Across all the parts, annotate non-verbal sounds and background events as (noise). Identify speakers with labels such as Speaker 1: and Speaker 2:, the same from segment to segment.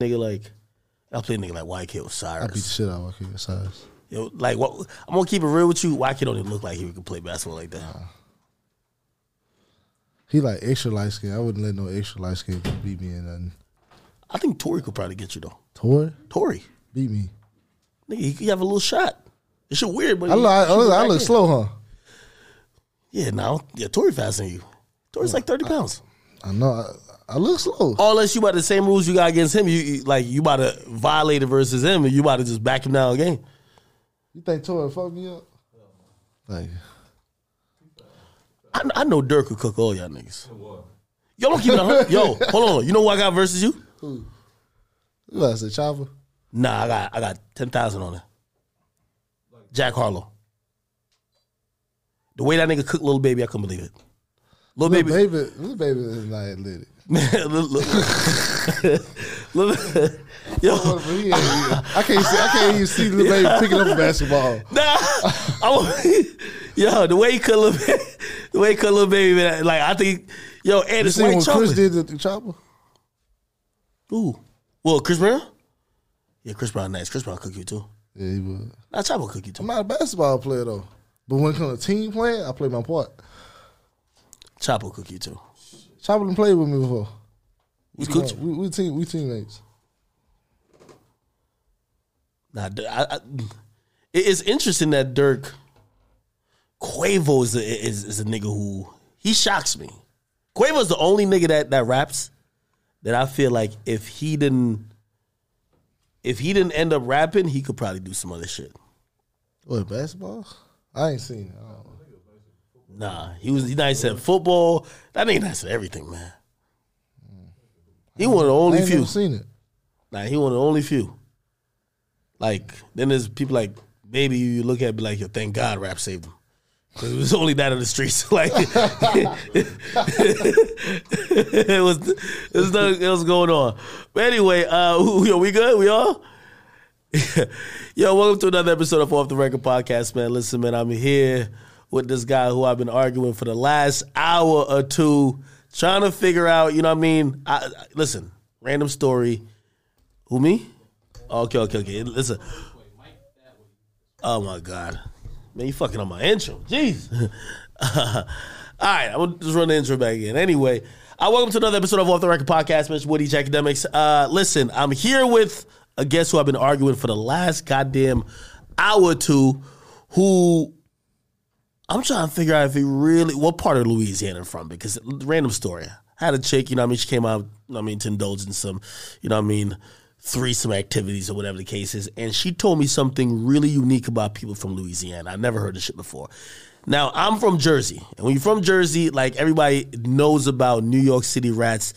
Speaker 1: nigga like I play a nigga like YK
Speaker 2: I beat the
Speaker 1: Osiris.
Speaker 2: shit out of Joaquin Osiris.
Speaker 1: Yo, like what I'm gonna keep it real with you. YK don't even look like he could play basketball like that.
Speaker 2: He like extra light skin. I wouldn't let no extra light skin beat me in nothing.
Speaker 1: I think Tory could probably get you though.
Speaker 2: Tori
Speaker 1: Tory,
Speaker 2: beat me.
Speaker 1: nigga, he could have a little shot. It's shit weird, but
Speaker 2: I
Speaker 1: he-
Speaker 2: look, I,
Speaker 1: he
Speaker 2: look, I
Speaker 1: back
Speaker 2: look
Speaker 1: in.
Speaker 2: slow, huh?
Speaker 1: Yeah, no, yeah, Tory faster than you. Tory's like thirty pounds.
Speaker 2: I know. I, I look slow.
Speaker 1: Or unless you about the same rules you got against him, you- you like you about to violate it versus him, and you about to just back him down again.
Speaker 2: You think Tori fucked me up? Like,
Speaker 1: I, I know Dirk could cook all y'all niggas. Yo, I'm keeping it. a hun- Yo, hold on. You know what I got versus you?
Speaker 2: you gotta say chopper.
Speaker 1: Nah, I got I got ten thousand on it. Jack Harlow. The way that nigga cooked little baby, I couldn't believe it. Little
Speaker 2: Baby,
Speaker 1: baby,
Speaker 2: baby, little baby is not athletic.
Speaker 1: (laughs) Lil- Lil- Lil- (laughs) yo,
Speaker 2: But he ain't- I can't see. I can't even see little baby
Speaker 1: (laughs)
Speaker 2: picking up a basketball.
Speaker 1: nah, I'm, (laughs) yo, the way he cooked little, baby, (laughs) the way he cooked little baby, man, like I think, yo, and
Speaker 2: You
Speaker 1: it's
Speaker 2: see
Speaker 1: white
Speaker 2: when Chris
Speaker 1: chocolate.
Speaker 2: did the, the chopper?
Speaker 1: Ooh, well, Chris Brown. Yeah, Chris Brown nice. Chris Brown cook you too.
Speaker 2: Yeah, he would.
Speaker 1: Nah, Chopper cook you too.
Speaker 2: I'm not a basketball player though. But when it comes to team playing, I play my part.
Speaker 1: Chopper cook you too.
Speaker 2: Chopper done played with me before.
Speaker 1: You
Speaker 2: We,
Speaker 1: cooked.
Speaker 2: we, we team. We teammates.
Speaker 1: Nah, D- I, I, it- it's interesting that Dirk Quavo is a, is, is a nigga who he shocks me. Quavo's the only nigga that that raps that I feel like if he didn't if he didn't end up rapping, he could probably do some other shit.
Speaker 2: What basketball? I ain't seen it. I don't know.
Speaker 1: Nah, he was he nice at football. That nigga nice at everything, man. He one of the
Speaker 2: I
Speaker 1: only
Speaker 2: ain't
Speaker 1: few.
Speaker 2: never seen it.
Speaker 1: Nah, he one of the only few. Like then there's people like maybe you look at it, be like yo, thank God rap saved him. 'Cause it was only that in the streets. (laughs) like it was it was nothing else going on. But anyway, uh (laughs) yo, we good? We all? (laughs) yo, welcome to another episode of Off the Record Podcast, man. Listen, man, I'm here with this guy who I've been arguing for the last hour or two, trying to figure out, you know what I mean? I, I- listen, random story. Who me? Oh, Okay, okay, okay. Listen. Oh my god, man, you fucking on my intro. Jeez. (laughs) All right, I'm gonna just run the intro back again. Anyway, I welcome to another episode of Off the Record Podcast, Mitch Woody, Jack Academics. Uh, listen, I'm here with a guest who I've been arguing for the last goddamn hour or two, who I'm trying to figure out if he really what part of Louisiana from because random story. I had a chick, you know what I mean, she came out, you know what I mean, to indulge in some, you know what I mean, threesome activities or whatever the case is, and she told me something really unique about people from Louisiana. I never heard this shit before. Now I'm from Jersey, and when you're from Jersey, like everybody knows about New York City rats.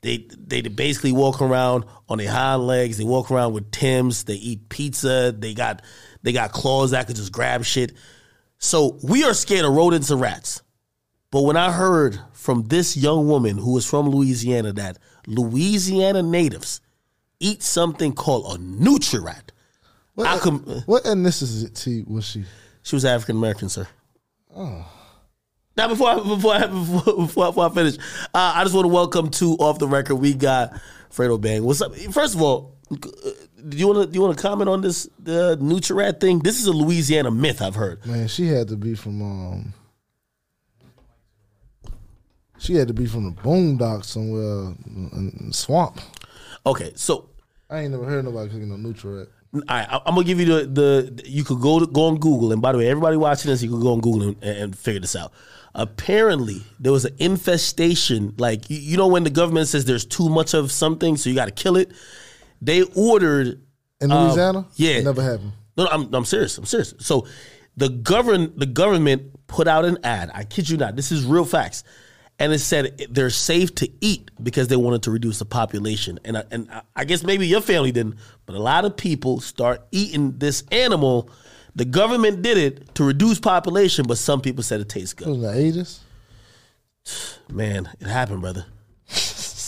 Speaker 1: They they basically walk around on their hind legs. They walk around with Tim's. They eat pizza. They got they got claws that could just grab shit. So we are scared of rodents and rats. But when I heard from this young woman who is from Louisiana that Louisiana natives eat something called a nutri-rat,
Speaker 2: What, e-,
Speaker 1: I com-
Speaker 2: what ethnicity was she?
Speaker 1: she was African American, sir. Now before I, before I, (laughs) before, before, before I finish, uh, I just want to welcome to off the record. We got Fredo Bang. What's up? First of all, uh, do you want to do you want to comment on this the nutri-rat thing? This is a Louisiana myth I've heard.
Speaker 2: Man, she had to be from um. She had to be from the boondocks somewhere, uh, in in the swamp.
Speaker 1: Okay, so
Speaker 2: I ain't never heard nobody cooking no neutral rat.
Speaker 1: All right, I- I'm gonna give you the the. You could go to, go on Google, and by the way, everybody watching this, you could go on Google and, and figure this out. Apparently, there was an infestation. Like you, you know, when the government says there's too much of something, so you got to kill it. They ordered.
Speaker 2: In Louisiana?
Speaker 1: Um, yeah.
Speaker 2: It never happened.
Speaker 1: No, no, I'm, I'm serious. I'm serious. So, the govern the government put out an ad. I kid you not. This is real facts, and it said they're safe to eat because they wanted to reduce the population. And I, and I- I guess maybe your family didn't, but a lot of people start eating this animal. The government did it to reduce population, but some people said it tastes
Speaker 2: It
Speaker 1: good.
Speaker 2: was in the 80s.
Speaker 1: Man, it happened, brother.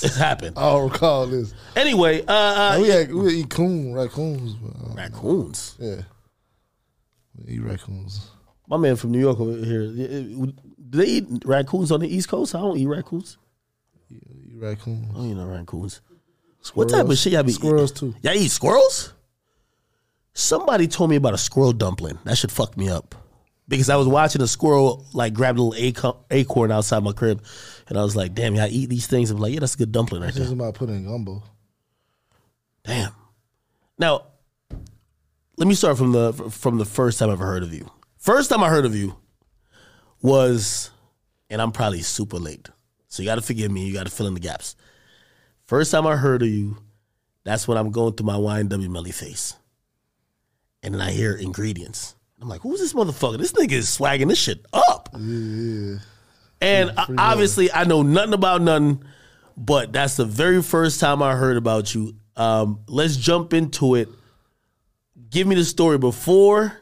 Speaker 1: it happened.
Speaker 2: I don't recall this.
Speaker 1: Anyway, uh, uh
Speaker 2: we had we eat coon, raccoons. But, uh,
Speaker 1: raccoons.
Speaker 2: yeah. We eat raccoons.
Speaker 1: My man from New York over here. Do they eat raccoons on the East Coast? I don't eat raccoons.
Speaker 2: We eat raccoons.
Speaker 1: Oh, you know raccoons. What type of shit y'all be
Speaker 2: Squirrels
Speaker 1: eating?
Speaker 2: too.
Speaker 1: Y'all eat squirrels? Somebody told me about a squirrel dumpling. That should fuck me up. Because I was watching a squirrel like grab a little acorn, acorn outside my crib, and I was like, "Damn, y'all eat these things." I'm like, "Yeah, that's a good dumpling right there."
Speaker 2: Just about putting gumbo.
Speaker 1: Damn. Now, let me start from the from the first time I ever heard of you. First time I heard of you was, and I'm probably super late, so you got to forgive me. You got to fill in the gaps. First time I heard of you, that's when I'm going through my YNW Melly face, and then I hear ingredients. I'm like, who's this motherfucker? This nigga is swagging this shit up. And I- obviously, I know nothing about nothing, but that's the very first time I heard about you. Um, let's jump into it. Give me the story before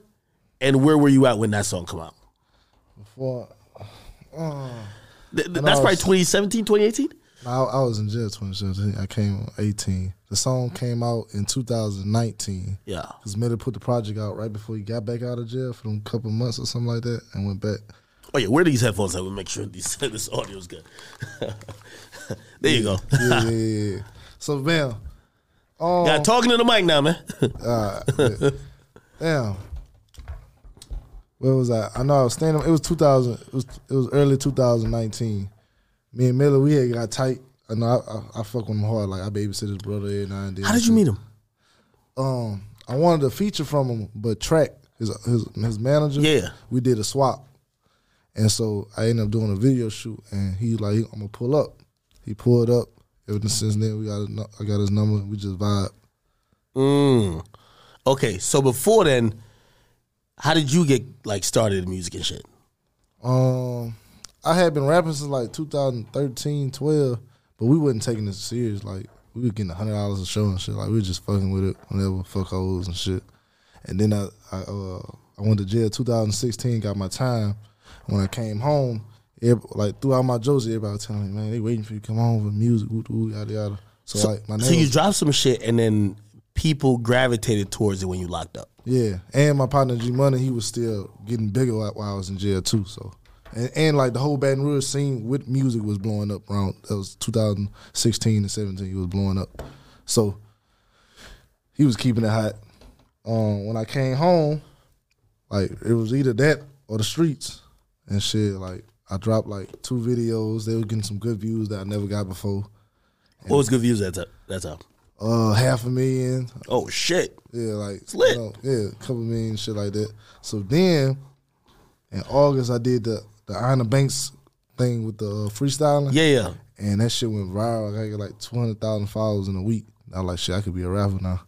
Speaker 1: and where were you at when that song come out?
Speaker 2: Before
Speaker 1: Th- th- that's probably
Speaker 2: was-
Speaker 1: 2017, 2018?
Speaker 2: I, I was in jail 2017. I came 18. The
Speaker 1: Mm-hmm.
Speaker 2: song came out in 2019.
Speaker 1: Yeah.
Speaker 2: Cause Miller put the project out right before he got back out of jail for a couple months or something like that,
Speaker 1: (laughs)
Speaker 2: and went back.
Speaker 1: Oh, yeah. Where are these headphones at? we make sure these, (laughs) this audio is good. there (laughs) you go.
Speaker 2: Yeah, yeah, yeah, yeah. So bam, oh
Speaker 1: Got talking to the mic now, man.
Speaker 2: damn. Where was I? I know I was standing. It was 2000. It was it was early 2019. Me and Miller, we had got tight. I know I, I, I fuck with him hard. Like I babysit his brother every now and then.
Speaker 1: How did you meet him?
Speaker 2: um I wanted a feature from him, but Track, his his his
Speaker 1: (laughs)
Speaker 2: manager,
Speaker 1: Yeah.
Speaker 2: we did a swap. And so I ended up doing a video shoot and he like I'm gonna pull up. He pulled up. Ever since then we got his nu- I got his number, we just vibe.
Speaker 1: Mm. Okay. So before then, how did you get like started in music and shit?
Speaker 2: Um I had been rapping since like 2013, 12, but we wasn't taking this serious. Like we were getting hundred dollars a show and shit. Like we were just fucking with it whenever fuck hoes and shit. And then I I, uh, I went to jail 2016, got my time. When I came home, every, like throughout my Josie, everybody was telling me, man, they waiting for you to come home with music, woo, woo, yada yada. So, like my name,
Speaker 1: So you dropped some shit and then people gravitated towards it when you locked up.
Speaker 2: yeah. And my partner G Money, he was still getting bigger while, while I was in jail too. So, and, and like the whole Baton Rouge scene with music was blowing up around that was 2016 and 17. It was blowing up. So he was keeping it hot. Um, when I came home, like it was either that or the streets and shit. Like I dropped like two videos. They were getting some good views that I never got before.
Speaker 1: What was good views at that time? That time?
Speaker 2: Uh, half a million,
Speaker 1: Oh shit!
Speaker 2: Yeah, like
Speaker 1: lit.
Speaker 2: You know, yeah, a couple million shit like that. So then in August I did the the Honor Banks thing with the uh, freestyling.
Speaker 1: Yeah, yeah.
Speaker 2: And that shit went viral. I got like two hundred thousand followers in a week. I was like shit, I could be a rapper now.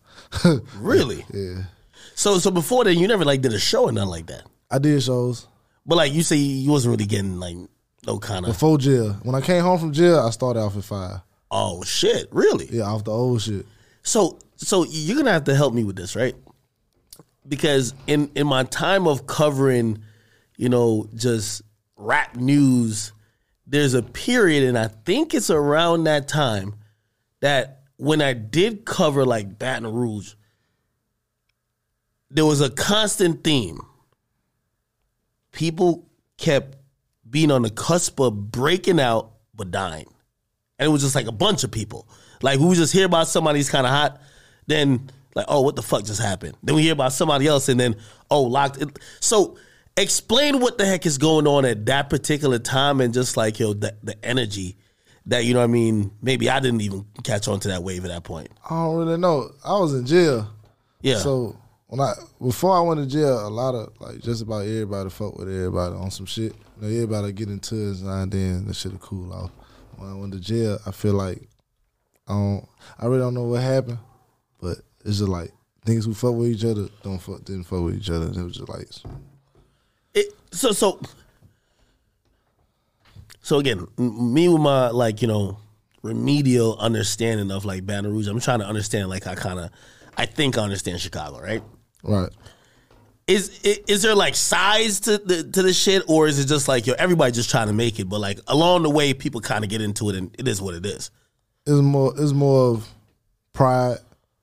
Speaker 2: (laughs)
Speaker 1: Really?
Speaker 2: yeah.
Speaker 1: So, so before then, you never like did a show or nothing like that.
Speaker 2: I did shows.
Speaker 1: But like you say, you wasn't really getting like no kind of.
Speaker 2: Before jail. When I came home from jail, I started off at five.
Speaker 1: Oh shit! Really?
Speaker 2: Yeah, off the old shit.
Speaker 1: So, so you're gonna have to help me with this, right? Because in in my time of covering, you know, just rap news, there's a period, and I think it's around that time that when I did cover like Baton Rouge, there was a constant theme. People kept being on the cusp of breaking out but dying. And it was just like a bunch of people. Like we would just hear about somebody's kind of hot, then like, oh, what the fuck just happened? Then we hear about somebody else, and then oh, locked. It. So explain what the heck is going on at that particular time, and just like yo, the, the energy that you know, what I mean, maybe I didn't even catch on to that wave at that point.
Speaker 2: I don't really know. I was in jail.
Speaker 1: Yeah.
Speaker 2: So when I before I went to jail, a lot of like just about everybody fuck with everybody on some shit. You know, everybody get into it and then the shit'll cool off. When I went to jail, I feel like I don't I really don't know what happened, but it's just like niggas who fuck with each other don't fuck didn't fuck with each other. And it was just like
Speaker 1: it, so so so again m- me with my like you know remedial understanding of like baton rouge i'm trying to understand like i kind of i think i understand chicago right
Speaker 2: right.
Speaker 1: is i- is there like size to the to the shit or is it just like yo everybody just trying to make it but like along the way people kind of get into it and it is what it is
Speaker 2: It's more it's more of pride.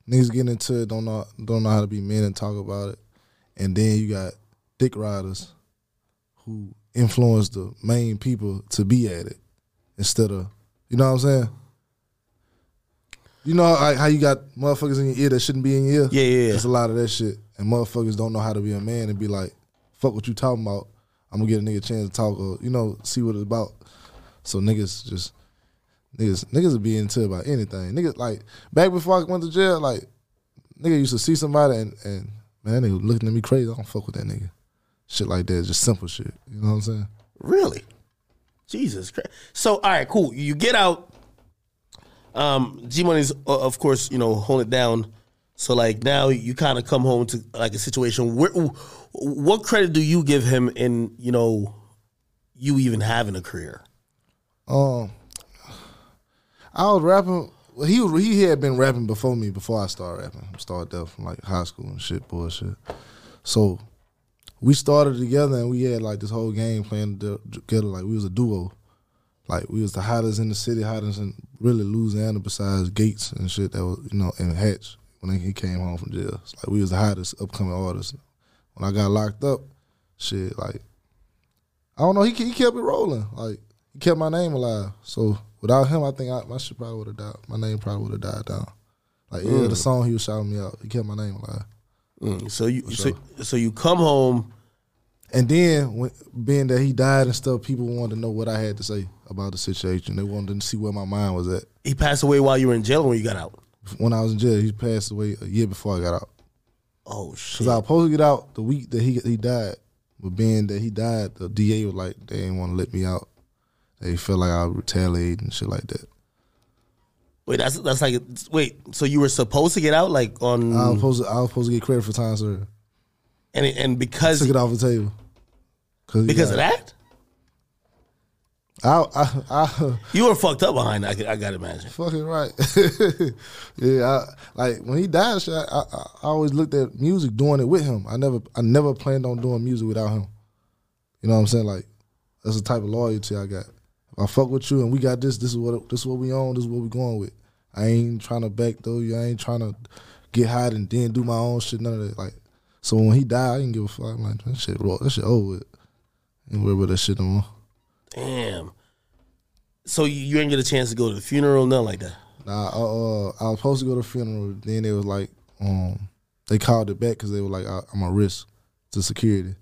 Speaker 2: Niggas getting into it, don't know don't know how to be men and talk about it. And then you got dick riders who influence the main people to be at it instead of you know what I'm saying? You know like, how you got motherfuckers in your ear that shouldn't be in your ear?
Speaker 1: Yeah, yeah, yeah.
Speaker 2: It's a lot of that shit. And motherfuckers don't know how to be a man and be like, fuck what you talking about. I'm gonna get a nigga a chance to talk or, you know, see what it's about. So niggas just niggas niggas would be into about anything. Niggas like back before I went to jail, like nigga used to see somebody and, and man, that nigga looking at me crazy. I don't fuck with that nigga. Shit like that, just simple shit. You know what I'm saying?
Speaker 1: Really? Jesus Christ. So, all right, cool. You get out. Um, G Money's, uh, of course, you know, holding it down. So, like, now you kind of come home to like a situation where, what credit do you give him in, you know, you even having a career?
Speaker 2: Um, I was rapping. well, He was- he had been rapping before me. Before I started rapping, I started out from like high school and shit bullshit. So we started together and we had like this whole game plan to- together. Like we was a duo. Like we was the hottest in the city, hottest in really Louisiana besides Gates and shit. That was you know and Hatch when he came home from jail. It's like we was the hottest upcoming artist. When I got locked up, shit like I don't know. He, he kept it rolling. Like he kept my name alive. So without him, I think I, my shit probably would have died. My name probably would have died down. Like yeah, the song he was shouting me out. He kept my name alive.
Speaker 1: So you, so, so you come home.
Speaker 2: And then when, being that he died and stuff, people wanted to know what I had to say about the situation. They wanted to see where my mind was at.
Speaker 1: He passed away while you were in jail when you got out.
Speaker 2: When I was in jail, he passed away a year before I got out.
Speaker 1: Oh
Speaker 2: Cause
Speaker 1: shit!
Speaker 2: I was supposed to get out the week that he he died, but being that he died, the DA was like they didn't want to let me out. They felt like I would retaliate and shit like that.
Speaker 1: Wait, that's that's like wait. So you were supposed to get out like on
Speaker 2: I was supposed to, I was supposed to get credit for time served.
Speaker 1: and and because
Speaker 2: took it off the table. Cause
Speaker 1: because
Speaker 2: yeah,
Speaker 1: of that
Speaker 2: I, I, I, (laughs)
Speaker 1: you were fucked up behind. I, could- I gotta imagine.
Speaker 2: fucking right. (laughs) yeah, I, like when he died, shit, I, I, I always looked at music doing it with him. I never, I never planned on doing music without him. You know what I'm saying? Like that's the type of loyalty I got. If I fuck with you and we got this, this is what this is what we on, this is what we going with. I ain't trying to backdoor you. I ain't trying to get hot and then do my own shit. None of that. Like so, when he died, I didn't give a fuck. I'm like that shit, raw. That shit over. With. Ain't worry about that shit no more.
Speaker 1: Damn. So you, you didn't get a chance to go to the funeral, nothing like that.
Speaker 2: Nah, I, uh, I was supposed to go to the funeral. Then they was like, um, they called it back because they were like, I, I'm a risk to security.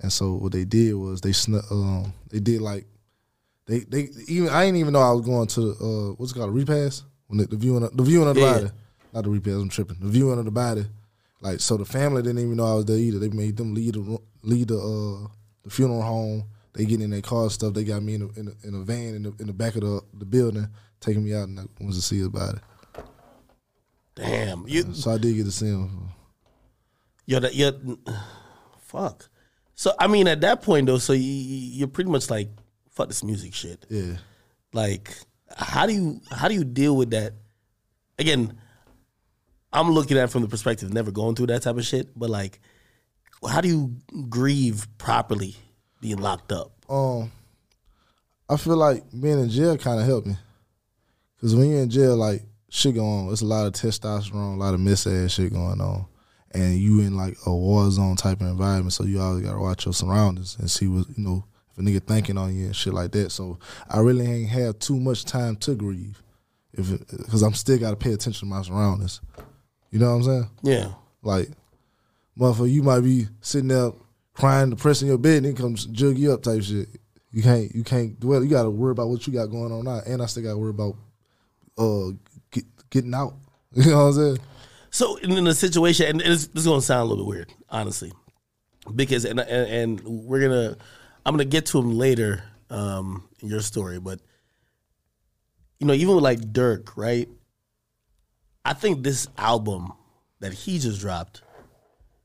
Speaker 2: And so what they did was they snuck, um, they did like, they they even I didn't even know I was going to uh, what's it called a repass when the, the viewing of, the viewing of the
Speaker 1: Yeah.
Speaker 2: body, not the repass. I'm tripping. The viewing of the body, like so the family didn't even know I was there either. They made them leave the ro- leave the uh, the funeral home. They get in their car and stuff. They got me in a, in a, in a van in the, in the back of the, the building, taking me out and I was to see his body.
Speaker 1: Damn. You,
Speaker 2: So I did get to see him.
Speaker 1: you're, the, you're, fuck. So I mean, at that point though, so you, you- you're pretty much like, fuck this music shit.
Speaker 2: Yeah.
Speaker 1: Like, how do you how do you deal with that? Again, I'm looking at it from the perspective of never going through that type of shit, but like, how do you grieve properly being locked up?
Speaker 2: um, I feel like being in jail kind of helped me, cause when you're in jail, like shit go on. It's a lot of testosterone, a lot of miss ass shit going on, and you in like a war zone type of environment. So you always gotta watch your surroundings and see what you know if a nigga thinking on you and shit like that. So I really ain't have too much time to grieve, if because I'm still gotta pay attention to my surroundings. You know what I'm saying?
Speaker 1: Yeah.
Speaker 2: Like, motherfucker, you might be sitting there crying, depressed in your bed, and then comes jug you up type shit. You can't, you can't dwell. You got to worry about what you got going on now, and I still got to worry about uh get, getting out. (laughs) You know what I'm saying?
Speaker 1: So in, in a situation, and it's, this is going to sound a little bit weird, honestly, because and and, and we're gonna, I'm gonna get to him later um, in your story, but you know, even with like Dirk, right? I think this album that he just dropped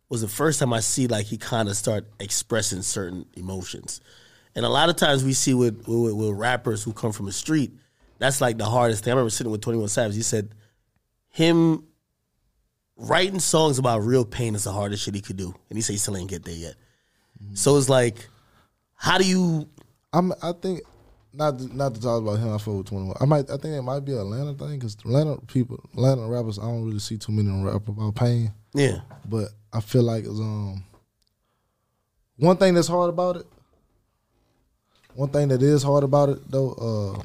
Speaker 1: was the first time I see like he kind of start expressing certain emotions, and a lot of times we see with, with with rappers who come from the street, that's like the hardest thing. I remember sitting with Twenty One Savage, he said him writing songs about real pain is the hardest shit he could do. And he said he still ain't get there yet. So it's like, how do you
Speaker 2: I'm, I think not to, not to talk about him. I fuck with 21. I might, I think it might be an Atlanta thing because Atlanta people, Atlanta rappers, I don't really see too many rap about pain.
Speaker 1: Yeah.
Speaker 2: but I feel like it's um one thing that's hard about it. One thing that is hard about it though, uh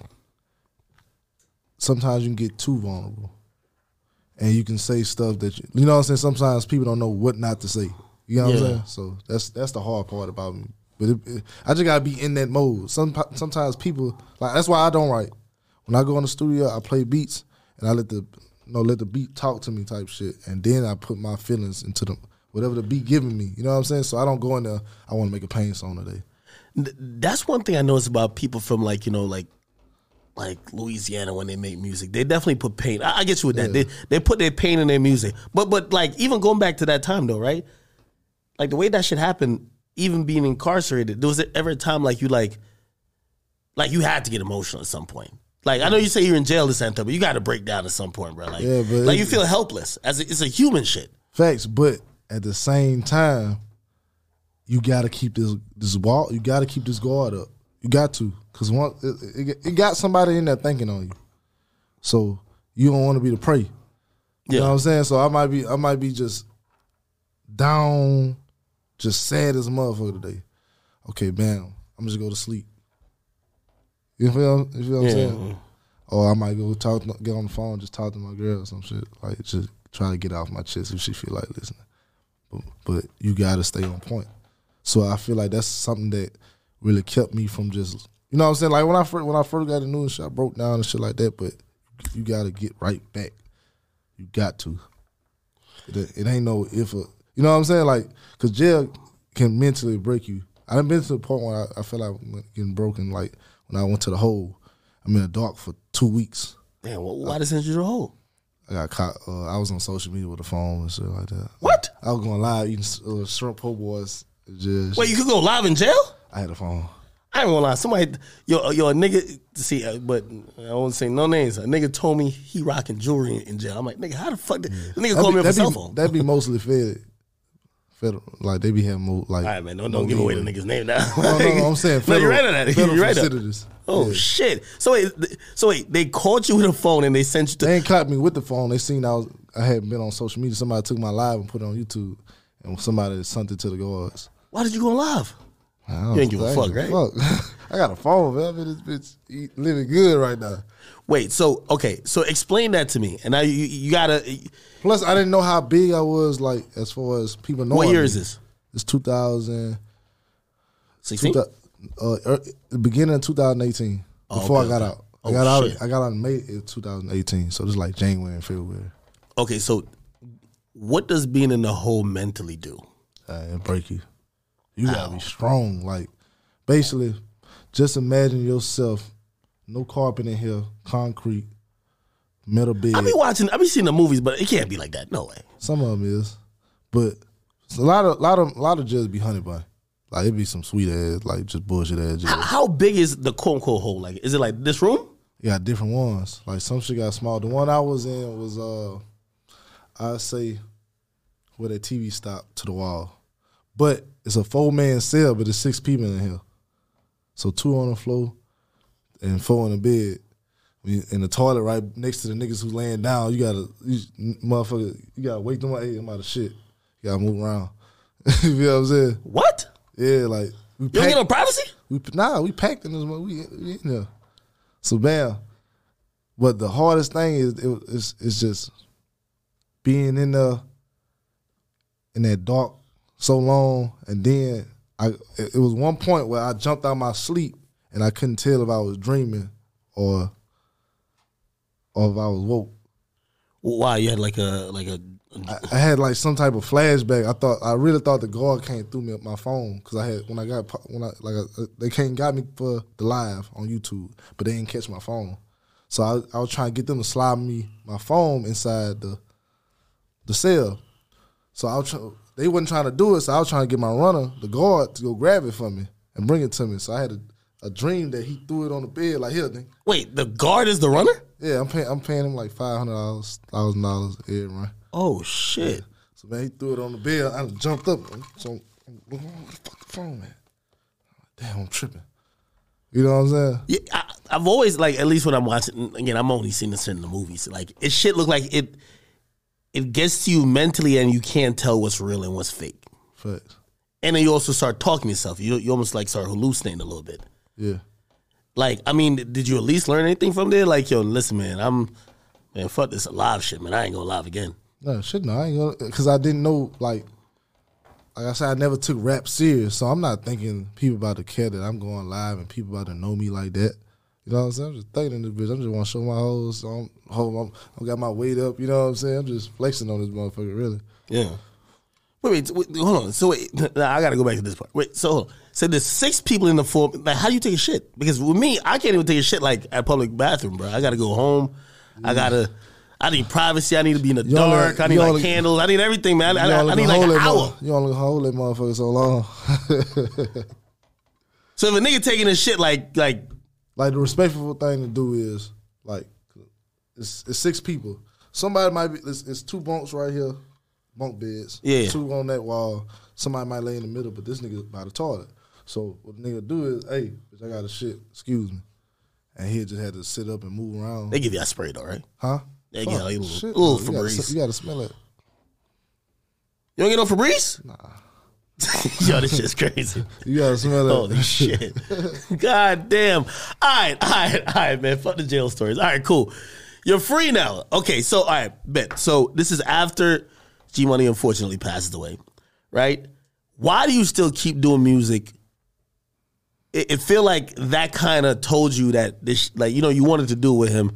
Speaker 2: sometimes you can get too vulnerable. and you can say stuff that you, you know what I'm saying. Sometimes people don't know what not to say. You know what
Speaker 1: Yeah.
Speaker 2: I'm saying. So that's that's the hard part about me. But it, it- I just gotta be in that mode. Some sometimes people like that's why I don't write. When I go in the studio, I play beats and I let the you know let the beat talk to me type shit, and then I put my feelings into the whatever the beat giving me. You know what I'm saying. So I don't go in there. I want to make a pain song today.
Speaker 1: Th- That's one thing I noticed about people from like you know like like Louisiana when they make music. They definitely put pain. I, I get you with that. They they put their pain in their music. But but like even going back to that time though, right? Like the way that shit happened, even being incarcerated, there was ever a time like you like like you had to get emotional at some point. Like I know you say you're in jail this time, but you got to break down at some point, bro. Like,
Speaker 2: Yeah, but
Speaker 1: like
Speaker 2: it-
Speaker 1: you feel helpless as a, it's a human shit.
Speaker 2: Facts, but at the same time, you gotta keep this this wall. You gotta keep this guard up. You got to, cause one, it, it, it got somebody in there thinking on you. So you don't want to be the prey. You
Speaker 1: Yeah.
Speaker 2: know what I'm saying? So I might be, I might be just down, just sad as a motherfucker today. Okay, bam, I'm just go to sleep. You feel? You feel what I'm saying? Or I might go talk, get on the phone, just talk to my girl or some shit. Like just try to get off my chest if she feel like listening. But, but you gotta stay on point. So I feel like that's something that really kept me from just, you know what I'm saying? Like when I first when I first got the news, shit, I broke down and shit like that. But you gotta get right back. You got to. It, it ain't no if a, you know what I'm saying? Like, cause jail can mentally break you. I done been to the point where I, I feel like I'm getting broken. Like when I went to the hole, I'm in the dark for two weeks.
Speaker 1: Damn, wh-
Speaker 2: Uh,
Speaker 1: why does it send you to the hole?
Speaker 2: I got caught. Uh, I was on social media with a phone and shit like that.
Speaker 1: What?
Speaker 2: I was going live eating uh, shrimp po' boys. Just,
Speaker 1: Wait, you could go live in jail?
Speaker 2: I had a phone.
Speaker 1: I ain't gonna lie. Somebody, yo, yo, a nigga. See, uh, but I won't say no names. A nigga told me he rocking jewelry in- in jail. I'm like, nigga, how the fuck? Did, the nigga called me up a
Speaker 2: that'd,
Speaker 1: cell
Speaker 2: be,
Speaker 1: phone.
Speaker 2: that'd be mostly fed. Federal, like they be having more like.
Speaker 1: All right, man. Don't, don't give away the nigga's name now.
Speaker 2: No, no, no, I'm
Speaker 1: (laughs)
Speaker 2: saying
Speaker 1: no,
Speaker 2: federal.
Speaker 1: you're right on that.
Speaker 2: Federal
Speaker 1: You're right on.
Speaker 2: citizens.
Speaker 1: Oh shit. So wait, th- so wait, they called you with a phone and they sent you to.
Speaker 2: They ain't caught me with the phone. They seen I was I hadn't been on social media. Somebody took my live and put it on YouTube, and somebody sent it to the guards.
Speaker 1: Why did you go live?
Speaker 2: I don't-
Speaker 1: You ain't give a
Speaker 2: I
Speaker 1: fuck,
Speaker 2: fuck. (laughs) I got a phone, man. I'm in this bitch eat, living good right now.
Speaker 1: Wait. So okay. So explain that to me. And now you you gotta.
Speaker 2: Plus, I didn't know how big I was, like as far as people knowing.
Speaker 1: What year is
Speaker 2: me.
Speaker 1: this?
Speaker 2: It's 2000,
Speaker 1: Sixteen.
Speaker 2: two thou- uh, er, the beginning of 2018.
Speaker 1: Oh,
Speaker 2: Before
Speaker 1: okay,
Speaker 2: I got
Speaker 1: okay.
Speaker 2: out,
Speaker 1: Oh,
Speaker 2: I got
Speaker 1: shit.
Speaker 2: out. I got out in May of 2018, so this is like January and February.
Speaker 1: Okay. So, what does being in the hole mentally do?
Speaker 2: uh, and break you. You gotta be strong. Like basically, just imagine yourself, no carpet in here, concrete, metal bed.
Speaker 1: I be watching. I be seeing the movies, but it can't be like that. No way.
Speaker 2: some of them is, but it's a lot of lot of lot of just be honey bun. Like it be some sweet ass, like just bullshit ass.
Speaker 1: How,
Speaker 2: Jail.
Speaker 1: how big is the quote unquote hole? Like, is it like this room?
Speaker 2: You got different ones. Like some shit got small. The one I was in was uh, I say, where the TV stopped to the wall, but it's a four man cell, but it's six people in here. So two on the floor, and four in the bed. We- In the toilet right next to the niggas who laying down, you gotta, you, motherfucker, you gotta wake them up. Hey, I'm out of shit. You gotta move around. (laughs) you know what I'm saying?
Speaker 1: What?
Speaker 2: Yeah, like we
Speaker 1: You don't
Speaker 2: packed-
Speaker 1: get no privacy?
Speaker 2: we nah, we packed in this one. We, we in there. So bam. But the hardest thing is it, it's, it's just being in the in that dark so long, and then I it it was one point where I jumped out of my sleep and I couldn't tell if I was dreaming or or if I was woke.
Speaker 1: Wow, you had like a like a.
Speaker 2: I, I had like some type of flashback. I thought I really thought the guard came through me at my phone because I had when I got po- when I like I, they came and got me for the live on YouTube, but they didn't catch my phone. So I, I was trying to get them to slide me my phone inside the the cell. So I was try, they wasn't trying to do it. So I was trying to get my runner, the guard, to go grab it for me and bring it to me. So I had a, a dream that he threw it on the bed like here, nigga.
Speaker 1: Wait, the guard is the runner?
Speaker 2: Yeah, I'm paying I'm paying him like five hundred dollars, thousand dollars every run.
Speaker 1: Oh shit!
Speaker 2: So man, he threw it on the bed. I done jumped up. So I'm looking, where the fuck the phone at? Damn, I'm tripping. You know what I'm saying?
Speaker 1: Yeah, I, I've always like at least when I'm watching. Again, I'm only seeing this in the movies. Like it shit look like it. It gets to you mentally, and you can't tell what's real and what's fake.
Speaker 2: Facts.
Speaker 1: And then you also start talking to yourself. You you almost like start hallucinating a little bit.
Speaker 2: Yeah.
Speaker 1: Like, I mean, did you at least learn anything from there? Like, yo, listen, man, I'm Man, fuck this live shit, man. I ain't gonna live again.
Speaker 2: No, shit, no, I ain't gonna, cause I didn't know, like, like I said, I never took rap serious, so I'm not thinking people about to care that I'm going live and people about to know me like that. You know what I'm saying? I'm just thinking this bitch. I'm just want to show my hoes. So I'm, home, I'm, I got my weight up. You know what I'm saying? I'm just flexing on this motherfucker, really.
Speaker 1: Yeah. Wait, wait, wait hold on. So wait, (laughs) nah, I gotta go back to this part. Wait, so hold on. so there's six people in the four. Like, how do you take a shit? Because with me, I can't even take a shit like at public bathroom, bro. I gotta go home. I gotta. I need privacy. I need to be in the
Speaker 2: Y'all are-
Speaker 1: dark. I need
Speaker 2: y'all
Speaker 1: like
Speaker 2: are-
Speaker 1: candles. I need everything, man. I, I,
Speaker 2: only
Speaker 1: I need
Speaker 2: can
Speaker 1: like an
Speaker 2: hold that
Speaker 1: hour.
Speaker 2: mother- You only can hold that motherfucker so long.
Speaker 1: So if a nigga taking a shit like like
Speaker 2: like the respectful thing to do is like it's, it's six people. Somebody might be it's, it's two bunks right here, bunk beds.
Speaker 1: Yeah.
Speaker 2: Two on that wall. Somebody might lay in the middle, but this nigga by the toilet. So what the nigga do is, hey, bitch, I got a shit. Excuse me. And he just had to sit up and move around.
Speaker 1: they give you a spray though, right?
Speaker 2: huh?
Speaker 1: They get
Speaker 2: Fuck,
Speaker 1: like a little-
Speaker 2: shit,
Speaker 1: little
Speaker 2: no, you, gotta,
Speaker 1: Febreze.
Speaker 2: you gotta smell it.
Speaker 1: You don't get no Febreze? Nah. (laughs) Yo, this shit's crazy. (laughs)
Speaker 2: You gotta smell it.
Speaker 1: Holy shit. God damn. All right, all right, all right, man. Fuck the jail stories. All right, cool. You're free now. Okay, so all right, bet. So this is after G Money unfortunately passes away, right? Why do you still keep doing music? It, it feel like that kind of told you that this, like you know, you wanted to do with him.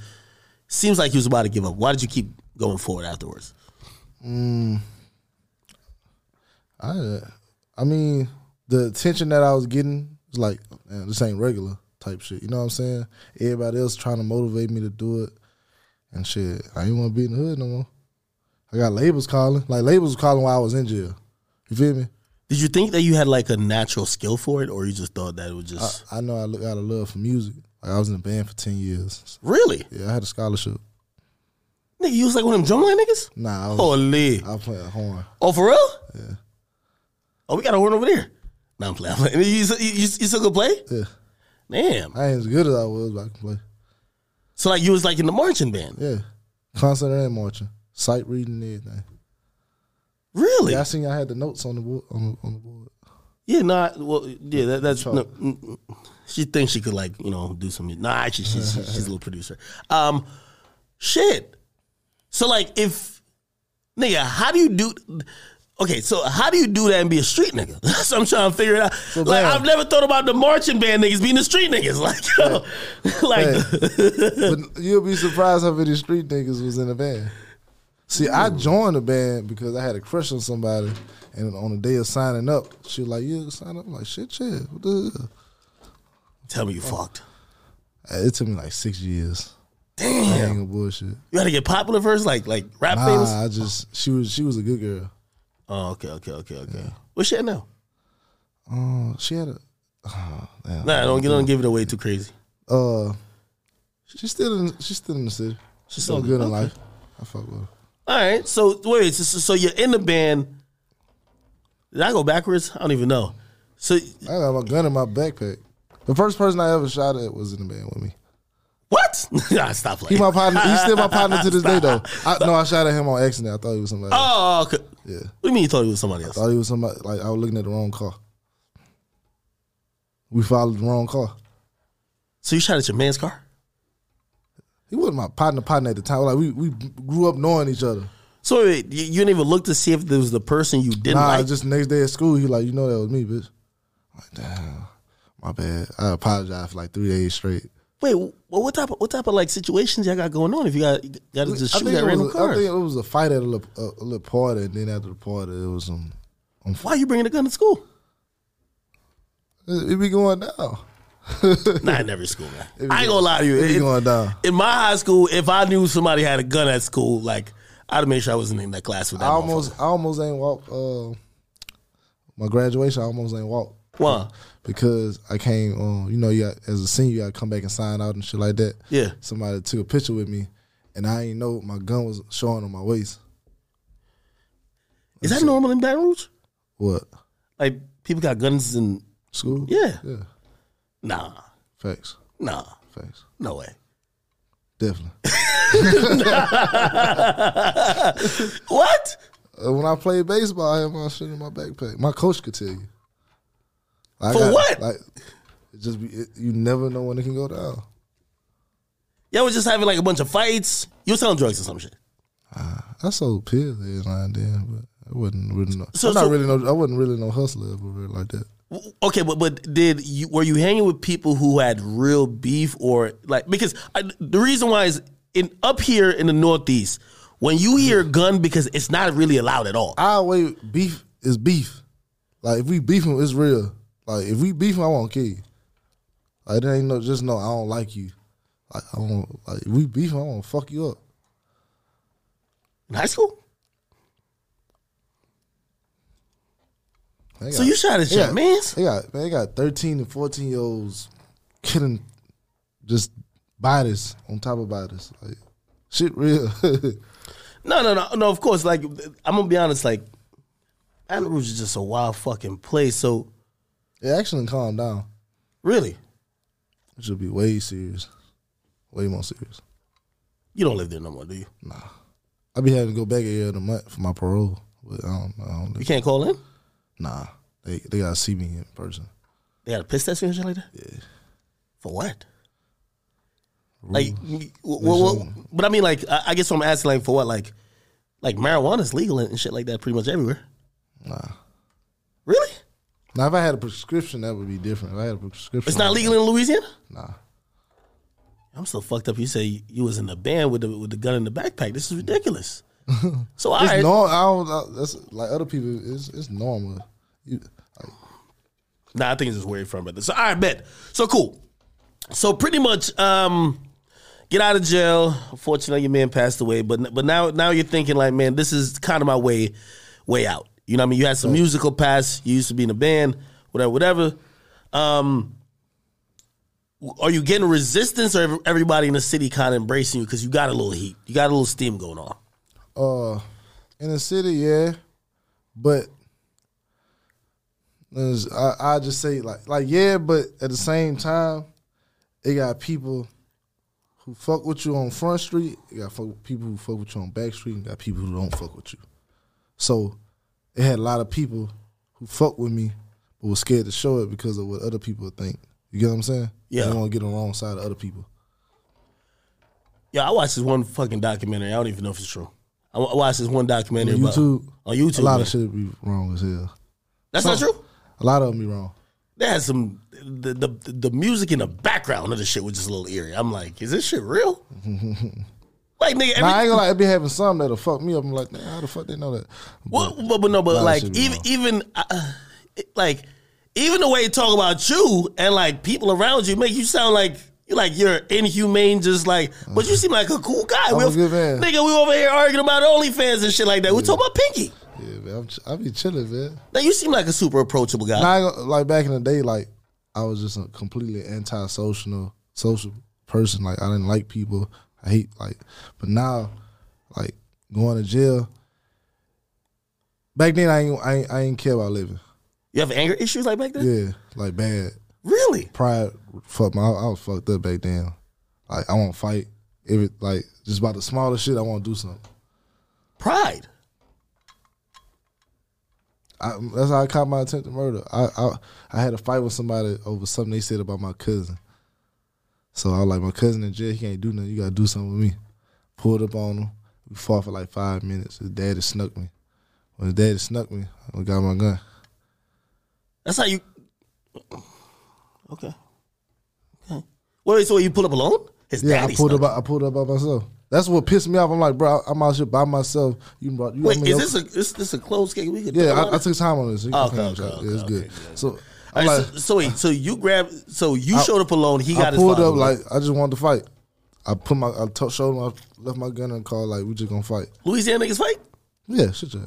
Speaker 1: Seems like he was about to give up. Why did you keep going forward afterwards?
Speaker 2: I, I mean, the attention that I was getting was like, man, this ain't regular type shit. You know what I'm saying? Everybody else trying to motivate me to do it and shit. I ain't want to be in the hood no more. I got labels calling. Like labels was calling while I was in jail. You feel me?
Speaker 1: Did you think that you had like a natural skill for it, or you just thought that it was just
Speaker 2: I know I look out of love for music. Like I was in a band for ten years.
Speaker 1: really?
Speaker 2: Yeah, I had a scholarship.
Speaker 1: Nigga, you was like one of them drumline niggas?
Speaker 2: Nah, I, was,
Speaker 1: Holy.
Speaker 2: I play a horn.
Speaker 1: Oh, for real? Yeah. Oh, we got a horn over there. Nah, I'm playing. (laughs) I'm playing. You, you, you, you still could play?
Speaker 2: Yeah,
Speaker 1: Damn.
Speaker 2: I ain't as good as I was, but I can play.
Speaker 1: So, like, you was like in the marching band.
Speaker 2: Yeah, concert and marching, sight reading, and everything.
Speaker 1: Really?
Speaker 2: Yeah, I
Speaker 1: Yeah,
Speaker 2: seen y'all had the notes on the board. On, the- on the board.
Speaker 1: no, I- well, yeah, that, that's. No, mm, mm. she thinks she could, like, you know, do some. Nah, actually,
Speaker 2: (laughs)
Speaker 1: she's, she's a little producer. Um, Shit. So, like, if. Nigga, how do you do. Okay, so how do you do that and be a street nigga? (laughs) That's what I'm trying to figure it out. like,
Speaker 2: bam.
Speaker 1: I've never thought about the marching band niggas being the street niggas. (laughs) Like, yo, like
Speaker 2: but you'll be surprised how many street niggas was in the band. See, I joined the band because I had a crush on somebody, and on the day of signing up, she was like, "Yeah, sign up." I'm like, "Shit, yeah." What the
Speaker 1: Tell me you fucked.
Speaker 2: hell? Uh, It took me like six years. Damn, I ain't gonna bullshit.
Speaker 1: You had to get popular first, like like rap famous.
Speaker 2: Nah, I just she was she was a good girl.
Speaker 1: Oh, okay, okay, okay, okay. What's she at now?
Speaker 2: Uh, she had a uh, damn.
Speaker 1: Nah, don't get don't give it away too crazy.
Speaker 2: uh, she's still in she's still in the city. She's still
Speaker 1: still-
Speaker 2: good in life. I fuck with her.
Speaker 1: All right, so wait, so, so so you're in the band. Did I go backwards? I don't even know. So
Speaker 2: I got my gun in my backpack. The first person I ever shot at was in the band with me.
Speaker 1: what? (laughs) nah, stop
Speaker 2: He
Speaker 1: playing.
Speaker 2: my partner. He's still my partner to this day, though.
Speaker 1: (laughs)
Speaker 2: I, no, I shot at him on accident. I thought he was somebody. Else.
Speaker 1: oh, okay.
Speaker 2: Yeah,
Speaker 1: What do you mean you thought he was somebody else?
Speaker 2: thought he was somebody. Like I was looking at the wrong car. We followed the wrong car.
Speaker 1: So you shot at your man's car?
Speaker 2: He wasn't my partner. Partner at the time. Like we we grew up knowing each other.
Speaker 1: So wait, wait, you, you didn't even look to see if there was the person you didn't
Speaker 2: Nah,
Speaker 1: like.
Speaker 2: just the next day at school, he like, you know that was me, bitch. I'm like, damn, my bad. I apologize for like three days straight.
Speaker 1: wait, well, what type of what type of like situations y'all got going on? If you got you got to just
Speaker 2: I
Speaker 1: shoot
Speaker 2: think,
Speaker 1: at
Speaker 2: it
Speaker 1: random
Speaker 2: was, I
Speaker 1: cars,
Speaker 2: think it was a fight at a little, a, a little party, and then after the party, it was some. Um,
Speaker 1: why you bringing a gun to school?
Speaker 2: it, it be going down.
Speaker 1: Nah, in every school, man. I ain't gonna lie to you.
Speaker 2: It be
Speaker 1: It-
Speaker 2: going down.
Speaker 1: In my high school, if I knew somebody had a gun at school, like I'd have made sure I wasn't in that class with that.
Speaker 2: I almost, I almost ain't walk. Uh, my graduation, I almost ain't walk
Speaker 1: motherfucker. Why?
Speaker 2: because I came. Um, you know, you got, as a senior, you got to come back and sign out and shit like that.
Speaker 1: Yeah.
Speaker 2: Somebody took a picture with me, and I ain't know my gun was showing on my waist.
Speaker 1: Is that normal in Baton Rouge?
Speaker 2: What
Speaker 1: Like people got guns and
Speaker 2: school?
Speaker 1: Yeah.
Speaker 2: yeah.
Speaker 1: nah,
Speaker 2: Facts,
Speaker 1: nah,
Speaker 2: facts,
Speaker 1: no way.
Speaker 2: definitely. (laughs)
Speaker 1: What?
Speaker 2: Uh, when I played baseball, I had my shit in my backpack. My coach could tell you. Like, I
Speaker 1: For what?
Speaker 2: Like, it just be, it, you never know when it can go down.
Speaker 1: Y'all was just having like a bunch of fights. You were selling drugs or some shit.
Speaker 2: I sold pills every now and then, but I wasn't really no.
Speaker 1: So-
Speaker 2: I'm not
Speaker 1: so-
Speaker 2: really no. I wasn't really no hustler ever really like that.
Speaker 1: W- Okay, but but did you were you hanging with people who had real beef or like because I, the reason why is in up here in the Northeast when you hear gun because it's not really allowed at all.
Speaker 2: Our way beef is beef. Like if we beefing, it's real. Like if we beefing, I won't kill you. Like there ain't no just no. I don't like you. Like I don't like if we beefing. I won't fuck you up.
Speaker 1: In high school,
Speaker 2: They
Speaker 1: so
Speaker 2: got-
Speaker 1: you shot at
Speaker 2: Yeah.
Speaker 1: your man.
Speaker 2: They got man, they got thirteen and fourteen year olds killing just bodies on top of bodies. Like shit real. (laughs)
Speaker 1: No, no, no, no. Of course, like I'm gonna be honest, like Baton Rouge is just a wild fucking place. So
Speaker 2: it actually calmed down.
Speaker 1: really,
Speaker 2: It should be way serious. Way more serious.
Speaker 1: you don't live there no more, do you?
Speaker 2: I be having to go back every other month for my parole. But I don't, I don't
Speaker 1: You can't call in.
Speaker 2: nah. They they gotta see me in person.
Speaker 1: They had a piss test or shit like that. Yeah. For what? Like, well, but I mean, like, I, I guess what I'm asking, like, for what, like, like marijuana's legal and and shit like that, pretty much everywhere.
Speaker 2: Nah.
Speaker 1: Really?
Speaker 2: Now if I had a prescription, that would be different. If I had a prescription,
Speaker 1: It's not legal in Louisiana.
Speaker 2: Nah.
Speaker 1: I'm so fucked up. You say you was in the band with the with the gun in the backpack. This is ridiculous. So all
Speaker 2: It's
Speaker 1: right,
Speaker 2: normal. I don't. I- that's like other people. It's it's normal. You, like,
Speaker 1: Nah, I think it's just where you're from, brother. So, all right, bet. So cool. So pretty much, um, get out of jail. Fortunately, your man passed away, but but now now you're thinking like, man, this is kind of my way, way out. You know what I mean? You had some musical past. You used to be in a band, whatever, whatever. Um, are you getting resistance, or ev- everybody in the city kind of embracing you because you got a little heat, you got a little steam going on?
Speaker 2: Uh, in the city, yeah, but there's- I I just say like like yeah, but at the same time, it got people who fuck with you on Front Street. It got fuck, people who fuck with you on Back Street. And got people who don't fuck with you. So it had a lot of people who fuck with me, but was scared to show it because of what other people think. You get what I'm saying?
Speaker 1: Yeah.
Speaker 2: They don't want to get on the wrong side of other people.
Speaker 1: Yeah, I watched this one fucking documentary. I don't even know if it's true. I wa- I watched this one documentary
Speaker 2: On
Speaker 1: about-
Speaker 2: YouTube,
Speaker 1: on YouTube.
Speaker 2: a lot
Speaker 1: man.
Speaker 2: of shit be wrong as hell.
Speaker 1: That's not true.
Speaker 2: A lot of them be wrong.
Speaker 1: They had some the, the the music in the background of the shit was just a little eerie. I'm like, is this shit
Speaker 2: (laughs)
Speaker 1: real? like nigga, every,
Speaker 2: Nah, I ain't gonna lie, it be having some that'll fuck me up. I'm like, man, how the fuck they know that?
Speaker 1: well, but, but no, but
Speaker 2: Nah,
Speaker 1: like
Speaker 2: shit
Speaker 1: even
Speaker 2: real.
Speaker 1: even uh, it- like even the way they talk about you and like people around you make you sound like. you Like you're inhumane, just like, but you seem like a cool guy.
Speaker 2: I'm
Speaker 1: we
Speaker 2: a good man.
Speaker 1: Nigga, we over here arguing about OnlyFans and shit like that. We talking about Pinky.
Speaker 2: Yeah, man, I'm ch- I be chilling, man.
Speaker 1: Now you seem like a super approachable guy.
Speaker 2: Nah, I ain't gonna- like back in the day, like I was just a completely antisocial social person. Like I didn't like people. I hate like, but now, like going to jail. Back then, I ain't, I ain't, I ain't care about living.
Speaker 1: You have anger issues like back then?
Speaker 2: Yeah, like bad.
Speaker 1: Really?
Speaker 2: pride fuck my I was fucked up back then. Like I won't fight. If it like just about the smallest shit, I want to do something.
Speaker 1: Pride.
Speaker 2: I, that's how I caught my attempted murder. I, I I had a fight with somebody over something they said about my cousin. So I was like, my cousin in jail, he can't do nothing. You gotta do something with me. Pulled up on him. We fought for like five minutes. His daddy snuck me. When his daddy snuck me, I got my gun.
Speaker 1: That's how you. Okay. Okay. Wait, so you pull up alone? His
Speaker 2: Yeah,
Speaker 1: daddy
Speaker 2: I pulled
Speaker 1: stuff.
Speaker 2: up. I pulled up by myself. That's what pissed me off. I'm like, bro, I'm out here by myself. You brought. You
Speaker 1: Wait,
Speaker 2: I mean,
Speaker 1: is this a is this a closed game? We could
Speaker 2: Yeah,
Speaker 1: talk
Speaker 2: I, I
Speaker 1: about it?
Speaker 2: took time on this. You
Speaker 1: Oh,
Speaker 2: can
Speaker 1: okay,
Speaker 2: finish
Speaker 1: okay,
Speaker 2: it. It was
Speaker 1: okay,
Speaker 2: good.
Speaker 1: okay,
Speaker 2: So
Speaker 1: All
Speaker 2: I'm
Speaker 1: right,
Speaker 2: like,
Speaker 1: so, so wait, so you grab, so you showed up alone. He
Speaker 2: I
Speaker 1: got his
Speaker 2: pulled
Speaker 1: father.
Speaker 2: up like I just wanted to fight. I put my, I t- showed my, left my gun and called like we just gonna fight.
Speaker 1: Louisiana niggas fight.
Speaker 2: Yeah, shit, yeah.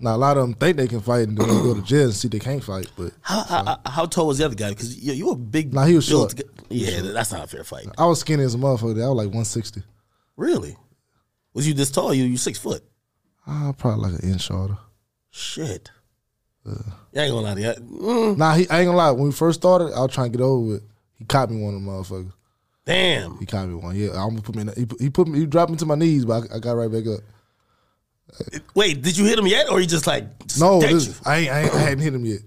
Speaker 2: Now a lot of them think they can fight and then they go to jail and see they can't fight, but
Speaker 1: How, how, how tall was the other guy? Because you, you were big.
Speaker 2: Nah, he was
Speaker 1: built
Speaker 2: short.
Speaker 1: guy. Yeah, that's not a fair fight.
Speaker 2: I was skinny as a motherfucker. I was like 160.
Speaker 1: Really? Was you this tall? You you six foot?
Speaker 2: Ah, probably like an inch shorter.
Speaker 1: Shit. Yeah, I ain't gonna lie to you. I- Mm,
Speaker 2: Nah, he, I ain't gonna lie. When we first started, I was trying to get over it. He caught me one of them motherfuckers.
Speaker 1: damn.
Speaker 2: He caught me one. Yeah, I almost put me. In the, he, put- he put me. He dropped me to my knees, but I, I got right back up.
Speaker 1: Wait, did you hit him yet, or he just like just
Speaker 2: No,
Speaker 1: decked
Speaker 2: this,
Speaker 1: you?
Speaker 2: I ain't, I ain't. I hadn't hit him yet.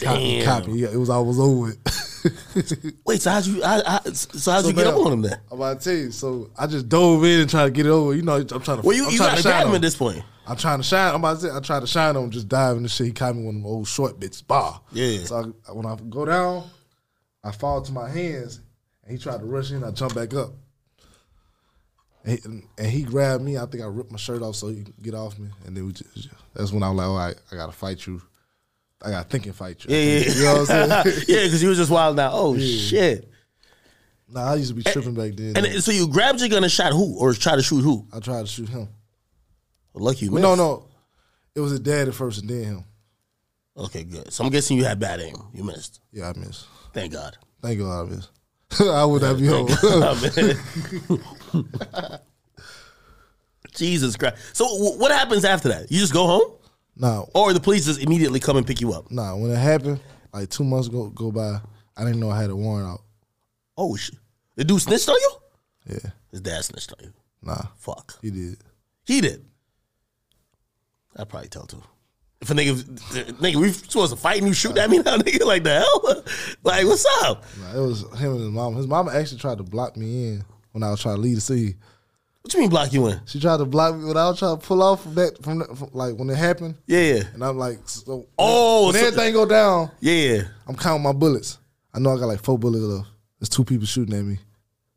Speaker 2: Cop-
Speaker 1: Damn.
Speaker 2: Copy. Yeah, it was almost over. With.
Speaker 1: Wait, so how'd you? I, I, so how'd
Speaker 2: So
Speaker 1: you get
Speaker 2: now,
Speaker 1: up on him then?
Speaker 2: I'm about to tell you. So I just dove in and tried to get it over. You know, I'm trying to.
Speaker 1: Well, you,
Speaker 2: I'm
Speaker 1: you
Speaker 2: trying
Speaker 1: gotta
Speaker 2: to shine
Speaker 1: grab him
Speaker 2: on
Speaker 1: at this point.
Speaker 2: I'm trying to shine. I'm about to. Say, I tried to shine on him, just diving and shit. He caught me with them old short bits bar.
Speaker 1: Yeah.
Speaker 2: So I, when I go down, I fall to my hands, and he tried to rush in. I jump back up, and, and- and he grabbed me. I think I ripped my shirt off so he could get off me. And then we just, that's when I was like, "All right, I gotta fight you. I gotta think and fight you."
Speaker 1: Yeah, (laughs) yeah, yeah.
Speaker 2: You know what I'm saying?
Speaker 1: yeah, because you was just wild now. Oh shit!
Speaker 2: nah, I used to be tripping back then.
Speaker 1: And it- so you grabbed your gun and shot who, or try to shoot who?
Speaker 2: I tried to shoot him.
Speaker 1: Lucky you.
Speaker 2: But
Speaker 1: missed.
Speaker 2: no, no, it was his dad at first, and then him.
Speaker 1: Okay, good. So I'm guessing you had bad aim. You missed.
Speaker 2: Yeah, I missed.
Speaker 1: Thank God. (laughs) Oh,
Speaker 2: Thank God, I missed. (laughs) I would not be home.
Speaker 1: Jesus Christ. So w- what happens after that? You just go home,
Speaker 2: (laughs) Nah,
Speaker 1: or the police just immediately come and pick you up?
Speaker 2: nah. When it happened, like two months go go by, I didn't know I had a warrant out.
Speaker 1: Oh shit! The dude snitched on you.
Speaker 2: Yeah,
Speaker 1: His dad snitched on you.
Speaker 2: nah,
Speaker 1: Fuck.
Speaker 2: he did.
Speaker 1: He did. I'd probably tell too. If a nigga, nigga, we supposed to fight and you shoot at me now, (laughs) nigga, like the hell? Like, what's up?
Speaker 2: Nah, it was him and his mom. His mama actually tried to block me in when I was trying to leave the city.
Speaker 1: What you mean block you in?
Speaker 2: She tried to block me when I was trying to pull off from that from, the, from like when it happened.
Speaker 1: Yeah, yeah,
Speaker 2: And I'm like, so
Speaker 1: Oh,
Speaker 2: when
Speaker 1: so-
Speaker 2: everything go down,
Speaker 1: yeah, yeah.
Speaker 2: I'm counting my bullets. I know I got like four bullets left. There's two people shooting at me,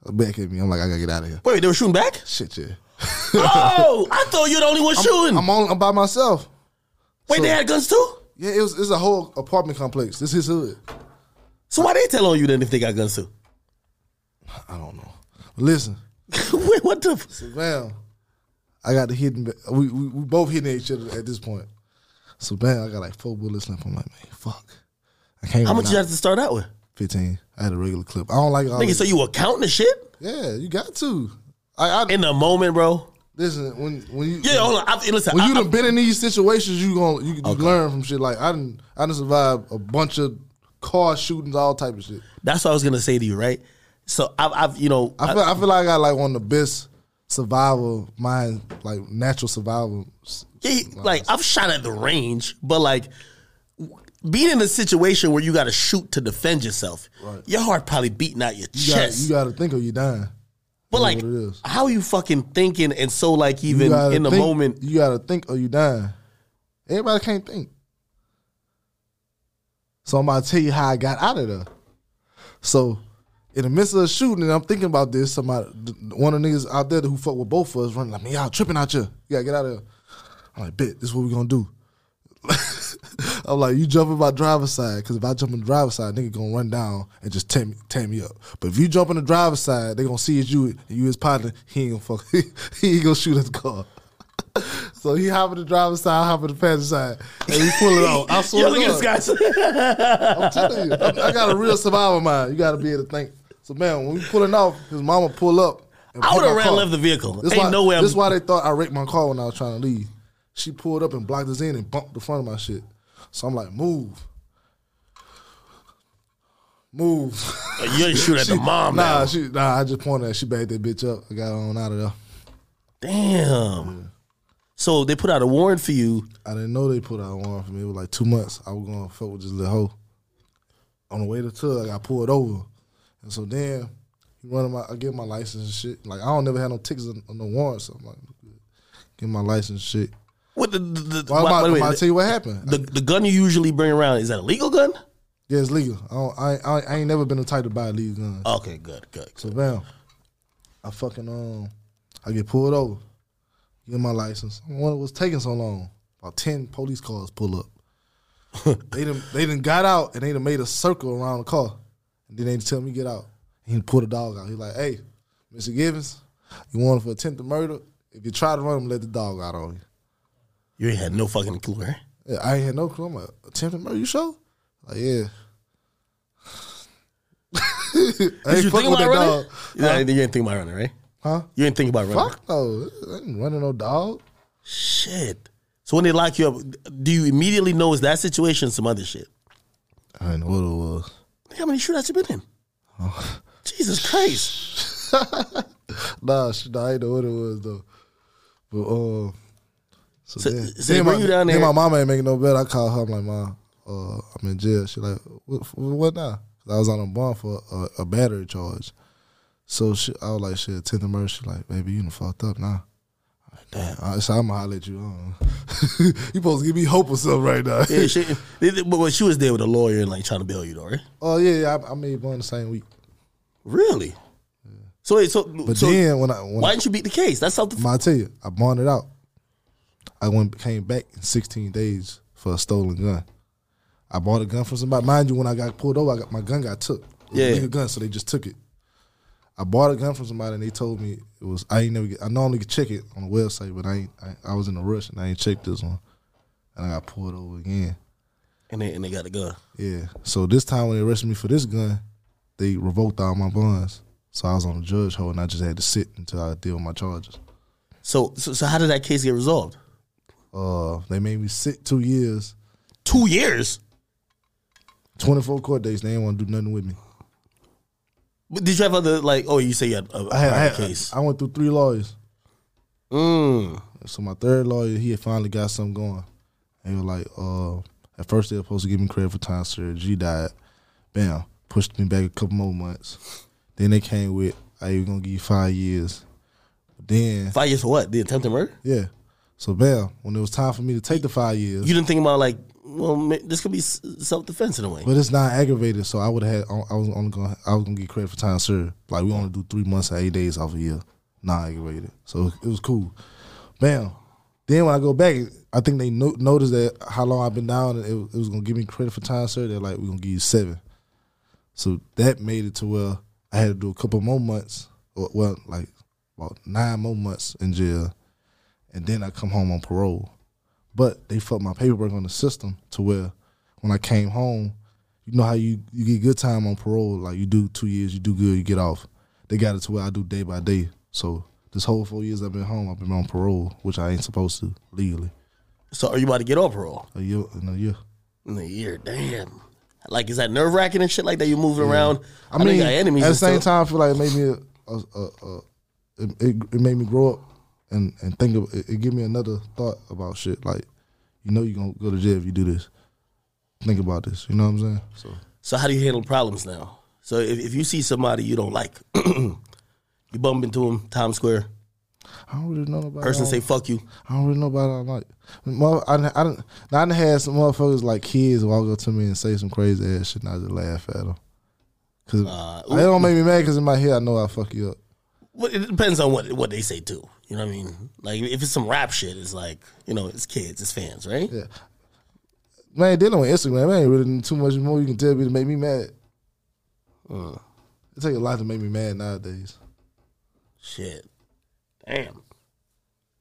Speaker 2: uh, back at me. I'm like, I gotta get out of here.
Speaker 1: Wait, they were shooting back?
Speaker 2: Shit, yeah.
Speaker 1: (laughs) oh, I thought you were the only one shooting.
Speaker 2: I'm on. I'm by myself.
Speaker 1: Wait, they had guns too.
Speaker 2: Yeah, it was. It's a whole apartment complex. This his hood.
Speaker 1: So why they tell on you then if they got guns too?
Speaker 2: I don't know. Listen,
Speaker 1: (laughs) Wait, what the? F-
Speaker 2: bam. I got the hidden. ba- We, we we both hitting each other at this point. So bam, I got like four bullets left. I'm like, man, fuck. I can't.
Speaker 1: How
Speaker 2: run
Speaker 1: much you
Speaker 2: out.
Speaker 1: have to start out with?
Speaker 2: Fifteen. I had a regular clip. I don't like all.
Speaker 1: Nigga,
Speaker 2: this.
Speaker 1: so you were counting the shit
Speaker 2: yeah, you got to. I, I
Speaker 1: in the moment, bro.
Speaker 2: listen when when you
Speaker 1: Yeah, hold on. I, listen,
Speaker 2: when
Speaker 1: I,
Speaker 2: you
Speaker 1: I,
Speaker 2: done been in these situations, you gonna you, you learn from shit. Like I didn't I didn't survive a bunch of car shootings, all type of shit.
Speaker 1: that's what I was gonna say to you, right? So I've, I've you know,
Speaker 2: I
Speaker 1: I-
Speaker 2: feel I feel like I got like one of the best survival mind, like natural survival. s-
Speaker 1: Yeah, he- like I've shot at the range, but like w- being in a situation where you got to shoot to defend yourself, your heart probably beating out your
Speaker 2: You gotta,
Speaker 1: chest.
Speaker 2: you gotta think or you dying.
Speaker 1: but
Speaker 2: know
Speaker 1: like,
Speaker 2: what it is.
Speaker 1: how you fucking thinking and so like
Speaker 2: You
Speaker 1: even
Speaker 2: gotta
Speaker 1: in the
Speaker 2: think-
Speaker 1: moment?
Speaker 2: you gotta think or you dying. Everybody can't think. So I'm about to tell you how I got out of there. So in the midst of a shooting, and I'm thinking about this. Somebody, th- one of the niggas out there who fuck with both of us, running like, man, y'all tripping out here. You gotta get out of here. I'm like, bet this is what we gonna do. (laughs) I'm like, you jump in my driver's side, cause if I jump in the driver's side, nigga gonna run down and just tear me, tear me up. But if you jump in the driver's side, they gonna see it's you and you his partner. He ain't gonna fuck. (laughs) he ain't gonna shoot at the car. (laughs) so he hop in the driver's side, I hop in the passenger side, and we pull it
Speaker 1: (laughs)
Speaker 2: out. I swear
Speaker 1: Yo,
Speaker 2: to
Speaker 1: look
Speaker 2: God.
Speaker 1: at this guy.
Speaker 2: I'm telling you, I, I got a real survival mind. You got to be able to think. So man, when we pulling off, his mama pull up. and
Speaker 1: I
Speaker 2: hit
Speaker 1: would have
Speaker 2: my
Speaker 1: ran
Speaker 2: car.
Speaker 1: left the vehicle.
Speaker 2: This
Speaker 1: Ain't
Speaker 2: why,
Speaker 1: no way. I'm,
Speaker 2: This why they thought I wrecked my car when I was trying to leave. She pulled up and blocked us in and bumped the front of my shit. So I'm like, move, move.
Speaker 1: (laughs) Oh, you ain't shoot at
Speaker 2: (laughs)
Speaker 1: the mom
Speaker 2: nah,
Speaker 1: now.
Speaker 2: she nah. I just pointed. at her. She backed that bitch up. I got on out of there.
Speaker 1: Damn. So they put out a warrant for you.
Speaker 2: I didn't know they put out one for me. It was like two months. I was gonna fuck with this little hoe. On the way to Tug, I got pulled over, and so then he running my. I get my license and shit. Like I don't never had no tickets on, no warrants. So I'm like, get my license and shit.
Speaker 1: What the? the, the
Speaker 2: Why,
Speaker 1: why-
Speaker 2: am I,
Speaker 1: wait,
Speaker 2: am I
Speaker 1: wait,
Speaker 2: tell you what happened?
Speaker 1: the, the gun you usually bring around is that a legal gun?
Speaker 2: yeah, it's legal. I, don't, I, I I ain't never been the type to buy a legal gun.
Speaker 1: Okay, good, good.
Speaker 2: So bam, I fucking um, I get pulled over, get my license. I wonder what's taking so long. About ten police cars
Speaker 1: (laughs)
Speaker 2: pull up. they done they done got out and they done made a circle around the car. And then they tell me get out. He done pulled a dog out. He like, hey, Mr. Givens, you wanted for attempted murder? If you try to run him, let the dog out on you.
Speaker 1: You ain't had no fucking clue, right?
Speaker 2: Yeah, I ain't had no clue. I'm like, attempted murder, you sure? Like, yeah. (laughs) I
Speaker 1: Did
Speaker 2: ain't
Speaker 1: you think
Speaker 2: fucking
Speaker 1: about
Speaker 2: with that
Speaker 1: running?
Speaker 2: dog.
Speaker 1: You ain't- you didn't think about running, right?
Speaker 2: Huh?
Speaker 1: You didn't think about running.
Speaker 2: Fuck no. I ain't running no dog.
Speaker 1: Shit. So when they lock you up, do you immediately know it's that situation or some other shit?
Speaker 2: I didn't know what it was.
Speaker 1: Look how many shootouts you been in? (sighs) Jesus Christ.
Speaker 2: Nah, shit, nah, I didn't know what it was though. But uh, so,
Speaker 1: So-
Speaker 2: then,
Speaker 1: so they
Speaker 2: then
Speaker 1: bring
Speaker 2: my,
Speaker 1: you down
Speaker 2: then
Speaker 1: there-
Speaker 2: my mama ain't making no bed. I call her. I'm like, mom, uh, I'm in jail. She like, what, what now? 'Cause I was on a bond for a, a battery charge. So she, I was like, shit, 10th and mercy, like, baby, you done fucked up now. Damn, I said, I'm gonna holler at you. I don't know. (laughs) you supposed to give me hope or something right now.
Speaker 1: (laughs) Yeah, she, but but she was there with a lawyer and like trying to bail you though, right?
Speaker 2: Oh yeah, yeah I, I made one the same week.
Speaker 1: Really? So wait, so
Speaker 2: But
Speaker 1: so
Speaker 2: then when I when
Speaker 1: why didn't you beat the case? That's something.
Speaker 2: I, I tell you, I bonded out. I went came back in 16 days for a stolen gun. I bought a gun from somebody. Mind you, when I got pulled over, I got, my gun got took. It was
Speaker 1: Yeah.
Speaker 2: a bigger gun, so they just took it. I bought a gun from somebody, and they told me it was. I ain't never. Get, I normally could check it on the website, but I ain't. I, I was in a rush, and I ain't checked this one, and I got pulled over again.
Speaker 1: And they, and they got a gun.
Speaker 2: Yeah. So this time when they arrested me for this gun, they revoked all my bonds. So I was on the judge hold, and I just had to sit until I deal with my charges.
Speaker 1: So, so so how did that case get resolved?
Speaker 2: Uh, they made me sit two years,
Speaker 1: Two years.
Speaker 2: twenty four court days. They didn't want to do nothing with me.
Speaker 1: But did you have other like? Oh, you say you had a,
Speaker 2: I had, I,
Speaker 1: private
Speaker 2: had-
Speaker 1: case.
Speaker 2: I went through three lawyers.
Speaker 1: mm.
Speaker 2: So my third lawyer, he had finally got something going. And he was like, uh, at first they were supposed to give me credit for time served. G died. Bam. Pushed me back a couple more months. Then they came with, I was gonna give you five years. Then
Speaker 1: Five years for what? The attempted murder.
Speaker 2: Yeah. So bam, when it was time for me to take the five years,
Speaker 1: You didn't think about like, well, ma- this could be self defense in a way.
Speaker 2: but it's not aggravated, so I would have had I was only gonna I was gonna get credit for time served. Like we only do three months or eight days off a year, not aggravated. So it was cool. Bam. Then when I go back, I think they no- noticed that how long I've been down, and it, was- it was gonna give me credit for time served. They're like, we're gonna give you seven. So that made it to where I had to do a couple more months, or well, like about nine more months in jail, and then I come home on parole. But they fucked my paperwork on the system to where when I came home, you know how you, you get good time on parole, like you do two years, you do good, you get off. They got it to where I do day by day. So this whole four years I've been home, I've been on parole, which I ain't supposed to legally.
Speaker 1: So, are you about to get off parole
Speaker 2: A year in a year.
Speaker 1: in a year? Damn. Like, is that nerve wracking and shit like that? You moving around.
Speaker 2: I
Speaker 1: know
Speaker 2: mean,
Speaker 1: you got enemies.
Speaker 2: at the
Speaker 1: and
Speaker 2: same
Speaker 1: stuff.
Speaker 2: time, I feel like it made me a, a, a, a it, it, it made me grow up and and think of it, it. Give me another thought about shit. Like, you know, you gonna go to jail if you do this. Think about this. You know what I'm saying? So
Speaker 1: So, how do you handle problems now? So, if, if you see somebody you don't like, (clears throat) you bump into them, Times Square,
Speaker 2: I don't really know about
Speaker 1: person say fuck you.
Speaker 2: I don't really know about it. Like, mother, I, done- I, done- now I done had some motherfuckers like kids walk up to me and say some crazy ass shit, and I just laugh at them. Cause
Speaker 1: Uh,
Speaker 2: it don't make me mad. Cause in my head, I know I fuck you up.
Speaker 1: Well, it depends on what what they say too. You know what I mean? Like if it's some rap shit, it's like you know it's kids, it's fans, right?
Speaker 2: Yeah. Man, then on Instagram, I ain't really too much more you can tell me to make me mad. It take a lot to make me mad nowadays.
Speaker 1: Shit, damn.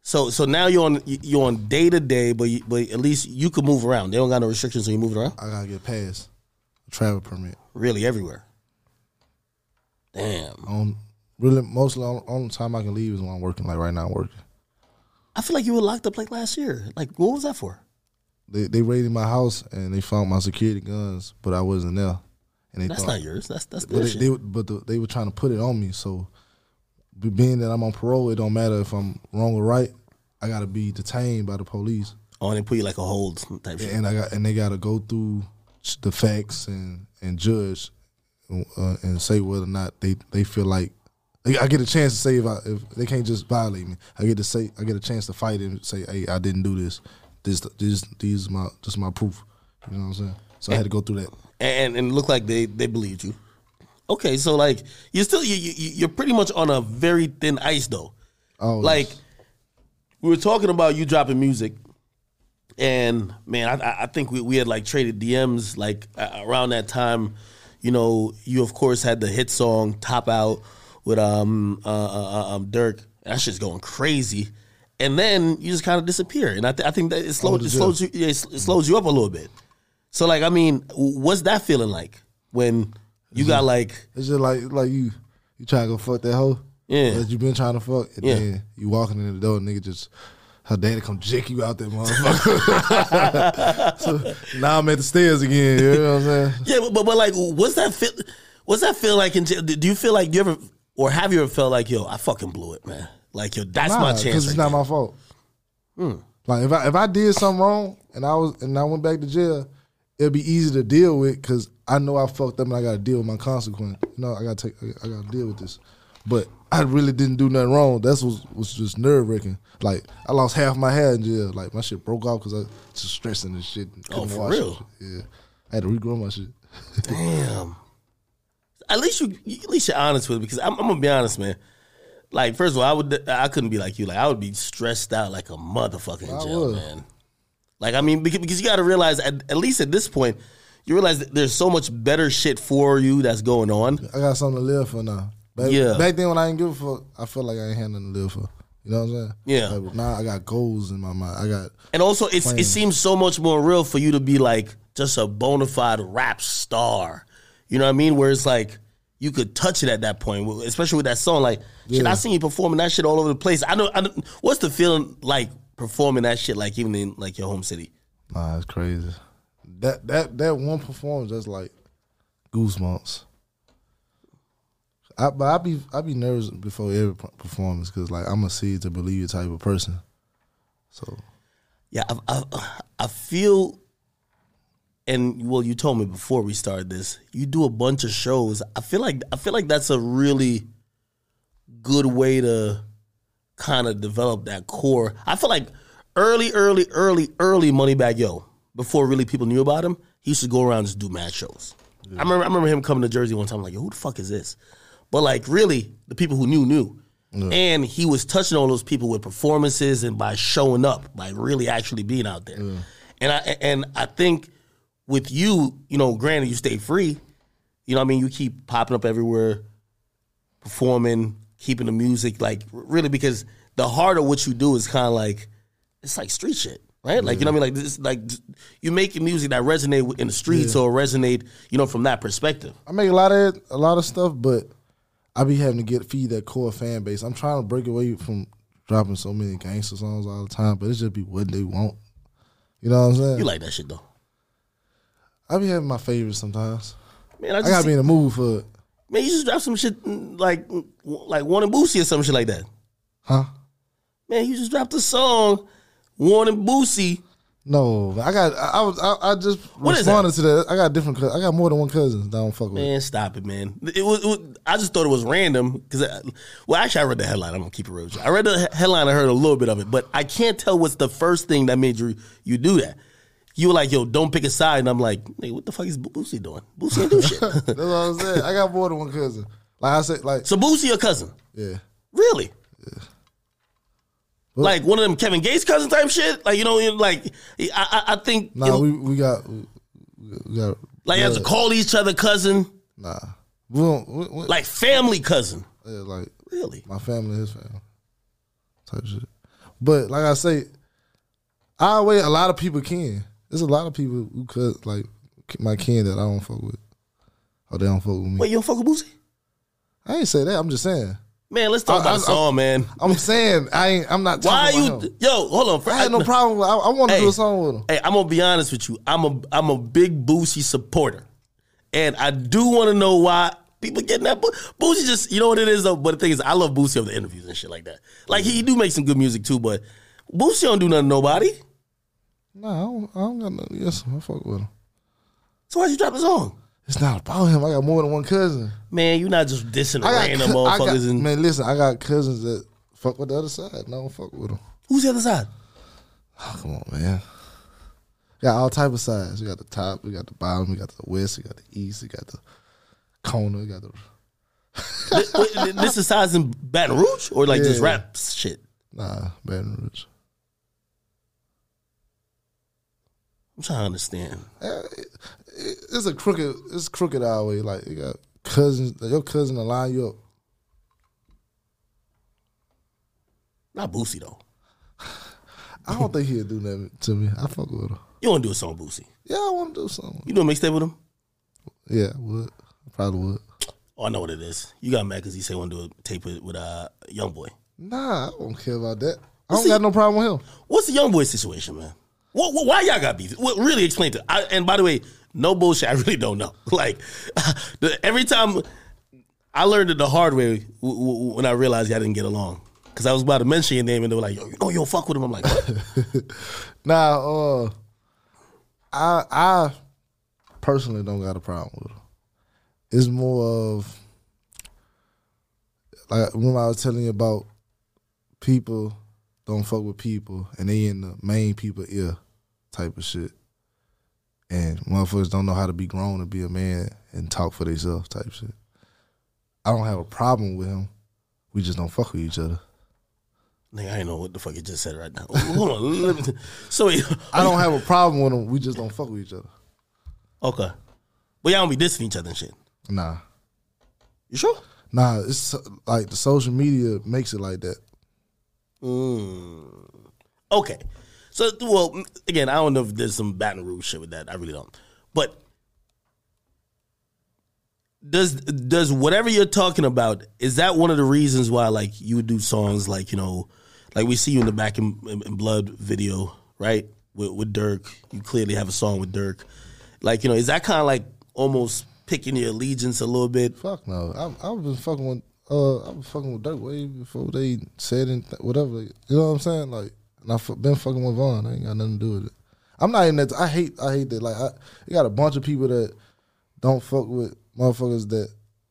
Speaker 1: So so now you're on you're on day to day, but you, but at least you can move around. They don't got no restrictions when you moving around.
Speaker 2: I gotta get past a travel permit.
Speaker 1: Really everywhere. Damn,
Speaker 2: On Um, really mostly on only time I can leave is when I'm working. Like right now, I'm working.
Speaker 1: I feel like you were locked up like last year. Like what was that for?
Speaker 2: They they raided my house and they found my security guns, but I wasn't there. And they
Speaker 1: That's
Speaker 2: thought,
Speaker 1: not yours. That's that's
Speaker 2: But
Speaker 1: their
Speaker 2: they,
Speaker 1: shit.
Speaker 2: they were- but the, they were trying to put it on me. So be- being that I'm on parole, it don't matter if I'm wrong or right. I gotta be detained by the police,
Speaker 1: oh, and they put you like a hold type shit.
Speaker 2: and I got and they gotta go through ch- the facts and and judge uh, and say whether or not they they feel like. I I get a chance to say if, I, if they can't just violate me. I get to say I get a chance to fight and say, "Hey, I didn't do this. This, this, these my this my proof." You know what I'm saying? So I had to go through that.
Speaker 1: and and look like they they believed you. Okay, so like you're still you, you you're pretty much on a very thin ice though.
Speaker 2: Oh,
Speaker 1: Like we were talking about you dropping music, and man, I- I I think we we had like traded DMs like a- around that time. You know, you of course had the hit song "Top Out" with um uh, uh, uh, um Dirk. That shit's going crazy. And then you just kind of disappear, and I, th- I think that it slowed
Speaker 2: to
Speaker 1: it
Speaker 2: jail.
Speaker 1: slows you yeah, it sl- it slows you up a little bit. So like, I mean, w- what's that feeling like when you got like
Speaker 2: It's just like like you you trying to go fuck that hoe.
Speaker 1: Yeah.
Speaker 2: That you been trying to fuck. And
Speaker 1: Yeah.
Speaker 2: then you walking in the door, nigga just her daddy come jick you out that motherfucker. (laughs) so now I'm at the stairs again. You know what I'm saying?
Speaker 1: Yeah, but, but but like, what's that feel? What's that feel like? In, jail? do you feel like you ever or have you ever felt like, yo, I fucking blew it, man? Like, yo, that's my chance.
Speaker 2: Because it's
Speaker 1: right
Speaker 2: not
Speaker 1: there. Hmm.
Speaker 2: my fault. Like if I if I did something wrong and I was and I went back to jail, it'd be easy to deal with because I know I fucked up and I got to deal with my consequence. You know, I got to take, I got to deal with this. But I really didn't do nothing wrong. That's what was just nerve wracking. Like I lost half my hair in jail. Like my shit broke off because I was just stressing and shit.
Speaker 1: Oh,
Speaker 2: Couldn't
Speaker 1: for
Speaker 2: wash it.
Speaker 1: real?
Speaker 2: Yeah, I had to regrow my shit.
Speaker 1: Damn. At least you, you- at least you're honest with me because I'm, I'm gonna be honest, man. Like, first of all, I would, I couldn't be like you. Like, I would be stressed out like a motherfucker in
Speaker 2: I
Speaker 1: jail,
Speaker 2: would.
Speaker 1: man. Like, I mean, because, because you got to realize, at, at least at this point, you realize that there's so much better shit for you that's going on.
Speaker 2: I got something to live for now. Back,
Speaker 1: Yeah.
Speaker 2: back then when I didn't give a fuck, I felt like I ain't had nothing to live for. You know what I'm saying?
Speaker 1: Yeah.
Speaker 2: Like, but now I got goals in my mind. I got
Speaker 1: And also, it's it seems so much more real for you to be like just a bona fide rap star. You know what I mean? Where it's like you could touch it at that point, especially with that song. Like, shit, I seen you performing that shit all over the place. I know. I know what's the feeling like performing that shit? Like even in like your home city.
Speaker 2: nah, it's crazy. That that that one performance that's like goosebumps. I, but I be I be nervous before every p- performance because like I'm a see it to believe it type of person. So
Speaker 1: Yeah, I, I, I feel, and well, you told me before we started this, you do a bunch of shows. I feel like I feel like that's a really good way to kind of develop that core. I feel like early, early, early, early Moneybag Yo, before really people knew about him, he used to go around and just do mad shows. I remember I remember him coming to Jersey one time, like, yo, who the fuck is this? But like really, the people who knew knew. And he was touching all those people with performances and by showing up, by really actually being out there. And I and I think with you, you know, granted you stay free, you know what I mean, you keep popping up everywhere, performing, keeping the music like r- really because the heart of what you do is kind of like it's like street shit, right? Like you know what I mean? Like this, like you making music that resonate with- in the streets or resonate, you know, from that perspective.
Speaker 2: I make a lot of a lot of stuff, but I be having to get feed that core fan base. I'm trying to break away from dropping so many gangster songs all the time, but it just be what they want. You know what I'm saying?
Speaker 1: You like that shit though,
Speaker 2: I be having my favorites sometimes.
Speaker 1: man. I
Speaker 2: I
Speaker 1: just
Speaker 2: gotta
Speaker 1: see-
Speaker 2: be in the mood for it,
Speaker 1: man, you just drop some shit mm, like mm, like one and Boosie or some shit like that.
Speaker 2: huh?
Speaker 1: Man, you just dropped a song, one and Boosie.
Speaker 2: No, I got. I, I was. I, I just
Speaker 1: What is
Speaker 2: responded to that. I got different. cous- I got more than one cousin that I don't fuck with.
Speaker 1: Man, stop it, man. It was, it was I just thought it was random because, well, actually, I read the headline. I'm gonna keep it real. with you. I read the he- headline. I heard a little bit of it, but I can't tell what's the first thing that made you you do that. You were like, "Yo, don't pick a side," and I'm like, "Nigga, what the fuck is Bo- Boosie doing? Boosie ain't do shit."
Speaker 2: (laughs) That's what I'm saying. I got more than one cousin. Like I said, like
Speaker 1: so Boosie your cousin,
Speaker 2: yeah.
Speaker 1: really? Like one of them Kevin Gates cousin type shit. Like you know, you- like I I, I think you
Speaker 2: Nah,
Speaker 1: know,
Speaker 2: we we got we we got
Speaker 1: like you have to call each other cousin,
Speaker 2: nah. We don't. We, we,
Speaker 1: like family cousin.
Speaker 2: yeah, like
Speaker 1: Really?
Speaker 2: my family, his family, type shit. But like I say, I way a lot of people can. There's a lot of people who could like my kin that I don't fuck with, or they don't fuck with me.
Speaker 1: Wait, you don't fuck with Boosie?
Speaker 2: I ain't say that. I'm just saying.
Speaker 1: Man, let's talk
Speaker 2: I-
Speaker 1: about
Speaker 2: I-
Speaker 1: the song, man.
Speaker 2: I'm (laughs) saying I ain't. I'm not.
Speaker 1: Why are
Speaker 2: talking
Speaker 1: you?
Speaker 2: about him.
Speaker 1: Yo, hold on.
Speaker 2: I had no problem. With, I, I want to
Speaker 1: Hey.
Speaker 2: do a song with him.
Speaker 1: Hey, I'm gonna be honest with you. I'm a I'm a big Boosie supporter, and I do want to know why people getting that. Bo- Boosie just you know what it is though. But the thing is, I love Boosie of the interviews and shit like that. Like he do make some good music too, but Boosie don't do nothing to nobody.
Speaker 2: Nah, I don't, I don't got nothing. Yes, I fuck with him.
Speaker 1: So why'd you drop the song?
Speaker 2: It's not about him. I got more than one cousin.
Speaker 1: Man, you not just dissing
Speaker 2: I got,
Speaker 1: random
Speaker 2: cou- I
Speaker 1: motherfuckers.
Speaker 2: got
Speaker 1: and
Speaker 2: man. Listen, I got cousins that fuck with the other side. And I don't fuck with them.
Speaker 1: who's the other side?
Speaker 2: Oh, come on, man. Got all type of sides. We got the top. We got the bottom. We got the west. We got the east. We got the corner. We got the (laughs)
Speaker 1: Th- wait, th- this is sides in Baton Rouge or like just
Speaker 2: Yeah.
Speaker 1: rap shit.
Speaker 2: nah Baton Rouge.
Speaker 1: I'm trying to understand.
Speaker 2: Uh, it- it- It's a crooked. It's crooked our way. Like you got cousins. Your cousin to line you up.
Speaker 1: Not Boosie though.
Speaker 2: I don't think he'll do nothing to me. I fuck with him.
Speaker 1: You want to do a song, Boosie?
Speaker 2: Yeah, I want to do something.
Speaker 1: You do a mixtape with him?
Speaker 2: Yeah, I would. I probably would.
Speaker 1: Oh, I know what it is. You got mad because he said want to do a tape with, with uh, young boy.
Speaker 2: Nah, I don't care about that. I don't
Speaker 1: see-
Speaker 2: got no problem with him.
Speaker 1: What's the young boy situation, man? What, what, why y'all got beef? What, really explain to. I, and by the way, no bullshit. (laughs) I really don't know. Like (laughs) the, every time I learned it the hard way w- w- when I realized y'all didn't get along because I was about to mention your name and they were like, "Yo, you know you don't fuck with him." I'm like, what?
Speaker 2: Nah, uh, I I personally don't got a problem with her. It's more of like when I was telling you about people don't fuck with people and they in the main people ear type of shit. And motherfuckers don't know how to be grown and be a man and talk for themselves type shit. I don't have a problem with him. We just don't fuck with each other.
Speaker 1: (laughs) Nigga, I ain't know what the fuck you just said right now. (laughs) Hold on. let me- (laughs) So, wait,
Speaker 2: I don't have a problem with him. We just don't fuck with each other.
Speaker 1: okay. But y'all don't be dissing each other and shit.
Speaker 2: Nah.
Speaker 1: You sure?
Speaker 2: Nah, it's so- like the social media makes it like that.
Speaker 1: Mm. Okay. So, well, m- again, I don't know if there's some Baton Rouge shit with that. I really don't. But does does whatever you're talking about is that one of the reasons why like you would do songs like you know like we see you in the back in, in, in blood video right with, with dirk you clearly have a song with dirk like you know is that kind of like almost picking your allegiance a little bit
Speaker 2: Fuck no. I I've been fucking with uh I've been fucking with Dirk way before they said anything whatever. Like, you know what I'm saying? Like and I've been fucking with Vaughn. I ain't got nothing to do with it. I'm not even that I hate I hate that. Like I you got a bunch of people that don't fuck with motherfuckers that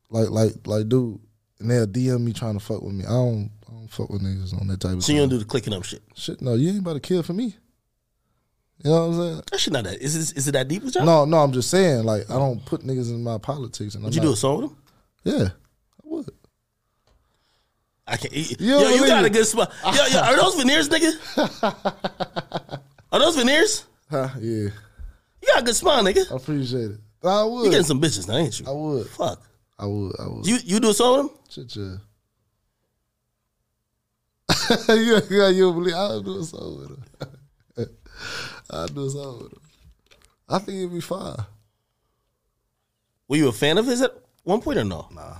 Speaker 2: like like like dude and they'll DM me trying to fuck with me. I don't I don't fuck with niggas on that type of
Speaker 1: so you don't
Speaker 2: time.
Speaker 1: do the clicking up shit
Speaker 2: shit no, you ain't about to kill for me. You know what I'm saying?
Speaker 1: that shit not that is, it- is it that deep with y'all
Speaker 2: (laughs) No, no, I'm just saying, like, I don't put niggas in my politics. And
Speaker 1: would
Speaker 2: I'm
Speaker 1: you do a song with him
Speaker 2: do Yeah, I would.
Speaker 1: I can't. eat.
Speaker 2: You don't
Speaker 1: yo, you
Speaker 2: believe
Speaker 1: got a
Speaker 2: it.
Speaker 1: good spot. Yo, yo, are those veneers, nigga? Are those veneers?
Speaker 2: Huh, yeah,
Speaker 1: You got a good smile, nigga.
Speaker 2: I appreciate it. I
Speaker 1: You
Speaker 2: would.
Speaker 1: getting some bitches now, ain't you?
Speaker 2: I would.
Speaker 1: Fuck.
Speaker 2: I would. I would.
Speaker 1: You you do a song with him?
Speaker 2: Shit, yeah. (laughs) you, you, you don't believe I would do a song with her. (laughs) I do a song with her. I think it'd be fine.
Speaker 1: Were you a fan of his at one point or no? Nah.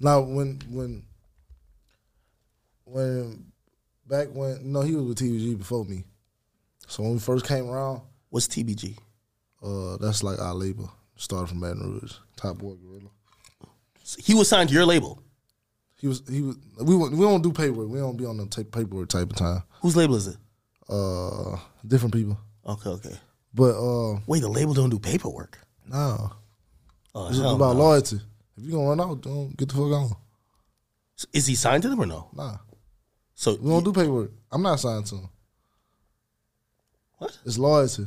Speaker 2: Now, when when when back when no, he was with TVG before me. So when we first came around,
Speaker 1: What's TBG?
Speaker 2: uh, that's like our label. Started from Baton Rouge, Top Boy Gorilla.
Speaker 1: He was signed to your label.
Speaker 2: He was he was we won't- we don't do paperwork. We don't be on the ta- paperwork type of time.
Speaker 1: Whose label is it?
Speaker 2: Uh, different people.
Speaker 1: Okay, okay.
Speaker 2: But uh,
Speaker 1: Wait, the label don't do paperwork.
Speaker 2: no,
Speaker 1: Oh,
Speaker 2: it's
Speaker 1: hell
Speaker 2: about
Speaker 1: no.
Speaker 2: loyalty. If you gonna run out, don't get the fuck on.
Speaker 1: Is he signed to them or no?
Speaker 2: Nah,
Speaker 1: So
Speaker 2: we don't do paperwork. I'm not signed to him.
Speaker 1: what?
Speaker 2: It's loyalty.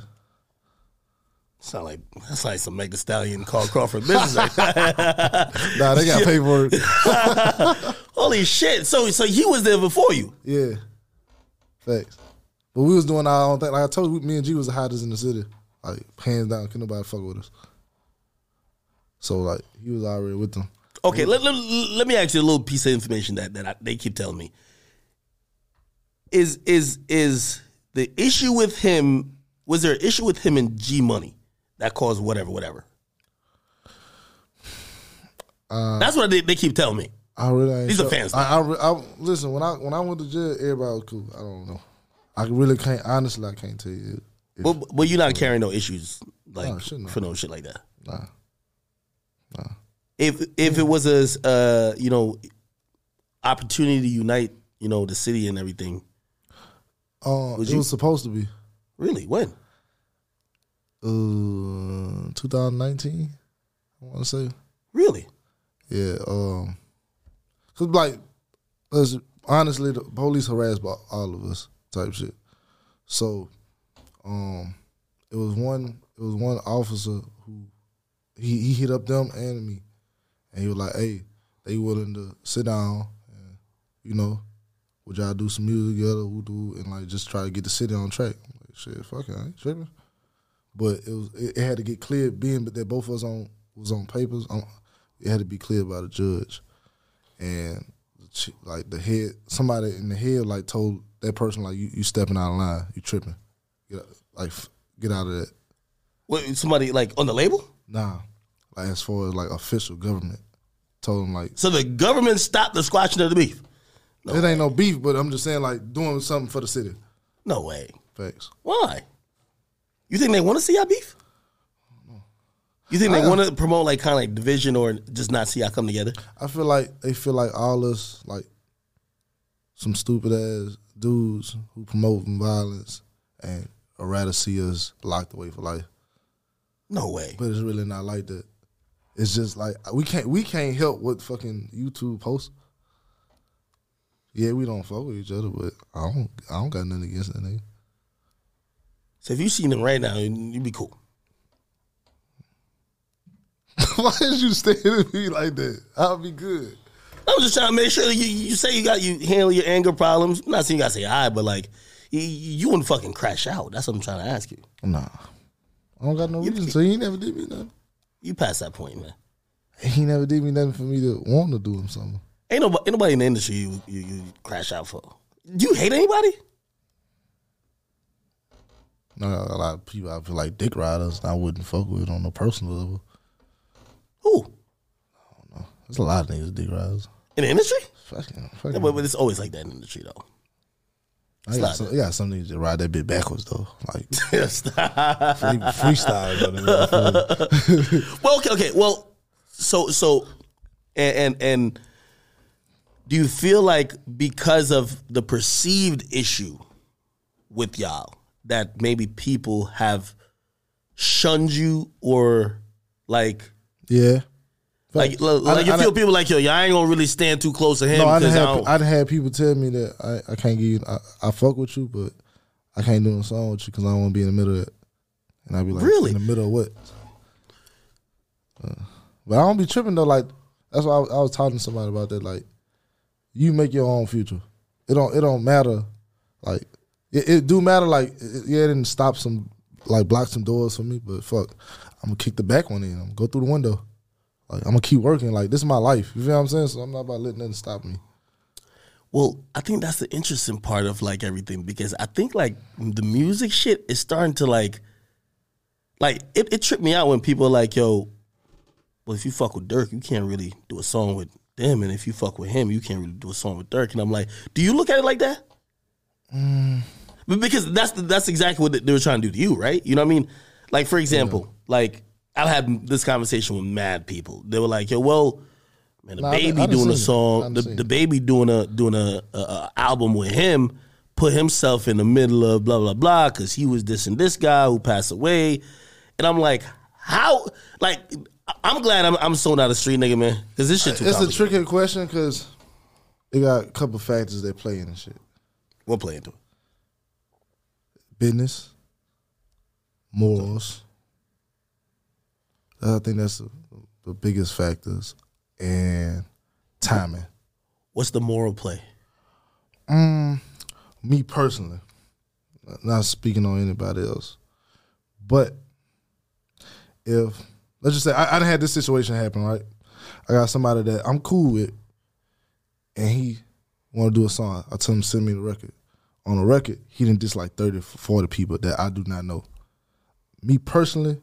Speaker 1: Sound like that's like some Meg Thee Stallion Carl Crawford business. Like that.
Speaker 2: Nah, they got paperwork.
Speaker 1: (laughs) Holy shit! So so he was there before you.
Speaker 2: Yeah, facts. But we was doing our own thing. Like I told you, me and G was the hottest in the city. Like hands down, couldn't nobody fuck with us. So like he was already with them.
Speaker 1: Okay, let, let, let me ask you a little piece of information that, that I, they keep telling me. Is is is the issue with him? Was there an issue with him and G Money that caused whatever, whatever?
Speaker 2: Uh,
Speaker 1: That's what they, they keep telling me.
Speaker 2: I really ain't
Speaker 1: These
Speaker 2: sure.
Speaker 1: are fans
Speaker 2: I, I, re- I listen when I when I went to jail, everybody was cool. I don't know. I really can't honestly. I can't tell you. If,
Speaker 1: But but you're not carrying no issues like
Speaker 2: No, shit, no.
Speaker 1: for no shit like that.
Speaker 2: nah,
Speaker 1: If if it was a uh, you know opportunity to unite you know the city and everything,
Speaker 2: um, it
Speaker 1: you-
Speaker 2: was supposed to be
Speaker 1: really when
Speaker 2: uh 2019. I want to say
Speaker 1: really
Speaker 2: yeah. Um, cause like, let's- honestly, the police harassed by all of us type shit. So, um, it was one it was one officer who he he hit up them and me, and he was like, "Hey, they willing to sit down, and, you know, would y'all do some music together, woo doo, and like just try to get the city on track." I'm like, shit, fuck it, I ain't tripping. But it was it, it had to get cleared, being but that both of us on was on papers. On, it had to be cleared by the judge, and the chi- like the head, somebody in the head like told that person like you you stepping out of line, you tripping, get, out- like f- get out of that.
Speaker 1: Wait, somebody like on the label.
Speaker 2: Nah, like as far as like official government, told him like
Speaker 1: So the government stopped the squashing of the beef.
Speaker 2: it ain't no beef, but I'm just saying like doing something for the city.
Speaker 1: No way.
Speaker 2: Facts.
Speaker 1: Why? You think they want to see our beef? You think they want to promote like kind of like division or just not see y'all come together?
Speaker 2: I feel like they feel like all us like some stupid ass dudes who promoting violence and are rather see us locked away for life.
Speaker 1: No way.
Speaker 2: but it's really not like that. It's just like we can't we can't help what fucking YouTube posts. Yeah, we don't fuck with each other, but I don't I don't got nothing against that nigga. (laughs)
Speaker 1: So if you seen him right now, you'd be cool.
Speaker 2: Why is you staring at me like that? I'll be good.
Speaker 1: I'm just trying to make sure you, you say you got you handle your anger problems. I'm not saying you got to say I, but like you, you wouldn't fucking crash out. That's what I'm trying to ask you.
Speaker 2: Nah, I don't got no reason. So he never did me nothing.
Speaker 1: You past that point, man.
Speaker 2: He never did me nothing for me to want to do him something.
Speaker 1: Ain't nobody, ain't nobody in the industry you, you, you crash out for. Do you hate anybody?
Speaker 2: No, a lot of people I feel like dick riders. And I wouldn't fuck with on a personal level.
Speaker 1: Who?
Speaker 2: There's a lot of niggas dick riders.
Speaker 1: In the industry?
Speaker 2: Fucking, fucking.
Speaker 1: Yeah, but, but it's always like that in the industry, though. (laughs)
Speaker 2: I got some, I got some niggas that ride that bit backwards though,
Speaker 1: (laughs)
Speaker 2: like
Speaker 1: Stop.
Speaker 2: free, freestyle.
Speaker 1: (laughs)
Speaker 2: though, nigga.
Speaker 1: well, okay, okay. Well, so so, and, and and do you feel like because of the perceived issue with y'all that maybe people have shunned you or like
Speaker 2: yeah.
Speaker 1: like like, you
Speaker 2: I- I-
Speaker 1: feel people like yo, y'all ain't gonna really stand too close to him
Speaker 2: No, I done
Speaker 1: because I
Speaker 2: had
Speaker 1: don't.
Speaker 2: I done had people tell me that I, I can't give you. I, I fuck with you, but I can't do a song with you because I don't want to be in the middle of it. And I be like,
Speaker 1: Really?
Speaker 2: in the middle of what? Uh, but I don't be tripping though. Like that's why I, was- I was talking to somebody about that. Like you make your own future. It don't it don't matter. Like it, it do matter. Like it- it- yeah, it didn't stop some like block some doors for me, but fuck, I'm gonna kick the back one in. I'm gonna go through the window. Like I'm gonna keep working. Like this is my life. You feel what I'm saying? So I'm not about to let nothing stop me.
Speaker 1: Well, I think that's the interesting part of like everything because I think like the music shit is starting to like, like it, it tripped me out when people are like, yo, well, if you fuck with Dirk, you can't really do a song with them. And if you fuck with him, you can't really do a song with Dirk. And I'm like, do you look at it like that?
Speaker 2: Mm.
Speaker 1: But Because that's that's exactly what they were trying to do to you, right? You know what I mean? Like, for example, like I've had this conversation with mad people. They were like, yo, well, man, the
Speaker 2: Nah, I done-
Speaker 1: baby
Speaker 2: I done
Speaker 1: doing
Speaker 2: seen
Speaker 1: a
Speaker 2: it. I
Speaker 1: song,
Speaker 2: done
Speaker 1: the,
Speaker 2: seen
Speaker 1: the baby doing a doing a, a, a album with him, put himself in the middle of blah blah blah because he was this and this guy who passed away, and I'm like, how? Like, I- I'm glad I'm I'm so not a street nigga, man, because this shit too.
Speaker 2: It's a
Speaker 1: complicated.
Speaker 2: tricky question because it got a couple factors that play in and shit.
Speaker 1: We're playing to it.
Speaker 2: Business, morals. I think that's the, the biggest factors, and timing.
Speaker 1: What's the moral play?
Speaker 2: Mm, Me personally, not speaking on anybody else, but if let's just say I, I done had this situation happen, right? I got somebody that I'm cool with, and he want to do a song. I tell him send me the record. On the record, he didn't dislike 30, 40 people that I do not know. Me personally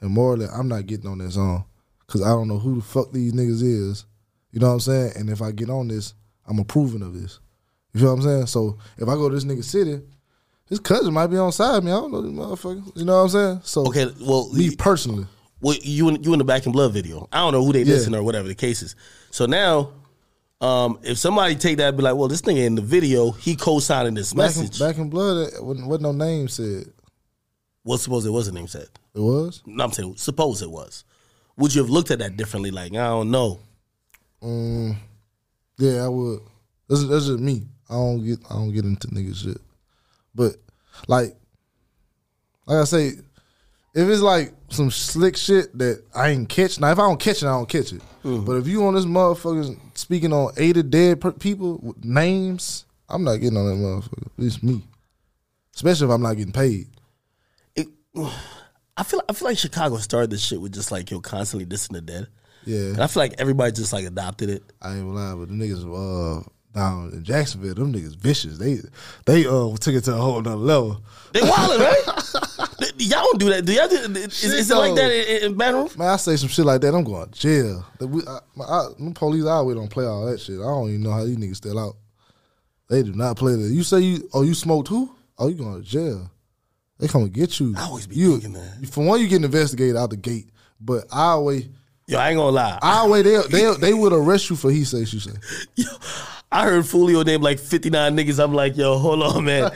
Speaker 2: and morally, I'm not getting on that song because I don't know who the fuck these niggas is. You know what I'm saying? And if I get on this, I'm approving of this. You feel what I'm saying? So if I go to this nigga city, his cousin might be on side me. I don't know this motherfucker. You know what I'm saying? So
Speaker 1: Okay, well,
Speaker 2: me personally.
Speaker 1: well, you in, you in the back and blood video. I don't know who they
Speaker 2: Yeah.
Speaker 1: listen or whatever the case is. So now, um, if somebody take that and be like, well, this nigga in the video, he co-signing this
Speaker 2: Back in,
Speaker 1: message.
Speaker 2: back in blood, it wasn't, wasn't no name said.
Speaker 1: well, suppose it was a name said.
Speaker 2: It was.
Speaker 1: No, I'm saying suppose it was. Would you have looked at that differently? Like I don't know.
Speaker 2: Um, yeah, I would. That's that's just me. I don't get I don't get into nigga shit. But like, like I say, if it's like some slick shit that I ain't catch. Now, if I don't catch it, I don't catch it. But if you on this motherfucker speaking on eight of dead per- people with names, I'm not getting on that motherfucker. It's me. Especially if I'm not getting paid.
Speaker 1: It, (sighs) I feel I feel like Chicago started this shit with just like yo constantly dissing the dead,
Speaker 2: Yeah.
Speaker 1: and I feel like everybody just like adopted it.
Speaker 2: I ain't gonna lie, but the niggas uh, down in Jacksonville, them niggas vicious. They they uh took it to a whole nother level.
Speaker 1: They wildin', right? (laughs) Th- y'all don't do that. Do y'all? Do, is, is it like that in, in Baton Rouge?
Speaker 2: Man, I say some shit like that, I'm going to jail. The, we, I, my, I, my police always don't play all that shit. I don't even know how these niggas still out. They do not play that. You say you oh you smoked who? Oh you going to jail? They come and get you.
Speaker 1: I always be
Speaker 2: you,
Speaker 1: thinking that.
Speaker 2: For one, you get investigated out the gate, but I always
Speaker 1: Yo, I ain't gonna lie.
Speaker 2: I always they they they would arrest you for he say she say.
Speaker 1: (laughs) Yo, I heard Fulio name like 59 niggas. I'm like, yo, hold on,
Speaker 2: (laughs)
Speaker 1: man. (laughs)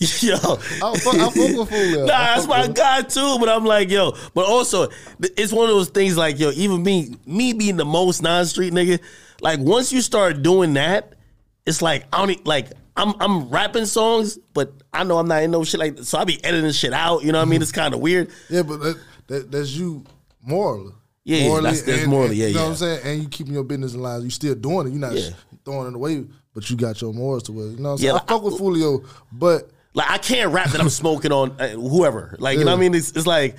Speaker 1: yo.
Speaker 2: I fuck- I fuck with Fulio.
Speaker 1: Nah,
Speaker 2: I
Speaker 1: that's
Speaker 2: fuck
Speaker 1: my
Speaker 2: with him.
Speaker 1: guy too. But I'm like, yo. But also, th- it's one of those things like, yo, even me, me being the most non-street nigga, like once you start doing that, it's like I don't e- like I'm I'm rapping songs, but I know I'm not in no shit like so I be editing shit out. You know
Speaker 2: Mm-hmm.
Speaker 1: what I mean? It's kind of weird.
Speaker 2: Yeah, but that, that, that's you morally.
Speaker 1: Yeah, yeah, that's- that's
Speaker 2: and-
Speaker 1: morally,
Speaker 2: and-
Speaker 1: yeah,
Speaker 2: You know
Speaker 1: yeah.
Speaker 2: what I'm saying? And you keeping your business in line. You still doing it. You're not
Speaker 1: Yeah.
Speaker 2: throwing it away, but you got your morals to it. You know what I'm
Speaker 1: Yeah,
Speaker 2: saying?
Speaker 1: like,
Speaker 2: I fuck with Fulio, but
Speaker 1: Like I can't rap
Speaker 2: (laughs)
Speaker 1: that I'm smoking on uh, whoever. Like you know what I mean? It's, it's like,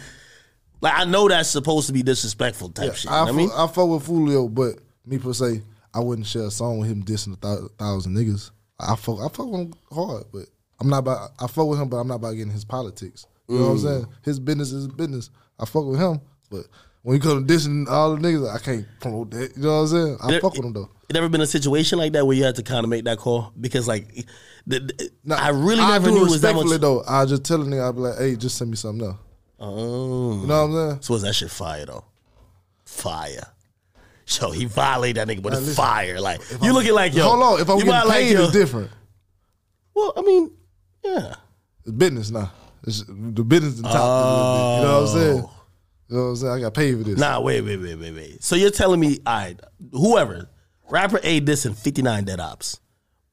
Speaker 1: like I know that's supposed to be disrespectful type shit. You know
Speaker 2: I,
Speaker 1: what I mean,
Speaker 2: fuck- I fuck with Fulio, but me per se, I wouldn't share a song with him dissing a thou- thousand niggas. I fuck, I fuck with him hard, but I'm not about. I fuck with him, but I'm not about getting his politics. You know what I'm saying? His business is his business. I fuck with him, but when you come to dissing all the niggas, I can't promote that. You know what I'm saying? I
Speaker 1: There-
Speaker 2: fuck with him though.
Speaker 1: it never been a situation like that where you had to kind of make that call because like, the, the-
Speaker 2: Nah,
Speaker 1: I really never
Speaker 2: do
Speaker 1: knew it was that
Speaker 2: respectfully
Speaker 1: much.
Speaker 2: though. I just tell a nigga, I be like, hey, just send me something else.
Speaker 1: Oh,
Speaker 2: You know what I'm saying?
Speaker 1: so was that shit fire though? Fire. So he violated that nigga with a fire. Like you looking like yo.
Speaker 2: Hold on, if I'm
Speaker 1: you
Speaker 2: getting
Speaker 1: violate
Speaker 2: paid,
Speaker 1: your-
Speaker 2: it's different.
Speaker 1: Well, I mean, yeah.
Speaker 2: It's business now. It's the business the top. You know what I'm saying? You know what I'm saying? I got paid for this.
Speaker 1: Oh. Nah, wait, wait, wait, wait, wait. So you're telling me, all right, whoever, rapper A dissing 59 dead ops,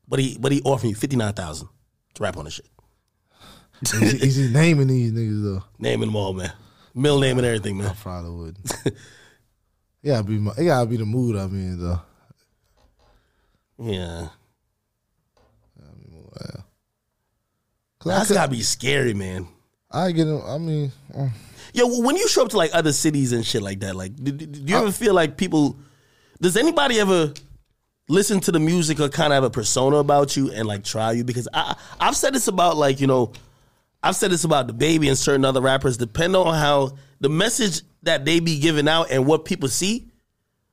Speaker 1: but he but he offered you 59,000 to rap on the shit.
Speaker 2: He's, he's just naming these niggas though.
Speaker 1: Naming them all, man. Middle name and everything, man.
Speaker 2: I probably would. (laughs) yeah, be my, it gotta be the mood I'm in though.
Speaker 1: Yeah.
Speaker 2: Cause
Speaker 1: That's
Speaker 2: I, could,
Speaker 1: gotta be scary, man.
Speaker 2: I get him. I mean, mm,
Speaker 1: Yo, when you show up to like other cities and shit like that, like, do, do- do you ever feel like people? Does anybody ever listen to the music or kind of have a persona about you and like try you? Because I, I've said this about like you know, I've said this about the baby and certain other rappers. Depending on how the message that they be giving out and what people see.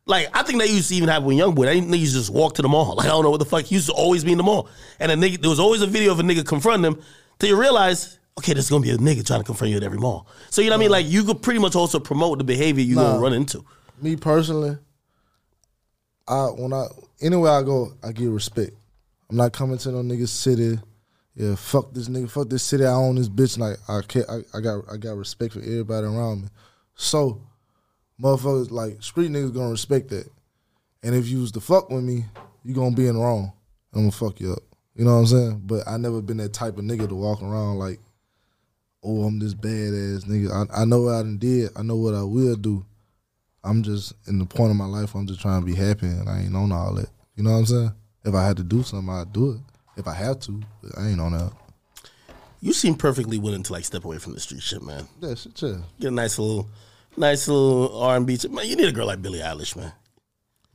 Speaker 1: Like I think that used to even happen with young boy. That nigga used to just walk to the mall. Like I don't know what the fuck. He used to always be in the mall, and a nigga there was always a video of a nigga confronting him till you realize, okay, there's gonna be a nigga trying to confront you at every mall. So you know what I mean? Like you could pretty much also promote the behavior you gonna run into.
Speaker 2: me personally, I when I anywhere I go, I get respect. I'm not coming to no nigga city. Yeah, fuck this nigga, fuck this city. I own this bitch. Like I can't, I, I got, I got respect for everybody around me. So, motherfuckers like street niggas gonna respect that. And if you was to fuck with me, you gonna be in the wrong. I'm gonna fuck you up. You know what I'm saying? But I never been that type of nigga to walk around like, oh, I'm this badass nigga. I, I know what I done did. I know what I will do. I'm just in the point of my life where I'm just trying to be happy and I ain't on all that. You know what I'm saying? If I had to do something, I'd do it. If I have to, but I ain't on that.
Speaker 1: You seem perfectly willing to like step away from the street shit, man.
Speaker 2: Yeah, shit, chill.
Speaker 1: Get a nice little, nice little R and B. Man, you need a girl like Billie Eilish, man.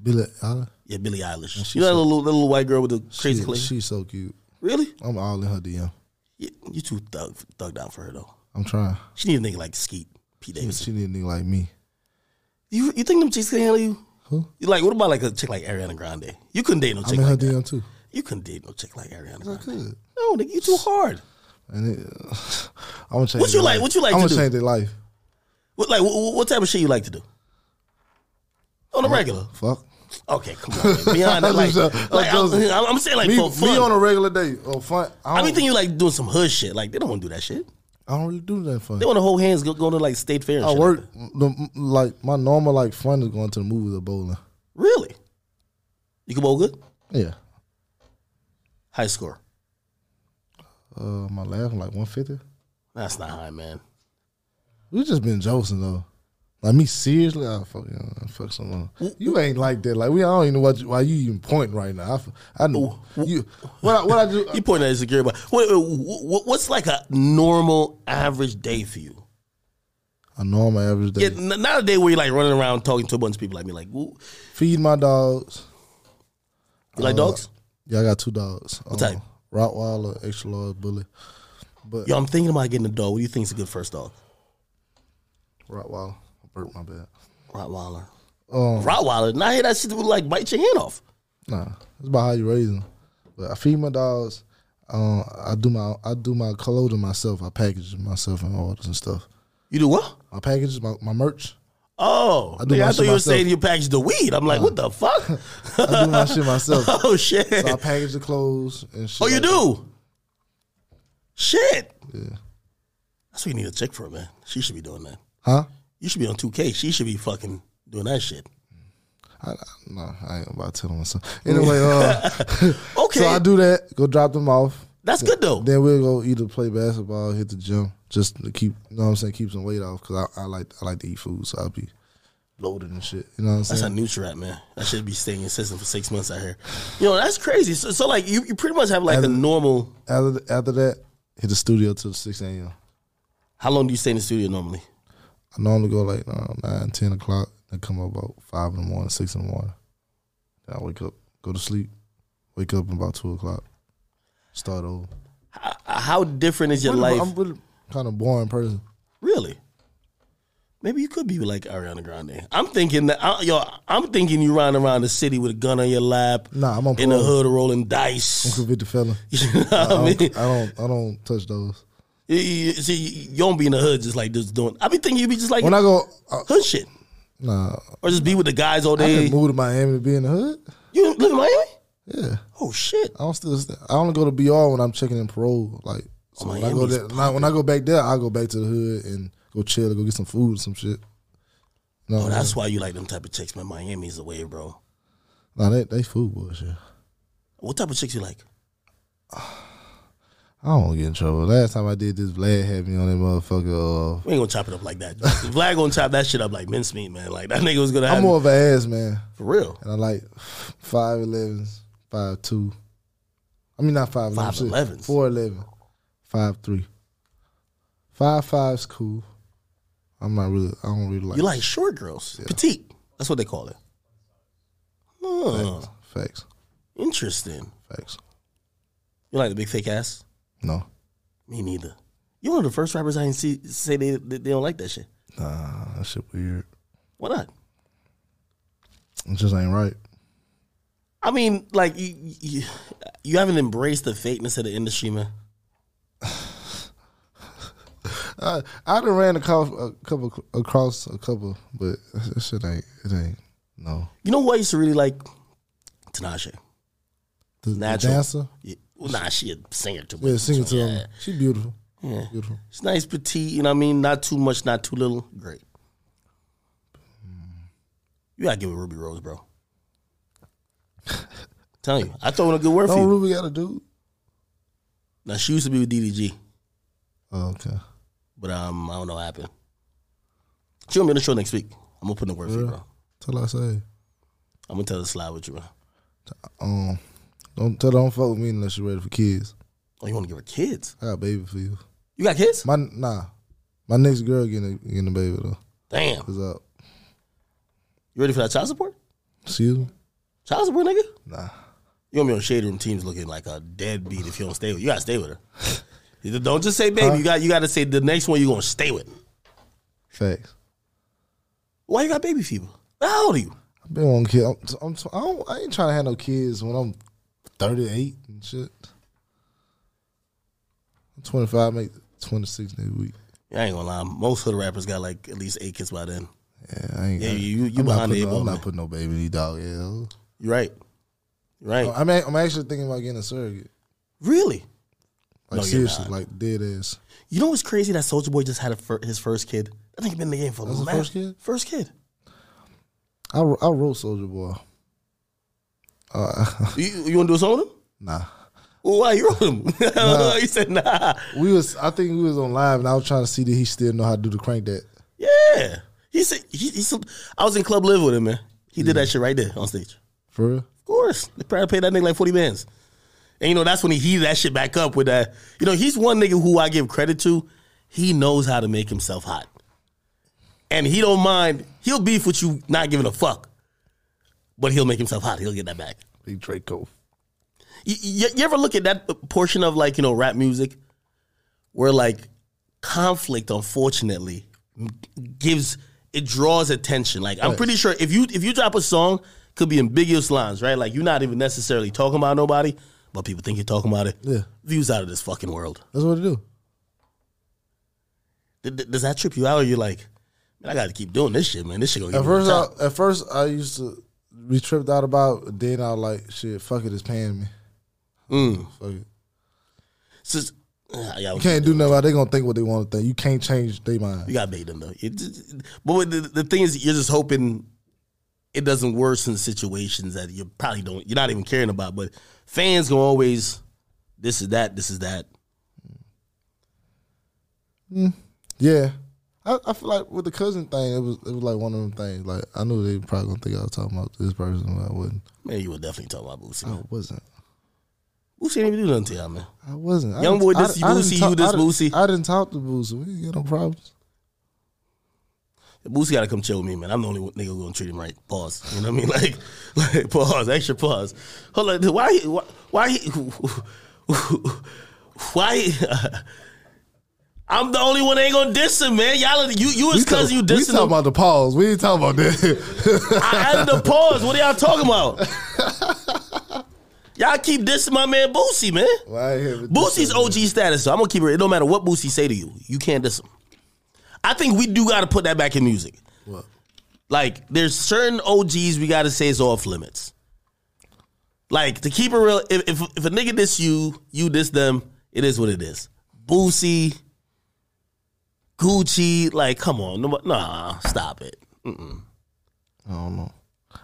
Speaker 2: Be like, ah, holla.
Speaker 1: Yeah, Billie Eilish. You know that little little white girl with the crazy
Speaker 2: She-
Speaker 1: clip?
Speaker 2: she's so cute.
Speaker 1: Really?
Speaker 2: I'm all in her DM.
Speaker 1: You, you too thug thugged out for her though.
Speaker 2: I'm trying.
Speaker 1: She need a nigga like Skeet P Davis.
Speaker 2: She need a nigga like me.
Speaker 1: You you think them chicks can handle you?
Speaker 2: Who?
Speaker 1: You like what about like a chick like Ariana Grande? You couldn't date no
Speaker 2: I'm
Speaker 1: chick
Speaker 2: in her
Speaker 1: like that.
Speaker 2: DM too.
Speaker 1: You couldn't date no chick like Ariana Grande.
Speaker 2: Good.
Speaker 1: No, nigga, you too hard.
Speaker 2: And it, I'm gonna change.
Speaker 1: What you
Speaker 2: their
Speaker 1: like-
Speaker 2: life.
Speaker 1: what you like
Speaker 2: I'm
Speaker 1: to
Speaker 2: gonna
Speaker 1: do?
Speaker 2: change their life.
Speaker 1: What like what, what type of shit you like to do? On the regular.
Speaker 2: Fuck.
Speaker 1: Okay, come on. man. Beyond that,
Speaker 2: (laughs) I'm
Speaker 1: like,
Speaker 2: just- I'm
Speaker 1: like, I'm, (laughs)
Speaker 2: just-
Speaker 1: I'm- I'm saying like
Speaker 2: me,
Speaker 1: for
Speaker 2: me
Speaker 1: fun.
Speaker 2: on a regular day. Oh, fun. I
Speaker 1: I
Speaker 2: don't,
Speaker 1: mean, think you like doing some hood shit. Like they don't want to do that shit.
Speaker 2: I don't really do nothing fun.
Speaker 1: They want to hold hands, go, go to like state fair. And
Speaker 2: I
Speaker 1: shit
Speaker 2: work
Speaker 1: Like that.
Speaker 2: the, like my normal like fun is going to the movies or bowling.
Speaker 1: Really? You can bowl good.
Speaker 2: Yeah.
Speaker 1: High score.
Speaker 2: Uh, my last one, like 150.
Speaker 1: That's not high, man.
Speaker 2: We just been joking though. Like me, seriously, I fuck, you know, fuck someone. You ain't like that. Like we, I don't even know what you, why you even pointing right now. I f- I, know you. What I, what I do?
Speaker 1: You pointing at insecure, but what, what, what's like a normal average day for you?
Speaker 2: A normal average day.
Speaker 1: Yeah, n- not a day where you're like running around talking to a bunch of people like me. Like, woo.
Speaker 2: Feed my dogs.
Speaker 1: you
Speaker 2: Uh,
Speaker 1: like dogs?
Speaker 2: Yeah, I got two dogs. What
Speaker 1: type?
Speaker 2: Rottweiler, extra large, bully.
Speaker 1: Yo, I'm thinking about getting a dog. What do you think's a good first dog?
Speaker 2: Rottweiler. I burnt my bad.
Speaker 1: Rottweiler.
Speaker 2: Um,
Speaker 1: Rottweiler. Now I hear that shit would like bite your hand off.
Speaker 2: Nah, it's about how you raise them. But I feed my dogs. Um, I do my I do my clothing myself. I package it myself and orders and stuff.
Speaker 1: You do what?
Speaker 2: My packages, my, my merch.
Speaker 1: Oh,
Speaker 2: do
Speaker 1: nigga,
Speaker 2: my
Speaker 1: I
Speaker 2: shit
Speaker 1: thought you were
Speaker 2: myself.
Speaker 1: saying you packaged the weed. I'm like, what the fuck?
Speaker 2: (laughs) I do my shit myself. So
Speaker 1: oh shit!
Speaker 2: I package the clothes and shit.
Speaker 1: oh, you
Speaker 2: like
Speaker 1: do? Shit!
Speaker 2: that. Yeah.
Speaker 1: That's what you need a chick for, man. She should be doing that.
Speaker 2: Huh?
Speaker 1: You should be on 2K. She should be fucking doing that shit.
Speaker 2: I, I- no, I ain't about to tell them myself. Anyway, uh, (laughs)
Speaker 1: Okay,
Speaker 2: so I do that. Go drop them off.
Speaker 1: that's good though.
Speaker 2: Then we'll go either play basketball, hit the gym, just to keep, you know what I'm saying, keep some weight off because I, I like I like to eat food, so I'll be loaded and shit. You know what I'm
Speaker 1: That's
Speaker 2: saying?
Speaker 1: a nutrient, man. That should be staying in system for six months out here. You know, that's crazy. So, so like, you, you pretty much have like the normal.
Speaker 2: after after that, hit the studio till six a.m.
Speaker 1: How long do you stay in the studio normally?
Speaker 2: I normally go like around nine, ten o'clock. Then come up about five in the morning, six in the morning. Then I wake up, go to sleep, wake up about two o'clock, start over.
Speaker 1: How, how different is your life?
Speaker 2: I'm really kind of boring person.
Speaker 1: Really? Maybe you could be like Ariana Grande. I'm thinking that I, yo, I'm thinking you riding around the city with a gun on your lap.
Speaker 2: Nah, I'm on
Speaker 1: in the
Speaker 2: parole. Uh-huh.
Speaker 1: hood rolling
Speaker 2: (laughs)
Speaker 1: dice.
Speaker 2: Convicted felon.
Speaker 1: you know what (laughs) I,
Speaker 2: I
Speaker 1: mean?
Speaker 2: don't, I don't, I don't touch those.
Speaker 1: You- you- see, you don't be in the hood just like just doing. I be thinking you be just like
Speaker 2: When I go, uh,
Speaker 1: hood shit,
Speaker 2: nah,
Speaker 1: or just be with the guys all
Speaker 2: I
Speaker 1: day.
Speaker 2: can move to Miami to be in the hood.
Speaker 1: You live in Miami?
Speaker 2: Yeah,
Speaker 1: Oh shit!
Speaker 2: I don't still. st- I only go to BR when I'm checking in parole. Like so when I go
Speaker 1: Miami's
Speaker 2: there, now, when I go back there, I go back to the hood and go chill, go get some food, or some shit. No,
Speaker 1: Oh, that's why you like them type of chicks, man. Miami's the way, bro.
Speaker 2: nah, they they food bullshit.
Speaker 1: What type of chicks you like?
Speaker 2: I don't wanna get in trouble. Last time I did this, Vlad had me on that motherfucker. Uh,
Speaker 1: We ain't gonna chop it up like
Speaker 2: (laughs)
Speaker 1: that. Vlad gonna chop that shit up like mincemeat, man. Like that nigga was gonna have
Speaker 2: I'm
Speaker 1: me-
Speaker 2: more of an ass man,
Speaker 1: for real.
Speaker 2: and I like five elevens, five two. I mean not five
Speaker 1: 5'11s.
Speaker 2: four eleven, five three. Five five's cool. I'm not really. I don't really like.
Speaker 1: You like short girls, petite. That's what they call it. Huh,
Speaker 2: uh, facts?
Speaker 1: interesting.
Speaker 2: Facts.
Speaker 1: You like the big fake ass?
Speaker 2: No.
Speaker 1: Me neither. You one of the first rappers I didn't see say they they they don't like that shit.
Speaker 2: Nah, that shit weird.
Speaker 1: Why not?
Speaker 2: It just ain't right.
Speaker 1: I mean, like you, you, you haven't embraced the fakeness of the industry, man.
Speaker 2: I I done ran across a couple across a couple, but that shit ain't it ain't no.
Speaker 1: You know who I used to really like? Tinashe.
Speaker 2: The, the
Speaker 1: Natural.
Speaker 2: dancer,
Speaker 1: Yeah. Well, nah, she a singer too.
Speaker 2: yeah,
Speaker 1: but-
Speaker 2: sing it to
Speaker 1: yeah.
Speaker 2: him. She beautiful,
Speaker 1: Yeah.
Speaker 2: beautiful.
Speaker 1: She's nice, petite. You know what I mean? Not too much, not too little. Great. You gotta give it Ruby Rose, bro. (laughs) Telling you, I throw in a good word for
Speaker 2: Don't
Speaker 1: you.
Speaker 2: Ruby got a dude?
Speaker 1: Now she used to be with DDG.
Speaker 2: Oh, okay.
Speaker 1: But um, I don't know what happened. She gonna be on the show next week. I'm gonna put in the word for you, bro.
Speaker 2: Tell her I say.
Speaker 1: I'm gonna tell the slide with you, bro.
Speaker 2: Um, don't tell her don't fuck with me unless you're ready for kids.
Speaker 1: Oh, you wanna give her kids?
Speaker 2: I got a baby for you.
Speaker 1: You got kids?
Speaker 2: My nah, my next girl getting a, getting a baby though. uh,
Speaker 1: Damn.
Speaker 2: Is up.
Speaker 1: You ready for that child support?
Speaker 2: Excuse me.
Speaker 1: Child support, nigga?
Speaker 2: Nah.
Speaker 1: You gonna be on shade room teams looking like a deadbeat if you don't stay with You gotta stay with her. (laughs) You don't just say baby, you got you gotta say the next one you gonna stay with.
Speaker 2: Facts.
Speaker 1: Why you got baby fever? How old are you?
Speaker 2: I've been on kid. I'm, I'm, I, don't, I ain't trying to have no kids when I'm 38 and shit. I'm 25, make 26 next week.
Speaker 1: I ain't gonna lie. Most hood rappers got like at least eight kids by then.
Speaker 2: Yeah, I ain't.
Speaker 1: Yeah,
Speaker 2: I-
Speaker 1: you- you
Speaker 2: I'm not
Speaker 1: behind the
Speaker 2: putting
Speaker 1: eight
Speaker 2: no,
Speaker 1: ball,
Speaker 2: I'm
Speaker 1: man.
Speaker 2: not putting no baby in these dog. Yeah.
Speaker 1: You right. You right.
Speaker 2: I'm, a- I'm actually thinking about getting a surrogate.
Speaker 1: really?
Speaker 2: Like
Speaker 1: No, you're
Speaker 2: seriously,
Speaker 1: not.
Speaker 2: like dead ass.
Speaker 1: You know what's crazy? That Soldier Boy just had a fir- his first kid. I think he been in the game for a
Speaker 2: That's
Speaker 1: little
Speaker 2: his first kid?
Speaker 1: First kid.
Speaker 2: I, wr- I wrote Soldier Boy. Uh,
Speaker 1: You, you want to do a song with him?
Speaker 2: nah.
Speaker 1: Well, why you wrote him? (laughs) he said nah.
Speaker 2: We was. I think we was on live, and I was trying to see that he still know how to do the crank that.
Speaker 1: Yeah. He said he, he said, I was in Club Live with him, man. He did that shit right there on stage.
Speaker 2: For real.
Speaker 1: Of course. They probably paid that nigga like 40 bands. And you know, that's when he heated that shit back up with that. You know, he's one nigga who I give credit to. He knows how to make himself hot. And he don't mind, he'll beef with you not giving a fuck. But he'll make himself hot. He'll get that back.
Speaker 2: Big Draco.
Speaker 1: You, you, you ever look at that portion of like you know rap music, where like conflict, unfortunately, gives it draws attention. Like I'm pretty sure if you if you drop a song, could be ambiguous lines, right? Like you're not even necessarily talking about nobody, but people think you're talking about it.
Speaker 2: Yeah.
Speaker 1: Views out of this fucking world.
Speaker 2: That's what it do.
Speaker 1: Th- th- Does that trip you out? Or you're like, man, I got to keep doing this shit, man. This shit gonna get
Speaker 2: At
Speaker 1: me to the
Speaker 2: first, uh,
Speaker 1: top.
Speaker 2: I, at first I used to be tripped out about. it. Then I was like, shit, fuck it, it's paying me.
Speaker 1: Mm.
Speaker 2: Fuck it.
Speaker 1: Since- Ah, yeah,
Speaker 2: You can't do nothing. about it. They gonna think what they want to think. You can't change their
Speaker 1: You
Speaker 2: mind.
Speaker 1: gotta bait them though. You just- but what the, the thing is, you're just hoping it doesn't worsen situations that you probably don't. You're not even caring about. But fans gonna always, this is that, this is that.
Speaker 2: Yeah, I, I feel like with the cousin thing, it was it was like one of them things. Like I knew they probably gonna think I was talking about this person, but I wasn't.
Speaker 1: Man, you were definitely talking about Boosie.
Speaker 2: I wasn't.
Speaker 1: Boosie didn't even do nothing to y'all, man.
Speaker 2: I wasn't. I
Speaker 1: Young
Speaker 2: didn't-
Speaker 1: boy,
Speaker 2: I-
Speaker 1: this
Speaker 2: I didn't
Speaker 1: Boosie,
Speaker 2: talk-
Speaker 1: you this
Speaker 2: I didn't-
Speaker 1: Boosie.
Speaker 2: I didn't talk to Boosie. We ain't got no problems.
Speaker 1: Boosie gotta come chill with me, man. I'm the only one nigga who gonna treat him right. Pause. You know what I mean? (laughs) Like, like pause, extra pause. Hold on. Why? he- Why? Why? he- Why? (laughs) he- I'm the only one that ain't gonna diss him, man. Y'all, you, you his
Speaker 2: talk-
Speaker 1: cousin, you
Speaker 2: we
Speaker 1: dissing
Speaker 2: talking
Speaker 1: him.
Speaker 2: about the pause. We ain't talking
Speaker 1: (laughs)
Speaker 2: about that.
Speaker 1: I added the pause. What are y'all talking about? y'all keep dissing my man Boosie, man.
Speaker 2: Well, I ain't here with this
Speaker 1: Boosie's
Speaker 2: shit.
Speaker 1: OG status, so I'm gonna keep it. It don't matter what Boosie say to you, you can't diss him. I think we do gotta put that back in music.
Speaker 2: What?
Speaker 1: Like, there's certain OGs we gotta say is off limits. Like to keep it real, if if, if a nigga diss you, you diss them. It is what it is. Boosie, Gucci, like, come on, no, nah, stop it.
Speaker 2: I don't know.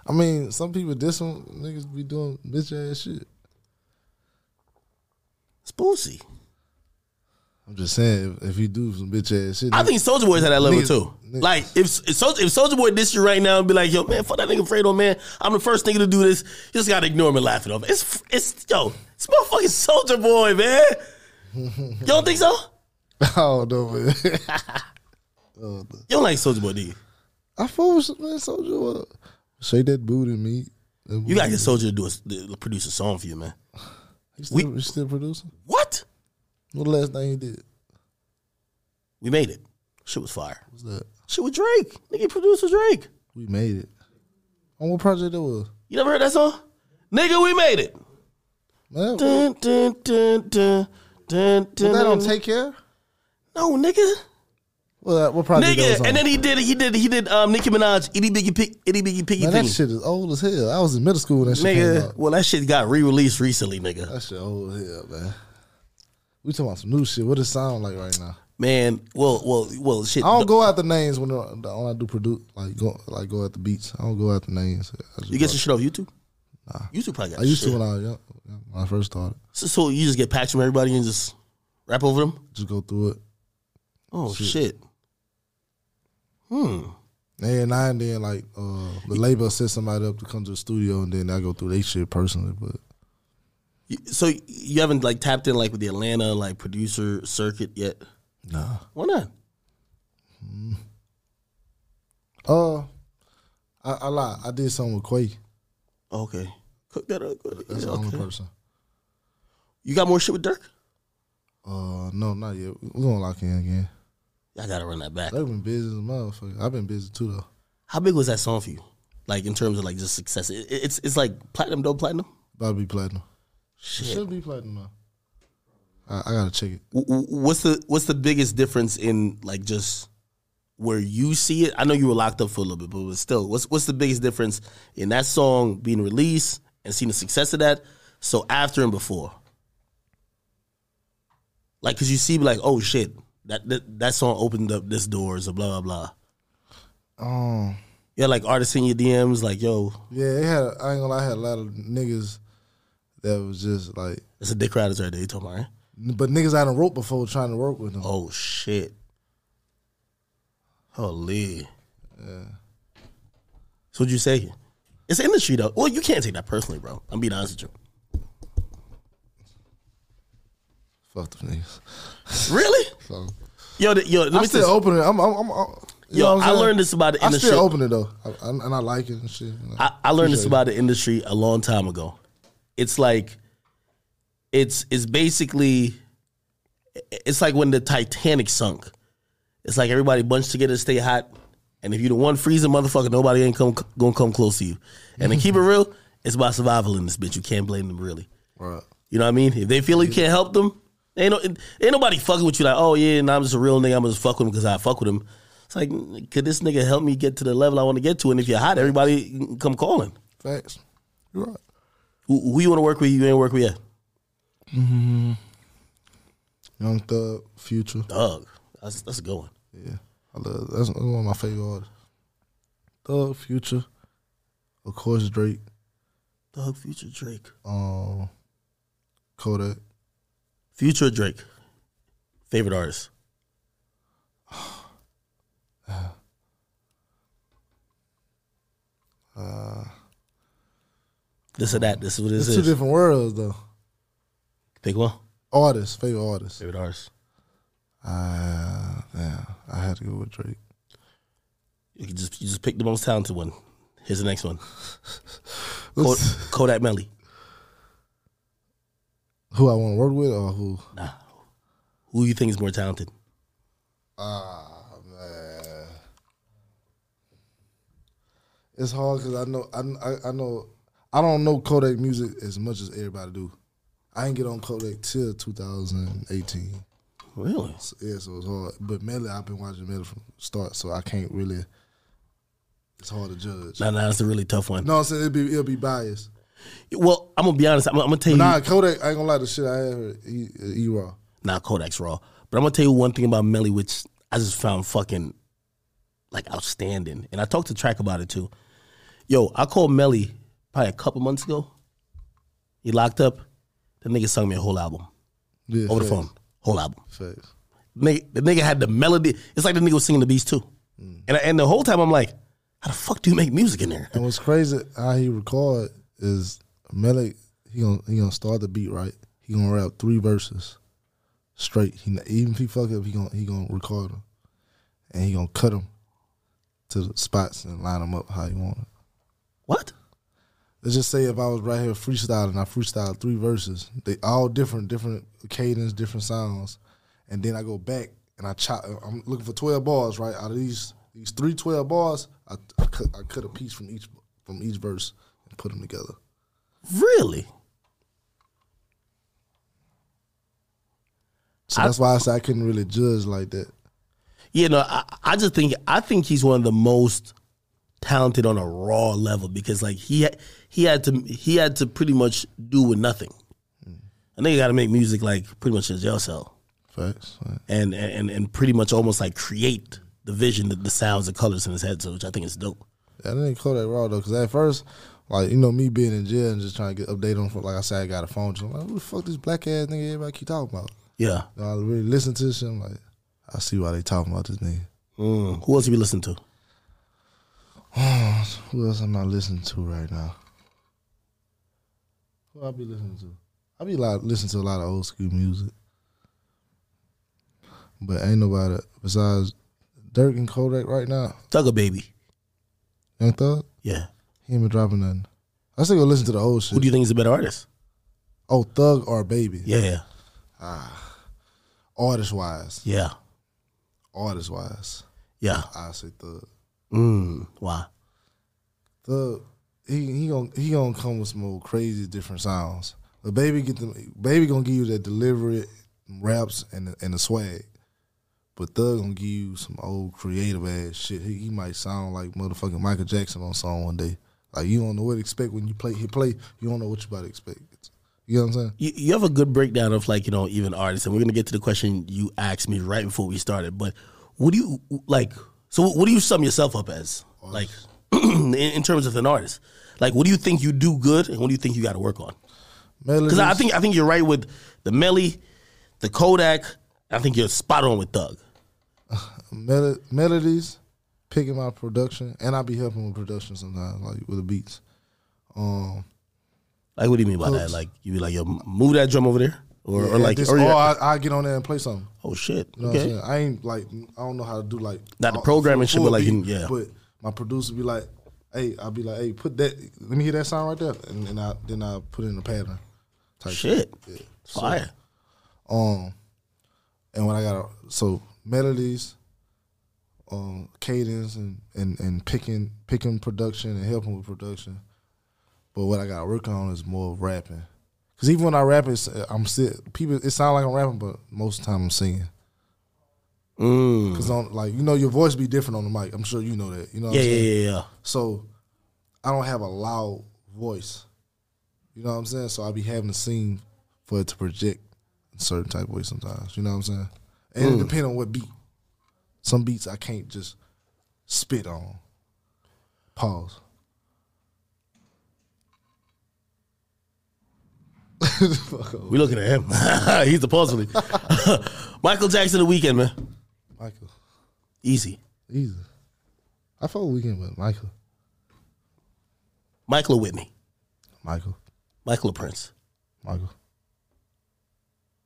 Speaker 2: I mean, some people diss them niggas be doing bitch ass shit.
Speaker 1: It's Boosie.
Speaker 2: I'm just saying, if, if you do some bitch ass shit,
Speaker 1: I think Soldier Boy's at that level
Speaker 2: Niggas-
Speaker 1: too.
Speaker 2: niggas-
Speaker 1: Like if if Soldier Boy diss you right now and be like, "Yo, man, fuck that nigga Fredo, man. I'm the first nigga to do this." You just gotta ignore him and laugh it off. It's it's yo, it's motherfucking Soldier Boy, man. You don't think so?
Speaker 2: (laughs) I don't know, man. (laughs) Uh,
Speaker 1: You don't like Soldier Boy, do you?
Speaker 2: I fool with man, soldier. Shake that booty, me. That
Speaker 1: You
Speaker 2: booty.
Speaker 1: gotta get Soldier to do a, to produce a song for you, man.
Speaker 2: He still, he still producing.
Speaker 1: What?
Speaker 2: What the last thing he did?
Speaker 1: We made it. Shit was fire.
Speaker 2: What's that?
Speaker 1: Shit with Drake. Nigga produced with Drake.
Speaker 2: We made it. On what project that was?
Speaker 1: You never heard that song? Nigga, we made it.
Speaker 2: Man, that,
Speaker 1: Dun, dun, dun, dun, dun, dun,
Speaker 2: was that on
Speaker 1: dun.
Speaker 2: Take Care?
Speaker 1: No, nigga.
Speaker 2: What, what project that was
Speaker 1: Nigga,
Speaker 2: on?
Speaker 1: and then he did he did he did um Nicki Minaj itty bitty pig itty bitty piggy
Speaker 2: Man, that
Speaker 1: thingy.
Speaker 2: shit is old as hell. I was in middle school when that shit came
Speaker 1: Nigga,
Speaker 2: out.
Speaker 1: well that shit got re released recently, nigga.
Speaker 2: That shit old as hell, man. We talking about some new shit. What it sound like right now?
Speaker 1: Man, well, well, well, shit.
Speaker 2: I don't go out the names when I- when I do produce like go like go at the beats. I don't go out the names. I, just,
Speaker 1: you get your shit off YouTube. YouTube probably got
Speaker 2: I used
Speaker 1: shit.
Speaker 2: to when I was young, when I first started.
Speaker 1: So, so you just get packs from everybody and just rap over them.
Speaker 2: Just go through it.
Speaker 1: Oh shit. Hmm.
Speaker 2: And now and then, like uh, the label set somebody up to come to the studio, and then I go through their shit personally. But
Speaker 1: You- So you haven't like tapped in like with the Atlanta like producer circuit yet?
Speaker 2: nah,
Speaker 1: Why not?
Speaker 2: uh, I, I lie. I did something with Quake.
Speaker 1: Okay, cook that up.
Speaker 2: That's the only
Speaker 1: Okay.
Speaker 2: person.
Speaker 1: You got more shit with Dirk?
Speaker 2: Uh, no, not yet. We're gonna lock in again.
Speaker 1: I gotta run that back.
Speaker 2: They've been busy as a motherfucker. I've been busy too though.
Speaker 1: How big was that song for you? Like in terms of like just success, It- it's it's like platinum, dope platinum.
Speaker 2: About to be platinum. It
Speaker 1: Shit.
Speaker 2: Should be platinum now. I, I gotta check it.
Speaker 1: W- w- What's the what's the biggest difference in like just where you see it? I know you were locked up for a little bit, but still, what's what's the biggest difference in that song being released and seeing the success of that? So after and before, like, cause you see, like, oh shit, that that, that song opened up this doors or blah blah blah.
Speaker 2: Um,
Speaker 1: Yeah, like artists in your DMs, like, yo,
Speaker 2: yeah, it had. I ain't gonna lie, I had a lot of niggas that was just like,
Speaker 1: it's a dick riders right there. You talking about? Right?
Speaker 2: but niggas I done wrote before trying to work with them.
Speaker 1: Oh shit. Holy. So what'd you say? It's industry though. Well, you can't take that personally, bro. I'm being honest with you.
Speaker 2: Fuck them niggas.
Speaker 1: Really?
Speaker 2: So
Speaker 1: Yo, th- yo, let
Speaker 2: I'm
Speaker 1: me
Speaker 2: still
Speaker 1: just,
Speaker 2: open it. I'm. I'm. I'm, I'm
Speaker 1: yo,
Speaker 2: you know what I'm
Speaker 1: I
Speaker 2: saying?
Speaker 1: learned this about the
Speaker 2: I
Speaker 1: industry.
Speaker 2: still open it though, I, I, and I like it and shit. you know.
Speaker 1: I, I learned this
Speaker 2: Appreciate
Speaker 1: about the industry a long time ago. It's like it's it's basically it's like when the Titanic sunk. It's like everybody bunched together to stay hot, and if you the one freezing motherfucker, nobody ain't come gonna come close to you. And to keep it real, it's about survival in this bitch. You can't blame them really.
Speaker 2: Right.
Speaker 1: You know what I mean? If they feel you can't help them, ain't no, ain't nobody fucking with you like, oh yeah, nah, I'm just a real nigga. I'm gonna just fuck with him because I fuck with him. It's like, could this nigga help me get to the level I want to get to? And if you're hot, everybody come calling.
Speaker 2: Facts. You're right.
Speaker 1: Who, who you want to work with? You ain't work with yet.
Speaker 2: Young Thug, Future.
Speaker 1: Doug, that's that's a good one.
Speaker 2: Yeah, I love that's one of my favorite artists. Thug, Future, of course Drake,
Speaker 1: Doug, Future, Drake,
Speaker 2: um, Kodak.
Speaker 1: Future Drake, favorite artist. this or that. This is what this
Speaker 2: Uh, It's two
Speaker 1: is.
Speaker 2: different worlds though.
Speaker 1: Pick one.
Speaker 2: Artists, favorite artists.
Speaker 1: Favorite artist.
Speaker 2: Ah, yeah, I had to go with Drake.
Speaker 1: You can just you just pick the most talented one. Here's the (laughs) next one. Kod-
Speaker 2: Let's-
Speaker 1: Kodak Melly.
Speaker 2: who I want to work with or who?
Speaker 1: Nah. Who you think is more talented?
Speaker 2: Ah man, it's hard because I know I, I I know I don't know Kodak music as much as everybody do. I didn't get on Kodak till 2018.
Speaker 1: Really?
Speaker 2: So, yeah, so it's hard. But Melly, I've been watching Melly from start, so I can't really. It's hard to judge.
Speaker 1: Nah, nah, that's a really tough one.
Speaker 2: No, I'm saying it'll be it'll be biased.
Speaker 1: Well, I'm gonna be honest. I'm, I'm gonna tell you. Nah.
Speaker 2: Nah, Kodak, I ain't gonna lie. The shit I had heard, he, he raw.
Speaker 1: Kodak's raw, but I'm gonna tell you one thing about Melly, which I just found fucking like outstanding. And I talked to Track about it too. Yo, I called Melly probably a couple months ago. He locked up. The nigga sung me a whole album
Speaker 2: Yeah,
Speaker 1: over the
Speaker 2: facts,
Speaker 1: phone. Whole album.
Speaker 2: Facts.
Speaker 1: nigga, the nigga had the melody. It's like the nigga was singing the beats too. And I, and the whole time I'm like, how the fuck do you make music in there?
Speaker 2: And what's crazy how he record is Malik. He gonna he gonna start the beat right. He gonna rap three verses straight. He even if he fuck up, he gonna he gonna record them, and he gonna cut them to the spots and line them up how he want it.
Speaker 1: What?
Speaker 2: Let's just say if I was right here freestyling, I freestyle three verses. They all different, different cadence, different sounds, and then I go back and I chop. I'm looking for twelve bars, right? Out of these these three 12 bars, I, I cut I cut a piece from each from each verse and put them together.
Speaker 1: Really?
Speaker 2: So
Speaker 1: I-
Speaker 2: that's why I said I couldn't really judge like that.
Speaker 1: You know, I, I just think I think he's one of the most talented on a raw level because like he had- he had to he had to pretty much do with nothing. Hmm. A nigga got to make music like pretty much his jail cell
Speaker 2: Facts. right.
Speaker 1: and and and pretty much almost like create the vision, the, the sounds, the colors in his head, so which I think is dope.
Speaker 2: I didn't call that raw though, because at first, like you know, me being in jail and just trying to get updated on, like I said, I got a phone. So I'm like, who the fuck this black ass nigga everybody keep talking about?
Speaker 1: Yeah.
Speaker 2: And I really listen to this shit. I'm like, I see why they talking about this nigga.
Speaker 1: Mm. Who else you be listening to?
Speaker 2: Who else I'm not listening to right now? Who I be listening to? I be like listening to a lot of old school music, but ain't nobody besides Dirk and Kodak right now.
Speaker 1: Thugger Baby.
Speaker 2: Young Thug,
Speaker 1: Yeah.
Speaker 2: he ain't been dropping nothing. I still go listen to the old shit.
Speaker 1: Who do you think is a better artist?
Speaker 2: oh, Thug or Baby?
Speaker 1: Yeah, yeah,
Speaker 2: Artist wise,
Speaker 1: yeah,
Speaker 2: artist wise,
Speaker 1: yeah.
Speaker 2: I say Thug.
Speaker 1: Mm, why?
Speaker 2: Thug, he he gonna he gonna come with some old crazy different sounds. But baby get them baby gonna give you that delivery raps and the, and the swag. But Thug gonna give you some old creative ass shit. He, he might sound like motherfucking Michael Jackson on song one day. Like you don't know what to expect when you play he play. You don't know what you about to expect. You know what I'm saying?
Speaker 1: You, you have a good breakdown of like you know even artists, and we're gonna get to the question you asked me right before we started. But what do you like? So what do you sum yourself up as? Like (clears throat) in, in terms of an artist, like what do you think you do good, and what do you think you got to work on?
Speaker 2: Melodies,
Speaker 1: Because I think I think you're right with the Melly, the Kodak. I think you're spot on with Thug.
Speaker 2: mel- melodies, picking my production, and I be helping with production sometimes, like with the beats. Um,
Speaker 1: Like what do you mean by that? Like you be like yo, move that drum over there, or, or
Speaker 2: and
Speaker 1: like
Speaker 2: this-
Speaker 1: or
Speaker 2: or
Speaker 1: you're-
Speaker 2: I, I get on there and play something.
Speaker 1: oh shit,
Speaker 2: You know
Speaker 1: okay.
Speaker 2: what I'm saying? I ain't like I don't know how to do like
Speaker 1: Not the
Speaker 2: all-
Speaker 1: programming
Speaker 2: full-
Speaker 1: shit, but, like,
Speaker 2: full
Speaker 1: you- yeah.
Speaker 2: But my producer be like, "Hey," I'll be like, "Hey, put that. Let me hear that sound right there," and, and I then I put in a pattern. Type
Speaker 1: Shit. Fire.
Speaker 2: Um, and when I got so melodies, um, cadence, and and and picking picking production and helping with production. But what I got to work on is more of rapping, because even when I rap, it's, I'm still people. It sound like I'm rapping, but most of the time I'm singing.
Speaker 1: Mm.
Speaker 2: Cause on like you know your voice be different on the mic. I'm sure you know that. You know. What
Speaker 1: Yeah,
Speaker 2: I'm
Speaker 1: yeah, yeah,
Speaker 2: saying?
Speaker 1: yeah.
Speaker 2: So I don't have a loud voice. You know what I'm saying? So I be having to sing for it to project a certain type of way sometimes. You know what I'm saying? And it depends on what beat. Some beats I can't just spit on. Pause. (laughs)
Speaker 1: We looking at him. (laughs) He's the puzzle. (laughs) Michael Jackson the weekend, man.
Speaker 2: Michael.
Speaker 1: Easy.
Speaker 2: Easy. I fuck with weekend with Michael.
Speaker 1: Michael or Whitney.
Speaker 2: Michael.
Speaker 1: Michael or Prince.
Speaker 2: Michael.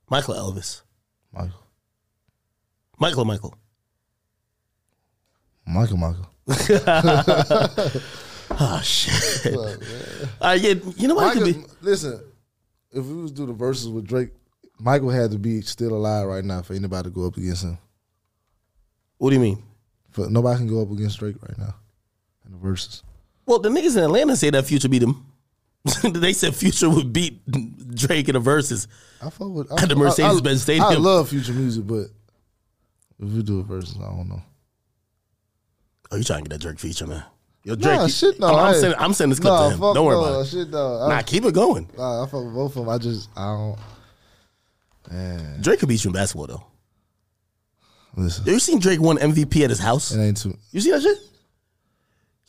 Speaker 1: Michael or Elvis.
Speaker 2: Michael.
Speaker 1: Michael or Michael.
Speaker 2: Michael Michael.
Speaker 1: Oh shit. (laughs) All right, yeah, you know what it
Speaker 2: Michael,
Speaker 1: could be.
Speaker 2: listen, if we was do the verses with Drake, Michael had to be still alive right now for anybody to go up against him.
Speaker 1: What do you mean?
Speaker 2: For nobody can go up against Drake right now in the verses.
Speaker 1: Well, the niggas in Atlanta say that Future beat him. (laughs) they said Future would beat Drake in the verses.
Speaker 2: I fuck with
Speaker 1: At (laughs) the Mercedes-Benz
Speaker 2: I,
Speaker 1: Stadium.
Speaker 2: I love future music, but if we do a verses, I don't know.
Speaker 1: Oh, you trying to get that Drake feature, man? Yo, Drake.
Speaker 2: Nah,
Speaker 1: you-
Speaker 2: shit, no.
Speaker 1: I'm, I'm
Speaker 2: I-
Speaker 1: sending, I'm sending this clip
Speaker 2: nah,
Speaker 1: to him.
Speaker 2: fuck
Speaker 1: Don't worry
Speaker 2: no,
Speaker 1: about it.
Speaker 2: Shit, no. I,
Speaker 1: Nah, keep it going.
Speaker 2: nah, I fuck with both of them. I just, I don't. Man,
Speaker 1: Drake could beat you in basketball though.
Speaker 2: listen,
Speaker 1: Yo, you seen Drake won MVP at his house?
Speaker 2: it ain't too.
Speaker 1: You see that shit?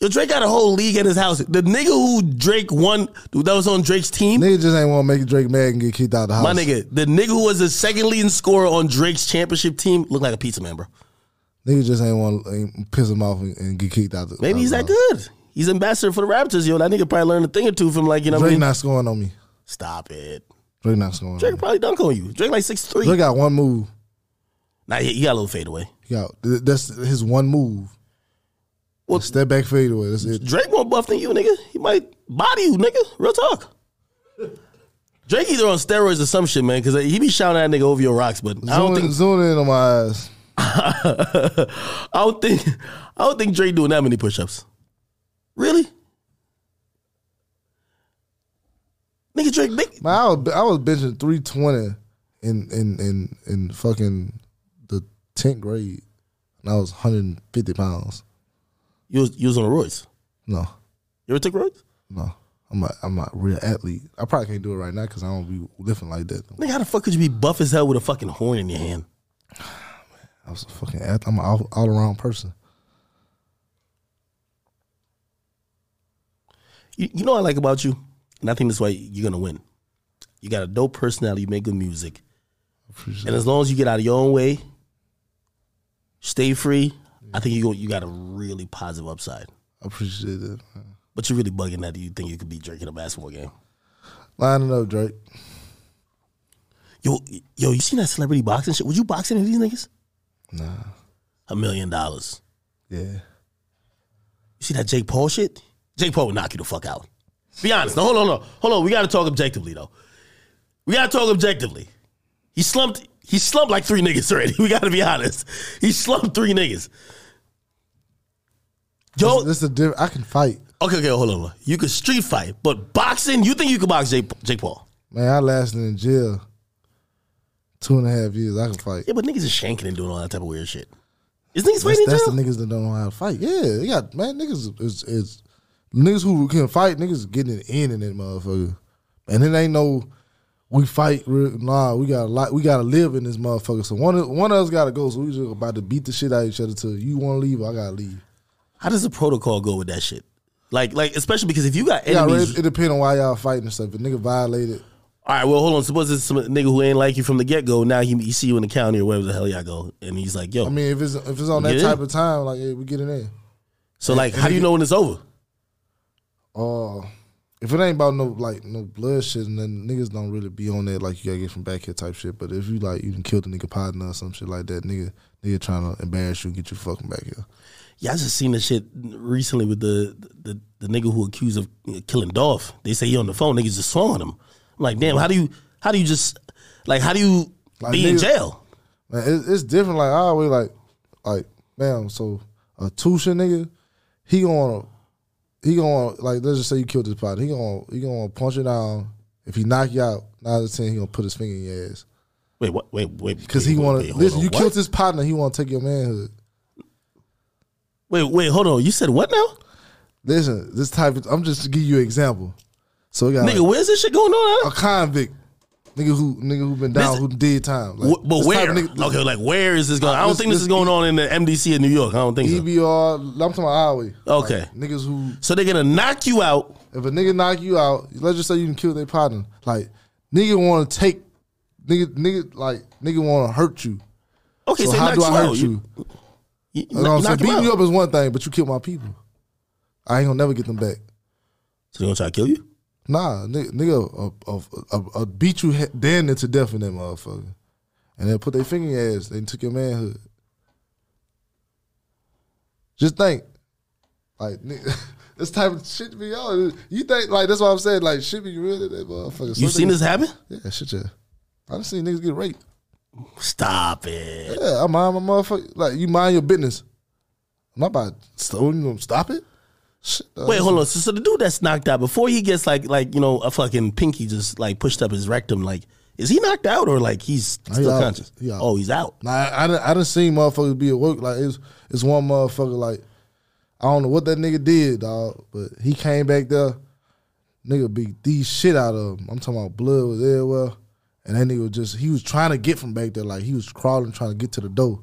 Speaker 1: Yo, Drake got a whole league at his house. The nigga who Drake won, dude, that was on Drake's team.
Speaker 2: Nigga just ain't want to make Drake mad and get kicked out of the house.
Speaker 1: My nigga, the nigga who was the second leading scorer on Drake's championship team looked like a pizza man, bro.
Speaker 2: Nigga just ain't want to piss him off and, and get kicked out. The,
Speaker 1: Maybe
Speaker 2: out
Speaker 1: he's
Speaker 2: the
Speaker 1: that good.
Speaker 2: house.
Speaker 1: He's ambassador for the Raptors, yo. That nigga probably learned a thing or two from like, you know what I
Speaker 2: Drake
Speaker 1: mean?
Speaker 2: not scoring on me.
Speaker 1: Stop it.
Speaker 2: Drake not scoring.
Speaker 1: Drake
Speaker 2: on me.
Speaker 1: probably dunk on you. Drake like 6'3.
Speaker 2: Drake got one move.
Speaker 1: Nah, he, he got a little fade away.
Speaker 2: He got th- that's his one move.
Speaker 1: Well-
Speaker 2: step back fadeaway. That's it.
Speaker 1: Drake more buff than you, nigga. He might body you, nigga. Real talk. Drake either on steroids or some shit, man, because he be shouting at that nigga over your rocks, but I don't
Speaker 2: Zoom,
Speaker 1: think
Speaker 2: zoom in on my eyes.
Speaker 1: I don't think I don't think Drake doing that many push-ups. Really? Nigga Drake big
Speaker 2: Man, I was I was benching three twenty in in in in fucking the tenth grade, and I was hundred and fifty pounds.
Speaker 1: you was, you was on the roids.
Speaker 2: No,
Speaker 1: You ever took roids?
Speaker 2: no, I'm not I'm not a real athlete. I probably can't do it right now because I don't be lifting like that.
Speaker 1: Nigga, how the fuck could you be buff as hell with a fucking horn in your hand?
Speaker 2: I was a fucking athlete. I'm an all, all around person.
Speaker 1: You, you know what I like about you? And I think that's why you're gonna win. You got a dope personality, you make good music.
Speaker 2: Appreciate
Speaker 1: And as long as you get out of your own way, stay free, I think you go, you got a really positive upside.
Speaker 2: appreciate it. man.
Speaker 1: But you're really bugging that you think you could be drinking a basketball game.
Speaker 2: Lining up, Drake.
Speaker 1: Yo, yo, you seen that celebrity boxing shit? Would you box any of these niggas?
Speaker 2: Nah,
Speaker 1: A million dollars.
Speaker 2: yeah.
Speaker 1: You see that Jake Paul shit? Jake Paul would knock you the fuck out. Be honest. No, hold on, no. Hold on. We gotta talk objectively though. We gotta talk objectively. He slumped he slumped like three niggas already. (laughs) We gotta be honest. He slumped three niggas. Yo,
Speaker 2: This a diff- I can fight.
Speaker 1: okay, okay, hold on. hold on. You could street fight, but boxing, you think you could box Jake, Jake Paul?
Speaker 2: Man, I lasted in jail two and a half years. I can fight.
Speaker 1: Yeah, but niggas is shanking and doing all that type of weird shit. Is niggas
Speaker 2: That's,
Speaker 1: fighting in
Speaker 2: that's the
Speaker 1: jail?
Speaker 2: niggas that don't know how to fight. Yeah, they got man niggas is, is niggas who can fight. Niggas getting it in in that motherfucker, and it ain't no we fight. Real, nah, we got to lot. We got to live in this motherfucker. So one of, one of us got to go. So we just about to beat the shit out of each other till you want to leave. Or I gotta leave.
Speaker 1: How does the protocol go with that shit? Like, like especially because if you got
Speaker 2: Yeah,
Speaker 1: enemies,
Speaker 2: it, it depend on why y'all fighting and stuff. If nigga violated,
Speaker 1: All right, well, hold on. Suppose it's some nigga who ain't like you from the get go. Now he, he see you in the county or wherever the hell y'all go, and he's like, "Yo."
Speaker 2: I mean, if it's if it's on that
Speaker 1: Yeah.
Speaker 2: type of time, like yeah, we get it in.
Speaker 1: so, like, how do you know when it's over?
Speaker 2: Uh, if it ain't about no like no blood shit, and then niggas don't really be on that like you gotta get from back here type shit. But if you like you can kill the nigga partner or some shit like that, nigga nigga trying to embarrass you and get you fucking back here.
Speaker 1: Yeah, I just seen this shit recently with the the, the nigga who accused of killing Dolph. They say he on the phone. Niggas just swung him. I'm like, damn. How do you how do you just like how do you
Speaker 2: Like,
Speaker 1: be in
Speaker 2: niggas-
Speaker 1: jail?
Speaker 2: Man, it's, it's different. Like I always like like man, so a Tusha nigga, he gonna he gonna like let's just say you killed his partner, he gonna he gonna punch you down. If he knock you out, nine out of ten, he gonna put his finger in your ass.
Speaker 1: Wait, what? Wait, wait.
Speaker 2: because
Speaker 1: wait,
Speaker 2: he
Speaker 1: wait,
Speaker 2: want
Speaker 1: wait,
Speaker 2: to.
Speaker 1: hold
Speaker 2: Listen,
Speaker 1: on.
Speaker 2: you
Speaker 1: What?
Speaker 2: killed his partner. He want to take your manhood.
Speaker 1: Wait, wait, hold on. You said what now?
Speaker 2: Listen, this type. Of, I'm just to give you an example. So we got like,
Speaker 1: Nigga, where's this shit going on?
Speaker 2: a convict, nigga who nigga who been down,
Speaker 1: This-
Speaker 2: who did time. Like,
Speaker 1: Wh- but
Speaker 2: this type
Speaker 1: where?
Speaker 2: of nigga-
Speaker 1: okay, like where is this going? I don't
Speaker 2: This-
Speaker 1: think this,
Speaker 2: this
Speaker 1: is going on in the MDC in New York. I don't think so.
Speaker 2: EBR. I'm talking about highway.
Speaker 1: Okay.
Speaker 2: Like, niggas who
Speaker 1: So they're gonna knock you out.
Speaker 2: if a nigga knock you out, let's just say you can kill their partner. Like nigga want to take nigga nigga like nigga want to hurt you.
Speaker 1: Okay,
Speaker 2: So
Speaker 1: so, they
Speaker 2: how
Speaker 1: knock
Speaker 2: do I hurt
Speaker 1: out.
Speaker 2: you?
Speaker 1: you
Speaker 2: You know what I'm
Speaker 1: knock
Speaker 2: saying? Beat
Speaker 1: you
Speaker 2: me
Speaker 1: out.
Speaker 2: up is one thing, but you kill my people. I ain't gonna never get them back.
Speaker 1: So they gonna try to kill you?
Speaker 2: Nah, nigga, nigga uh, uh, uh, uh, beat you he- damn near to death in that motherfucker. And then put their finger in your ass. They took your manhood. Just think. Like, nigga, (laughs) this type of shit be y'all. You think, like, that's what I'm saying. Like, shit be real in that motherfucker.
Speaker 1: You've seen this happen?
Speaker 2: this? Yeah, shit, yeah. I done seen niggas get raped.
Speaker 1: Stop it.
Speaker 2: Yeah, I mind my motherfucker. Like, you mind your business. I'm not about to st- you gonna stop it. Shit, dog.
Speaker 1: Wait, hold on. So, so the dude that's knocked out before he gets like like you know a fucking pinky just like pushed up his rectum. Like, is he knocked out or like he's
Speaker 2: he
Speaker 1: still
Speaker 2: out.
Speaker 1: conscious?
Speaker 2: He out.
Speaker 1: Oh, he's out.
Speaker 2: Nah, I, I, done, I done seen motherfuckers be at work. Like, it's, it's one motherfucker, like, I don't know what that nigga did, dog, but he came back there. Nigga beat the shit out of him. I'm talking about blood was everywhere. And that nigga was just, he was trying to get from back there. Like, he was crawling, trying to get to the door.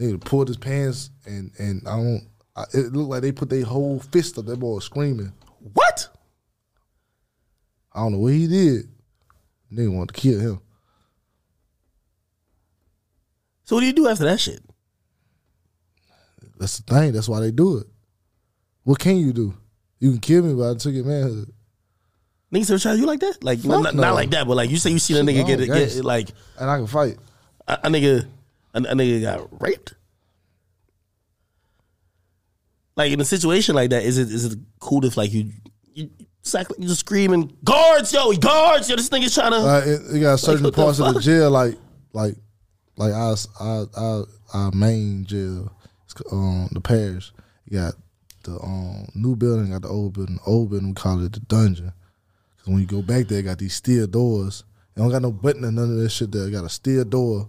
Speaker 2: Nigga pulled his pants, and, and I don't, I, it looked like they put their whole fist up. That boy was screaming.
Speaker 1: What?
Speaker 2: I don't know what he did. Nigga wanted to kill him.
Speaker 1: So what do you do after that shit?
Speaker 2: That's the thing. That's why they do it. What can you do? You can kill me, but I took your manhood.
Speaker 1: Niggas ever try you like that? Like not,
Speaker 2: Fuck
Speaker 1: not
Speaker 2: no.
Speaker 1: like that, but like you say you seen a
Speaker 2: Shit,
Speaker 1: nigga
Speaker 2: I
Speaker 1: get
Speaker 2: don't
Speaker 1: get
Speaker 2: guess.
Speaker 1: like
Speaker 2: and I can fight.
Speaker 1: a, a nigga a, a nigga got raped. Like in a situation like that, is it is it cool if like you you, sack- you just screaming guards yo guards yo this nigga's trying to
Speaker 2: Uh, it, it got certain
Speaker 1: what the
Speaker 2: parts of the
Speaker 1: fuck?
Speaker 2: jail, like like like our s- our our, our main jail, it's ca- um, the parish. You got the um, new building, got the old building. The old building, we call it the dungeon. Cause when you go back there, it got these steel doors. It don't got no button or none of that shit. There, it got a steel door,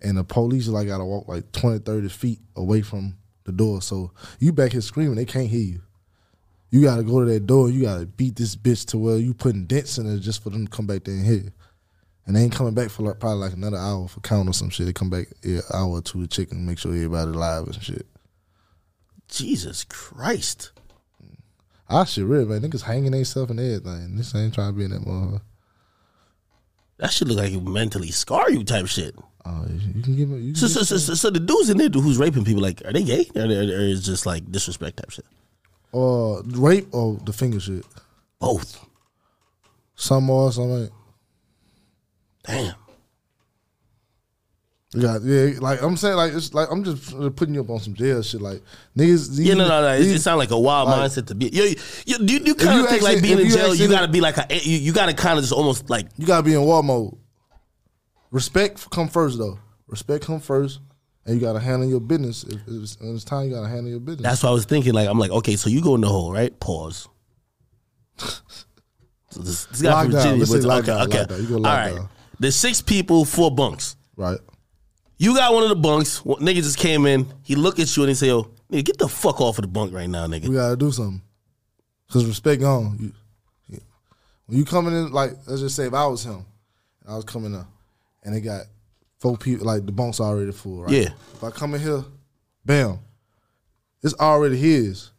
Speaker 2: and the police like gotta walk like 20, 30 feet away from the door. So you back here screaming, they can't hear you. You gotta go to that door. You gotta beat this bitch to where you putting dents in it just for them to come back there and hit. And they ain't coming back for like probably like another hour for count or some shit. They come back yeah, an hour or two to check and make sure everybody alive and shit.
Speaker 1: Jesus Christ.
Speaker 2: I Ah, shit real man. Niggas hanging themselves and everything. This ain't trying to be in that motherfucker.
Speaker 1: That should look like it mentally scar you type shit.
Speaker 2: Oh, you you can give me. You can
Speaker 1: So,
Speaker 2: give-
Speaker 1: so, so, so, so the dudes in there who's raping people, like, are they gay? Or, they- or is just like disrespect type shit?
Speaker 2: or uh, rape or the finger shit.
Speaker 1: Both.
Speaker 2: Some are, some ain't.
Speaker 1: Damn.
Speaker 2: You got yeah, like I'm saying, like it's like I'm just putting you up on some jail shit. Like niggas, these,
Speaker 1: Yeah, no, no, no. It,
Speaker 2: these-
Speaker 1: it sounds like a wild
Speaker 2: like-
Speaker 1: mindset to be. You, you, you, you kind
Speaker 2: you
Speaker 1: of think like
Speaker 2: actually-
Speaker 1: being
Speaker 2: if
Speaker 1: in
Speaker 2: you
Speaker 1: jail, you
Speaker 2: actually-
Speaker 1: gotta be like a, you, you gotta kind of just almost like
Speaker 2: You gotta be in war mode. Respect come first though. Respect come first, and you gotta handle your business. If, if it's, when it's time, you gotta handle your business.
Speaker 1: That's what I was thinking. Like, I'm like, okay, so you go in the hole, right? Pause. So this, this guy from
Speaker 2: Lockdown.
Speaker 1: Virginia,
Speaker 2: Let's
Speaker 1: but-
Speaker 2: say lockdown,
Speaker 1: okay, okay.
Speaker 2: lockdown. You go
Speaker 1: All right,
Speaker 2: lockdown.
Speaker 1: there's six people, four bunks.
Speaker 2: right.
Speaker 1: You got one of the bunks. One, nigga just came in. He look at you and he say, "Yo, nigga, get the fuck off of the bunk right now, nigga."
Speaker 2: We gotta do something. Cause respect gone. You, yeah. When you coming in, like let's just say if I was him, and I was coming up, and they got four people, like the bunk's already full, right?
Speaker 1: Yeah.
Speaker 2: If I come in here, bam, it's already his.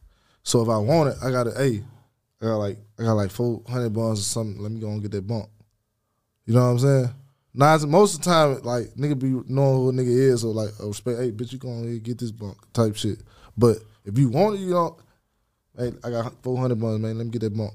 Speaker 2: So if I want it, I gotta, hey, I got like I got like four hundred buns or something. Let me go and get that bunk. You know what I'm saying? Nah, it's- most of the time, like nigga be knowing who a nigga is, or like, oh, respect, hey, bitch, you going here get this bunk type shit. But if you want it, you don't. Hey, I got four hundred buns, man. Let me get that bunk.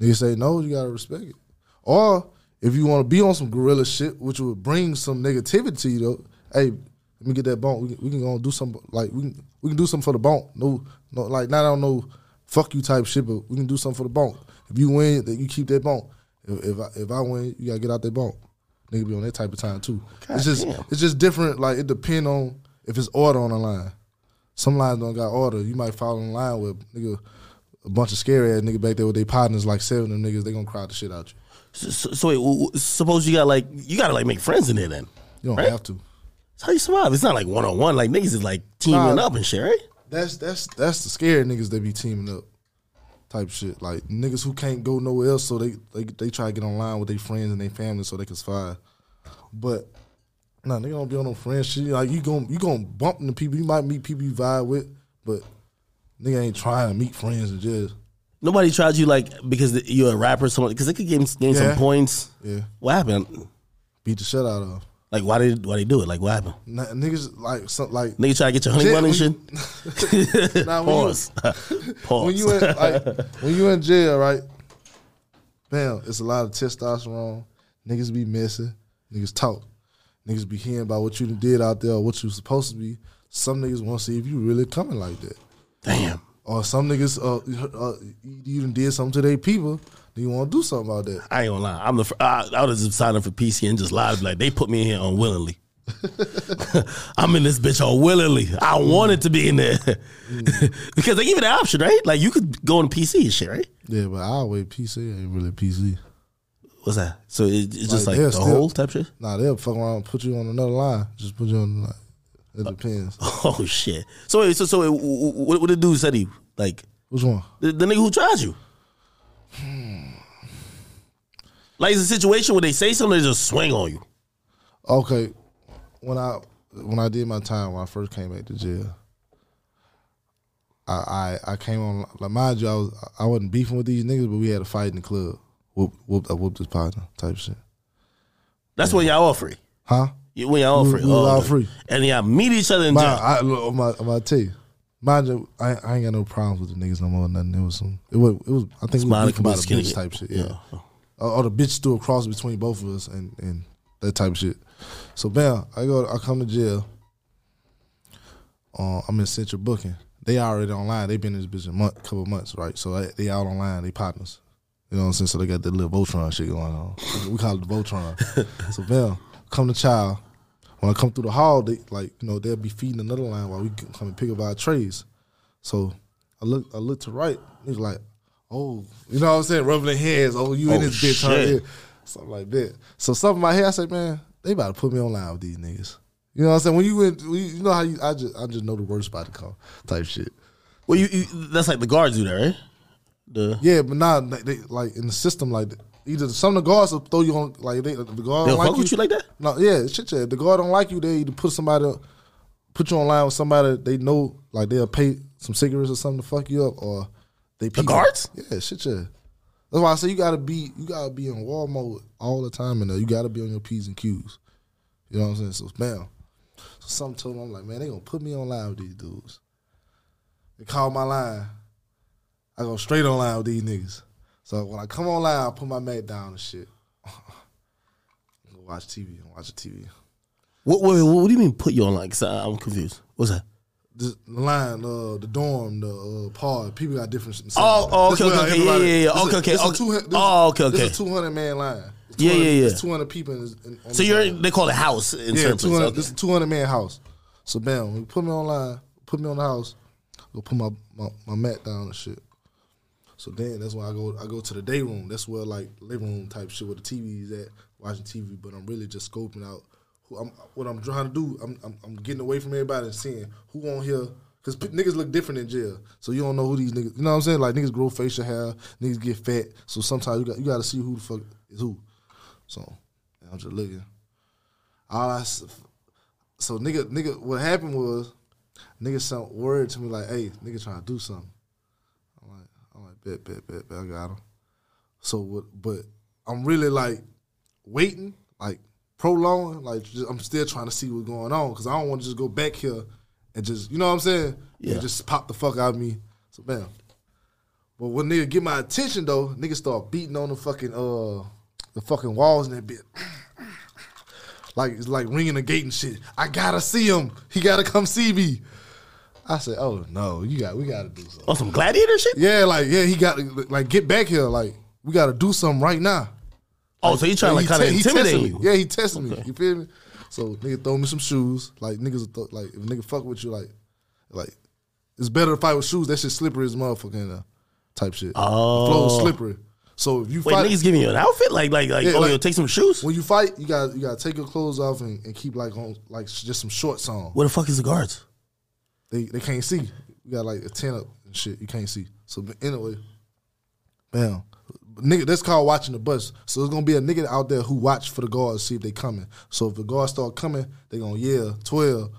Speaker 2: Nigga say no, you gotta respect it. Or if you want to be on some gorilla shit, which would bring some negativity though. Hey, let me get that bunk. We can, we can go and do some like we can, we can do something for the bunk. No, no, like not on no fuck you type shit, but we can do something for the bunk. If you win, then you keep that bunk. If, if I if I win, you gotta get out that bunk. Nigga be on that type of time too. it's just
Speaker 1: damn.
Speaker 2: it's just different. Like it depend on if it's order on the line. Some lines don't got order. You might fall in line with nigga a bunch of scary ass nigga back there with their partners, like seven of them niggas, they gonna crowd the shit out you.
Speaker 1: So, so wait, w- w- suppose you got like you gotta like make friends in there then.
Speaker 2: You don't
Speaker 1: Right.
Speaker 2: have to.
Speaker 1: That's how you survive. It's not like one on one. Like niggas is like teaming
Speaker 2: Nah.
Speaker 1: up and shit, right?
Speaker 2: That's that's that's the scary niggas that be teaming up, type shit. Like niggas who can't go nowhere else, so they they, they try to get online with their friends and their family so they can survive. But nah, nigga don't be on no friend shit. Like you gon' you gon' bump into people. You might meet people you vibe with, but nigga ain't trying to meet friends and just
Speaker 1: Nobody tried you like because the- you're a rapper, or someone because they could gain, gain
Speaker 2: Yeah.
Speaker 1: some points.
Speaker 2: yeah
Speaker 1: What happened?
Speaker 2: beat the shit out of. 'em.
Speaker 1: Like why did why they do it? Like what happened?
Speaker 2: Nah, niggas like some like
Speaker 1: Nigga try to get your honey
Speaker 2: Shit,
Speaker 1: bun and shit.
Speaker 2: nah, when you-
Speaker 1: Pause. (laughs) Pause.
Speaker 2: when you in, like (laughs) when you in jail, right? Bam, it's a lot of testosterone. Niggas be messing. Niggas talk. Niggas be hearing about what you done did out there or what you supposed to be. Some niggas want to see if you really coming like that.
Speaker 1: Damn.
Speaker 2: Or some niggas, uh, uh, you done did something to their people. They want to do something about that.
Speaker 1: I ain't gonna lie. I'm the. fir- I, I would have just signed up for PC and just lied. Like they put me in here unwillingly. (laughs) I'm in this bitch unwillingly. I
Speaker 2: Mm.
Speaker 1: wanted to be in there (laughs) because they give you the option, right? Like you could go on PC and shit, right?
Speaker 2: Yeah, but I always PC ain't really PC.
Speaker 1: What's that? So it, it's just like,
Speaker 2: Like, they're
Speaker 1: the
Speaker 2: still-
Speaker 1: whole type shit. (laughs)
Speaker 2: Nah, they'll fuck around, and put you on another line. Just put you on. Like, it depends.
Speaker 1: Oh shit. So wait, so so wait, wh- wh- what, what the dude said to you? Like
Speaker 2: Which one?
Speaker 1: the, the nigga who tried you.
Speaker 2: Hmm.
Speaker 1: Like it's a situation where they say something, they just swing on you.
Speaker 2: Okay, when I when I did my time when I first came back to jail, I I, I came on. Like, mind you, I was I wasn't beefing with these niggas, but we had a fight in the club. Whoop whoop! I whooped his partner type shit.
Speaker 1: That's when y'all all free.
Speaker 2: Huh?
Speaker 1: You- When y'all all
Speaker 2: We-
Speaker 1: free.
Speaker 2: we was
Speaker 1: Oh,
Speaker 2: all
Speaker 1: the-
Speaker 2: free.
Speaker 1: And y'all meet each other in
Speaker 2: My,
Speaker 1: jail.
Speaker 2: I, look, I'm about- I'm about to tell you. Mind you, I, I ain't got no problems with the niggas no more. or Nothing. It was some. It was. It was. I think we
Speaker 1: Smiley
Speaker 2: was beefing about a
Speaker 1: Kabuski.
Speaker 2: bitch type shit. Yeah. Or, or the bitch threw a cross between both of us and and that type of shit. So bam, I go. I come to jail. Uh, I'm in central booking. They already online. They been in this bitch a month, couple months, right? So I, they out online. They partners. You know what I'm saying? So they got that little Voltron shit going on. we call it the
Speaker 1: (laughs)
Speaker 2: Voltron. so bam, come to child. When I come through the hall, they like you know they'll be feeding another line while we come and pick up our trays. So I look, I look to right. Nigga like, oh, you know what I'm saying? Rubbing their hands. Oh, you in
Speaker 1: Oh,
Speaker 2: this bitch? Huh?
Speaker 1: shit.
Speaker 2: Yeah. Something like that. So something in my head, I say, man, they about to put me online with these niggas. You know what I'm saying? When you went, when you you know how you, I just, I just know the worst about to come type shit.
Speaker 1: Well, you, you that's like the guards do that, right? The
Speaker 2: Yeah, but now they, they like in the system like either some of the guards will throw you on like they, the guard
Speaker 1: they'll
Speaker 2: don't like
Speaker 1: fuck with you like that.
Speaker 2: No, yeah, shit, yeah. If The guard don't like you. They either put somebody, put you online with somebody they know, like they'll pay some cigarettes or something to fuck you up, or they the
Speaker 1: guards?
Speaker 2: Yeah, shit, yeah. That's why I say you gotta be, you gotta be in war mode all the time, and you gotta be on your p's and q's. You know what I'm saying? So bam. So something told me I'm like, man, they gonna put me on live with these dudes. They call my line. I go straight on live with these niggas. So when I come on live, I put my mat down and shit. go watch TV and watch the TV.
Speaker 1: What, what, what do you mean put you on like? 'Cause I, I'm confused. What's that?
Speaker 2: the line, uh, the dorm, the uh, pod. People got different. Systems.
Speaker 1: Oh, oh, okay, okay, okay, yeah, yeah, yeah, okay, okay, okay. Oh, okay, okay.
Speaker 2: This is two hundred man line. It's
Speaker 1: Yeah, yeah,
Speaker 2: 200
Speaker 1: yeah.
Speaker 2: It's two hundred people. In, this- in, on
Speaker 1: So
Speaker 2: this
Speaker 1: you're
Speaker 2: line.
Speaker 1: in, they call it house in
Speaker 2: yeah,
Speaker 1: certain
Speaker 2: two hundred. This
Speaker 1: places.
Speaker 2: is two hundred man house. So bam, when you put me on line, put me on the house. Go put my, my my mat down and shit. So then that's why I go I go to the day room. That's where like living room type shit where the TV is at, watching TV. But I'm really just scoping out who I'm. What I'm trying to do, I'm I'm, I'm getting away from everybody and seeing who on here. Cause p- niggas look different in jail, so you don't know who these niggas. You know what I'm saying? Like niggas grow facial hair, niggas get fat, so sometimes you got you got to see who the fuck is who. So and I'm just looking. All I s- so nigga nigga, what happened was nigga sent word to me like, hey, nigga trying to do something. I'm like, I'm like, bet, bet, bet, bet, I got him. So what? But I'm really like waiting, like prolonging, like just, I'm still trying to see what's going on because I don't want to just go back here and just, you know what I'm saying? Yeah.
Speaker 1: Yeah.
Speaker 2: just pop the fuck out of me. So bam. But when nigga get my attention though, nigga start beating on the fucking uh the fucking walls and that bit. Like it's like ringing the gate and shit. I gotta see him. He gotta come see me. I said, "Oh no, you got we gotta do something."
Speaker 1: Oh, some gladiator shit.
Speaker 2: Yeah, like yeah, he got to like get back here. Like we got to do something right now.
Speaker 1: Oh, so you trying to
Speaker 2: he
Speaker 1: kind of
Speaker 2: te- he
Speaker 1: intimidate
Speaker 2: testing
Speaker 1: you?
Speaker 2: me. Yeah, he testing me. You feel me? So nigga throw me some shoes. Like niggas, will throw- like if nigga fuck with you, like like it's better to fight with shoes. That shit slippery as motherfucking uh, type shit.
Speaker 1: Oh.
Speaker 2: the flow is slippery. So if you
Speaker 1: Wait,
Speaker 2: fight,
Speaker 1: niggas giving you an outfit? Like, like, like,
Speaker 2: Yeah,
Speaker 1: oh,
Speaker 2: like-
Speaker 1: yo, take some shoes?
Speaker 2: when you fight, you got you got to take your clothes off and, and keep like on like sh- just some shorts on.
Speaker 1: Where the fuck is the guards?
Speaker 2: They they can't see. You got like a tent up and shit. You can't see. So but anyway, bam. Nigga, that's called watching the bus. So there's gonna be a nigga out there who watch for the guards to see if they coming. So if the guards start coming, they gonna yell twelve,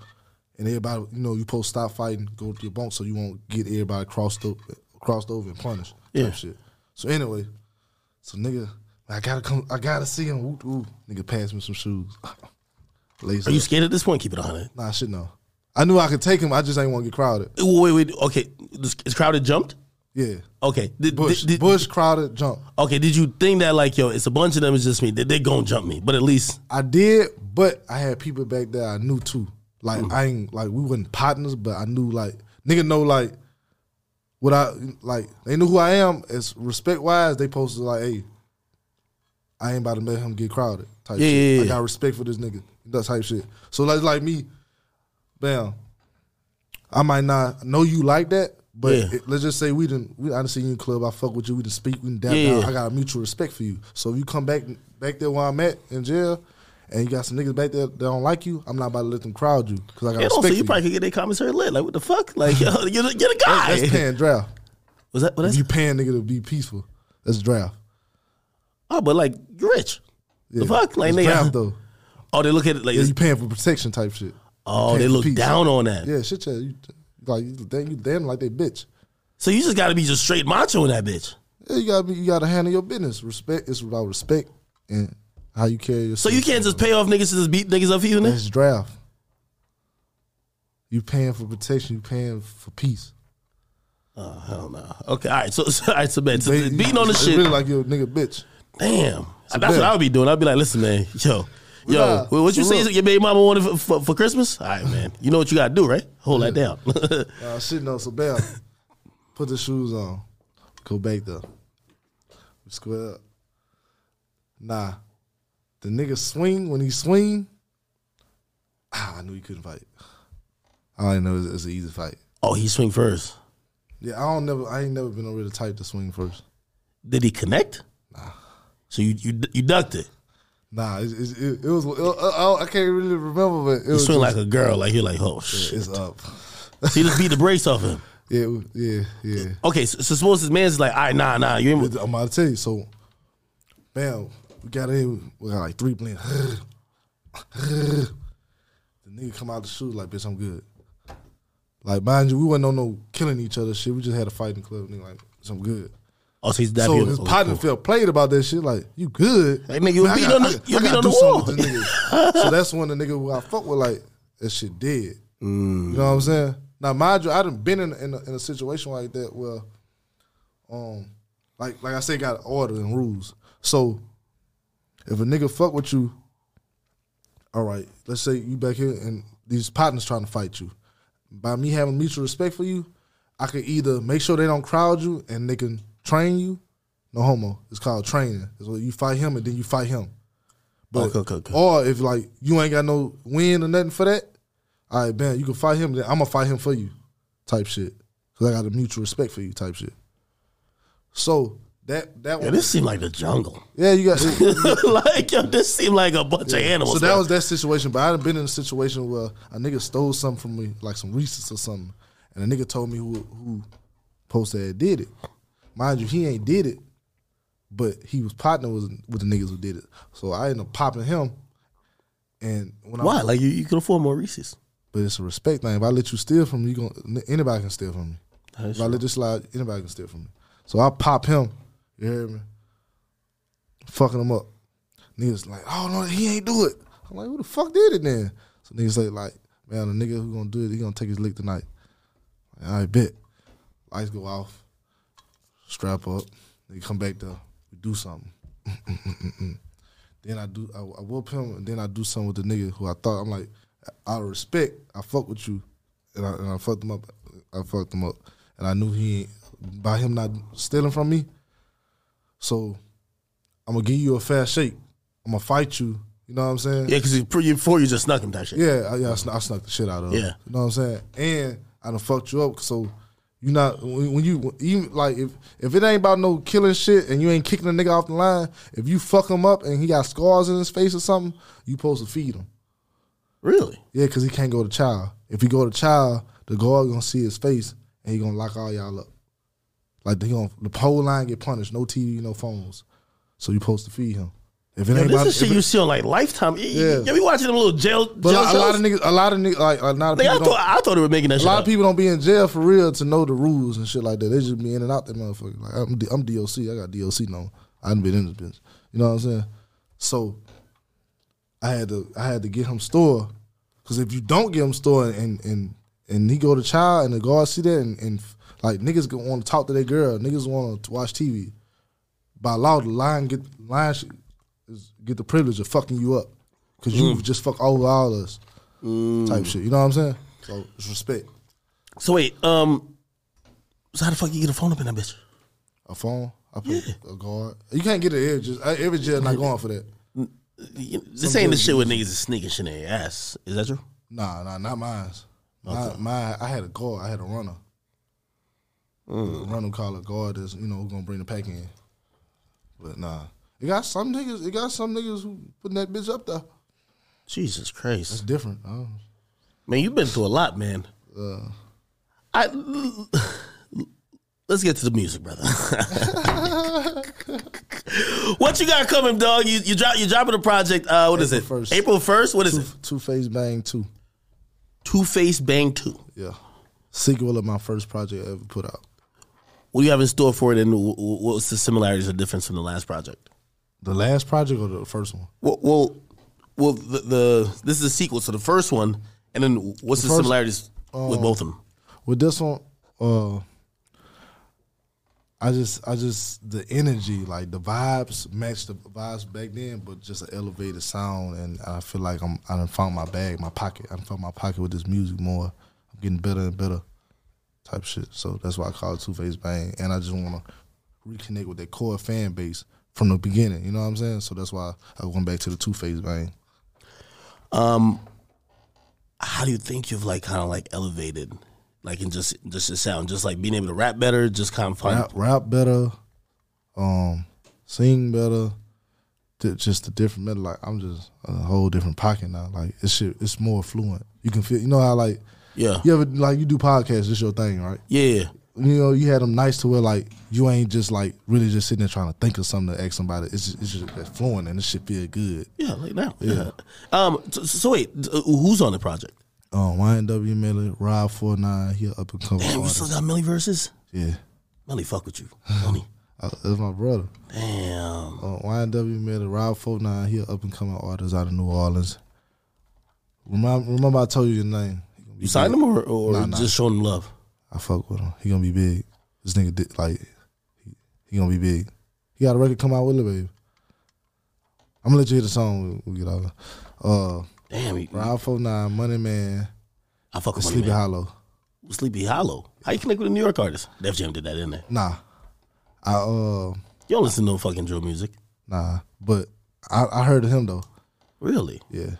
Speaker 2: and everybody, you know, you supposed to stop fighting, go to your bunk, so you won't get everybody crossed up, crossed over and punished. Type
Speaker 1: Yeah.
Speaker 2: shit. So anyway, so nigga, I gotta come, I gotta see him. Woo, woo. Nigga, pass me some shoes. (laughs) Lace
Speaker 1: Are you
Speaker 2: up.
Speaker 1: scared at this point? Keep it 100.
Speaker 2: Nah, shit, no. I knew I could take him. I just ain't want to get crowded.
Speaker 1: Wait, wait, okay. This, is crowded jumped?
Speaker 2: Yeah.
Speaker 1: Okay. Did,
Speaker 2: Bush,
Speaker 1: did- did-
Speaker 2: Bush, Crowder, jump.
Speaker 1: Okay, did you think that, like, yo, it's a bunch of them, it's just me? They, they gonna jump me, but at least.
Speaker 2: I did, but I had people back there I knew too. Like I ain't like we wasn't partners, but I knew like nigga know like what I like. They knew who I am. As respect wise, they posted like, "Hey, I ain't about to let him get crowded." Type
Speaker 1: Yeah,
Speaker 2: shit.
Speaker 1: yeah, yeah.
Speaker 2: I got respect for this nigga. That type shit. So like like me, bam. I might not know you like that, but
Speaker 1: Yeah.
Speaker 2: it- let's just say we didn't. We, I done seen you in the club. I fuck with you. We didn't speak. We didn't dap
Speaker 1: Yeah,
Speaker 2: down.
Speaker 1: yeah.
Speaker 2: I got a mutual respect for you. So if you come back back there where I'm at in jail, and you got some niggas back there that don't like you, I'm not about to let them crowd you because I got
Speaker 1: And
Speaker 2: respect
Speaker 1: also, you
Speaker 2: for you.
Speaker 1: probably could get their commissary lit. Like, what the fuck? Like, yo, (laughs) get a, get a guy.
Speaker 2: That's paying draft.
Speaker 1: Was that, what
Speaker 2: If
Speaker 1: that's,
Speaker 2: you paying nigga to be peaceful, that's draft.
Speaker 1: oh, but like, you're rich.
Speaker 2: Yeah.
Speaker 1: The fuck? Like,
Speaker 2: That's
Speaker 1: nigga. (laughs)
Speaker 2: draft though.
Speaker 1: Oh, they look at it like,
Speaker 2: Yeah, you paying for protection type shit.
Speaker 1: oh,
Speaker 2: paying
Speaker 1: they
Speaker 2: for
Speaker 1: look
Speaker 2: peace.
Speaker 1: down on that.
Speaker 2: Yeah, shit, yeah. You, like you damn, you damn like they bitch.
Speaker 1: So you just gotta be just straight macho in that bitch.
Speaker 2: Yeah, you gotta be, you gotta handle your business. Respect is about respect and how you carry
Speaker 1: So
Speaker 2: yourself.
Speaker 1: you can't just pay off niggas to just beat niggas up for you, nigga?
Speaker 2: That's draft. You paying for protection. You paying for peace.
Speaker 1: Oh, hell no. Okay, all right. So, (laughs) so all right, so man, so
Speaker 2: They-
Speaker 1: beating on the
Speaker 2: it's
Speaker 1: shit.
Speaker 2: Really like you a nigga bitch.
Speaker 1: Damn, that's
Speaker 2: bad.
Speaker 1: what I would be doing. I'd be like, listen, man, yo, yo,
Speaker 2: Nah,
Speaker 1: what- what you
Speaker 2: so
Speaker 1: say?
Speaker 2: look.
Speaker 1: Your baby mama wanted for, for, for Christmas? All right, man. You know what you gotta do, right? Hold that down. (laughs)
Speaker 2: Uh, shit, no. So bam, put the shoes on. Go back there. We square up. Nah, the nigga swing when he swing. Ah, I knew he couldn't fight. I didn't know it's, it's an easy fight.
Speaker 1: oh, he swing first.
Speaker 2: Yeah, I don't never. I ain't never been over the type to swing first.
Speaker 1: Did he connect? So you you you ducked it.
Speaker 2: Nah, it, it, it, it was. It, I, I can't really remember, but it
Speaker 1: You
Speaker 2: was.
Speaker 1: swing
Speaker 2: just-
Speaker 1: like a girl. Like you're like, oh shit.
Speaker 2: it's up.
Speaker 1: So you just beat the brakes off him.
Speaker 2: Yeah, it was- yeah, yeah.
Speaker 1: Okay, so, so suppose this man's like, all right, nah, nah, you ain't. with-
Speaker 2: I'm about to tell you. So, bam, we got in. We got like three blends. the nigga come out the shoes like, bitch, I'm good. Like, mind you, we wasn't on no killing each other shit. We just had a fighting club. Nigga, like, bitch, I'm good.
Speaker 1: Oh, so he's that
Speaker 2: So
Speaker 1: beautiful.
Speaker 2: his partner felt played about that shit. Like, you good?
Speaker 1: Like, nigga, you
Speaker 2: Man, I
Speaker 1: beat
Speaker 2: gotta-
Speaker 1: on
Speaker 2: I
Speaker 1: the-
Speaker 2: gotta-
Speaker 1: you
Speaker 2: I
Speaker 1: beat
Speaker 2: gotta
Speaker 1: on
Speaker 2: do
Speaker 1: the
Speaker 2: something
Speaker 1: wall.
Speaker 2: with this nigga. so that's when the nigga who I fuck with, like, that shit dead. You know what I'm saying? Now, mind you, I done been in in a, in a situation like that where, um, like like I say, got order and rules. So if a nigga fuck with you, all right, let's say you back here and these partners trying to fight you. By me having mutual respect for you, I could either make sure they don't crowd you and they can train you. No homo. It's called training. It's where you fight him and then you fight him. But
Speaker 1: Okay, okay, okay.
Speaker 2: or if like you ain't got no win or nothing for that, all right, man, you can fight him. Then I'm gonna fight him for you, type shit. Cause I got a mutual respect for you, type shit. So that that
Speaker 1: Yeah,
Speaker 2: one,
Speaker 1: this seemed like the jungle. (laughs)
Speaker 2: yeah, you got. (laughs)
Speaker 1: like, yo, this seemed like a bunch of animals.
Speaker 2: So that
Speaker 1: man.
Speaker 2: was that situation. But I done been in a situation where a nigga stole something from me, like some Reese's or something, and a nigga told me who who posted that did it. Mind you, he ain't did it, but he was partnered with, with the niggas who did it. So I ended up popping him. And when I,
Speaker 1: why? Like, you, you could afford more Reese's.
Speaker 2: but it's a respect thing. If I let you steal from me, you gonna, anybody can steal from me.
Speaker 1: That's
Speaker 2: If I let this slide, anybody can steal from me. So I pop him. You hear me? Fucking him up. Niggas like, oh no, he ain't do it. I'm like, who the fuck did it then? So niggas like, like, man, the nigga who gonna do it, he gonna take his lick tonight. Like, I bet. Lights go off. Strap up. They come back to we do something. (laughs) then I do I, I whoop him and then I do something with the nigga who I thought I'm like out of respect I fuck with you and I, and I fucked him up I fucked him up and I knew he ain't- by him not stealing from me so I'm gonna give you a fair shake I'm gonna fight you you know what I'm saying
Speaker 1: Yeah, because before you just snuck him that shit.
Speaker 2: yeah I, yeah, I, snuck, I snuck the shit out of him
Speaker 1: Yeah.
Speaker 2: you know what I'm saying and I done fucked you up so You not when when you even like if if it ain't about no killing shit and you ain't kicking a nigga off the line, if you fuck him up and he got scars in his face or something, you supposed to feed him.
Speaker 1: Really?
Speaker 2: Yeah, because he can't go to child. If he go to child, the guard gonna see his face and he gonna lock all y'all up. Like they gonna the whole line get punished. No TV, no phones. So you supposed to feed him. If it
Speaker 1: Yo,
Speaker 2: ain't
Speaker 1: this
Speaker 2: about
Speaker 1: is shit
Speaker 2: if it-
Speaker 1: you see on like Lifetime. Yeah.
Speaker 2: Yeah.
Speaker 1: You, you be watching them little jail,
Speaker 2: but a
Speaker 1: jail
Speaker 2: lot, a
Speaker 1: shows?
Speaker 2: lot of niggas, a lot of niggas, like a lot of
Speaker 1: Nigga, I
Speaker 2: people,
Speaker 1: thought
Speaker 2: don't,
Speaker 1: I thought they were making that
Speaker 2: a
Speaker 1: shit.
Speaker 2: lot
Speaker 1: Up.
Speaker 2: of people don't be in jail for real to know the rules and shit like that. They just be in and out that motherfucker. Like I'm, D, I'm DOC. I got DOC number. I done been in this bitch. You know what I'm saying? So I had to, I had to get him store because if you don't get him store and and and he go to child and the guard see that and, and like niggas want to talk to their girl, niggas want to watch TV. By law, the line get line sh- is, get the privilege of fucking you up because you just fuck over all us type shit. You know what I'm saying? So it's respect.
Speaker 1: So wait, um, so how the fuck you get a phone up in that bitch?
Speaker 2: A phone. I put a guard. You can't get it here. Just uh, every jail not going for that.
Speaker 1: You- This ain't the shit where niggas is sneaking shit in their ass. Is that true?
Speaker 2: Nah, nah, not mine. My, my, I had a guard. I had a runner. A runner call a guard that's you know gonna bring the pack in. But nah, it got some niggas. It got some niggas who putting that bitch up there.
Speaker 1: Jesus Christ,
Speaker 2: It's different. I don't- uh,
Speaker 1: man, you've been through a lot, man. I let's get to the music, brother. (laughs) what you got coming, dog? You you drop you dropping a project. Uh, what is
Speaker 2: April
Speaker 1: it?
Speaker 2: 1st.
Speaker 1: April first. What is it?
Speaker 2: Two Face Bang Two.
Speaker 1: Two Face Bang Two.
Speaker 2: Yeah, sequel of my first project I ever put out.
Speaker 1: What do you have in store for it, and wh- wh- what's the similarities or difference from the last project?
Speaker 2: The last project or the first one?
Speaker 1: Well, well, well the, the this is a sequel to the first one, and then what's the,
Speaker 2: first- Oh.
Speaker 1: similarities with both of them?
Speaker 2: with this one, uh, I just, I just the energy, like the vibes, match the vibes back then, but just an elevated sound, and I feel like I'm, I done found my bag, my pocket. I done found my pocket with this music more. I'm getting better and better, type shit. So that's why I call it Two Face Bang, and I just want to reconnect with that core fan base from the beginning. You know what I'm saying? So that's why I went back to the Two Face Bang.
Speaker 1: How do you think you've like kind of like elevated, like in just just the sound, just like being able to rap better, just kind of find
Speaker 2: rap, rap better, um, sing better. Th- just a different metal. Like I'm just a whole different pocket now. Like it's shit, it's more fluent. You can feel. You know how like
Speaker 1: yeah,
Speaker 2: you ever like you do podcasts. It's your thing, right?
Speaker 1: yeah,
Speaker 2: You know you had them nice to where like you ain't just like really just sitting there trying to think of something to ask somebody. It's just, it's just that fluent and this shit feel good.
Speaker 1: yeah, like now, yeah. (laughs) Um, so, so wait, d- who's on the project?
Speaker 2: Um, YNW Miller, Rob Four Nine, he a up and coming
Speaker 1: Damn, we
Speaker 2: artist.
Speaker 1: still got Millie versus
Speaker 2: Yeah,
Speaker 1: Millie. Fuck with you,
Speaker 2: (sighs)
Speaker 1: Millie.
Speaker 2: uh, that's my brother.
Speaker 1: Damn,
Speaker 2: Uh, YNW Miller, Rob 49, he an up and coming artist out of New Orleans. Remember, remember I told you your name. He gonna be
Speaker 1: you signed
Speaker 2: big.
Speaker 1: him or, or
Speaker 2: Nah, nah.
Speaker 1: just showing him love?
Speaker 2: I fuck with him. He gonna be big. This nigga did like he, he gonna be big. He got a record come out with it, baby. I'm gonna let you hear the song. when We, get out. Uh,
Speaker 1: Damn, he-
Speaker 2: Rob 49, Money Man,
Speaker 1: I fuck with Money
Speaker 2: Sleepy
Speaker 1: Man.
Speaker 2: Hollow.
Speaker 1: Sleepy Hollow. How you connect with a New York artist? Def Jam did that in there.
Speaker 2: Nah, I uh,
Speaker 1: You don't listen to no fucking drill music,
Speaker 2: nah, but I, I heard of him though.
Speaker 1: really?
Speaker 2: Yeah,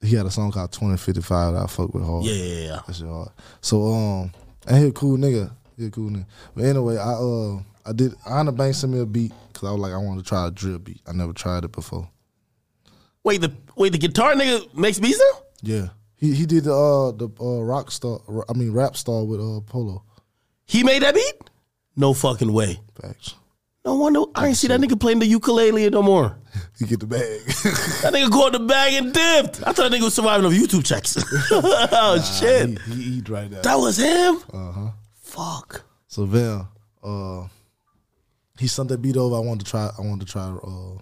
Speaker 2: he had a song called 2055 that I fuck with hard.
Speaker 1: Yeah, yeah, yeah.
Speaker 2: That shit hard. So um, and he a cool nigga. He a cool nigga. But anyway, I uh, I did. Honor Banks sent me a beat because I was like, I want to try a drill beat. I never tried it before.
Speaker 1: Wait, the wait, the guitar nigga makes beats now.
Speaker 2: Yeah, he he did the uh the uh rock star. I mean rap star with uh Polo.
Speaker 1: He made that beat? No fucking way.
Speaker 2: Facts.
Speaker 1: No wonder I ain't see that nigga playing the ukulele no more.
Speaker 2: He get the bag. (laughs)
Speaker 1: That nigga caught the bag and dipped. I thought that nigga was surviving off YouTube checks. (laughs) oh shit,
Speaker 2: he, he eat right now.
Speaker 1: that was him. Uh huh. Fuck.
Speaker 2: So Val, uh, he sent that beat over. I wanted to try. I wanted to try uh,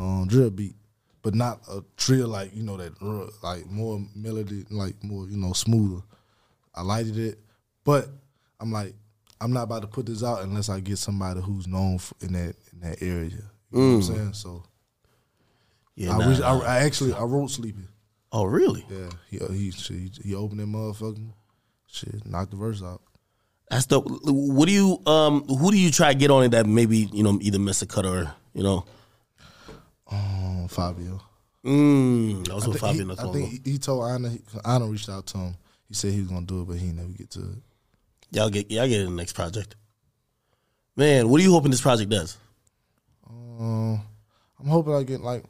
Speaker 2: um, drill beat, but not a drill like you know that uh, like more melody, like more you know smoother. I lighted it, but I'm like, I'm not about to put this out unless I get somebody who's known f in that in that area. You know what I'm saying? So
Speaker 1: Yeah.
Speaker 2: I,
Speaker 1: nah.
Speaker 2: wish, I, I actually I wrote sleeping.
Speaker 1: oh really?
Speaker 2: Yeah, he uh, he shit, he, he opened that motherfucking shit, knocked the verse out.
Speaker 1: That's the. What do you um? Who do you try to get on it that maybe you know either miss a cut or you know?
Speaker 2: Um, Fabio.
Speaker 1: Mm, that was what
Speaker 2: think
Speaker 1: Fabio
Speaker 2: he,
Speaker 1: was
Speaker 2: I think he, he told Anna. Anna reached out to him. He said he was gonna do it, but he never get to it.
Speaker 1: Y'all get y'all get in the next project. Man, what are you hoping this project does?
Speaker 2: Um, I'm hoping I get like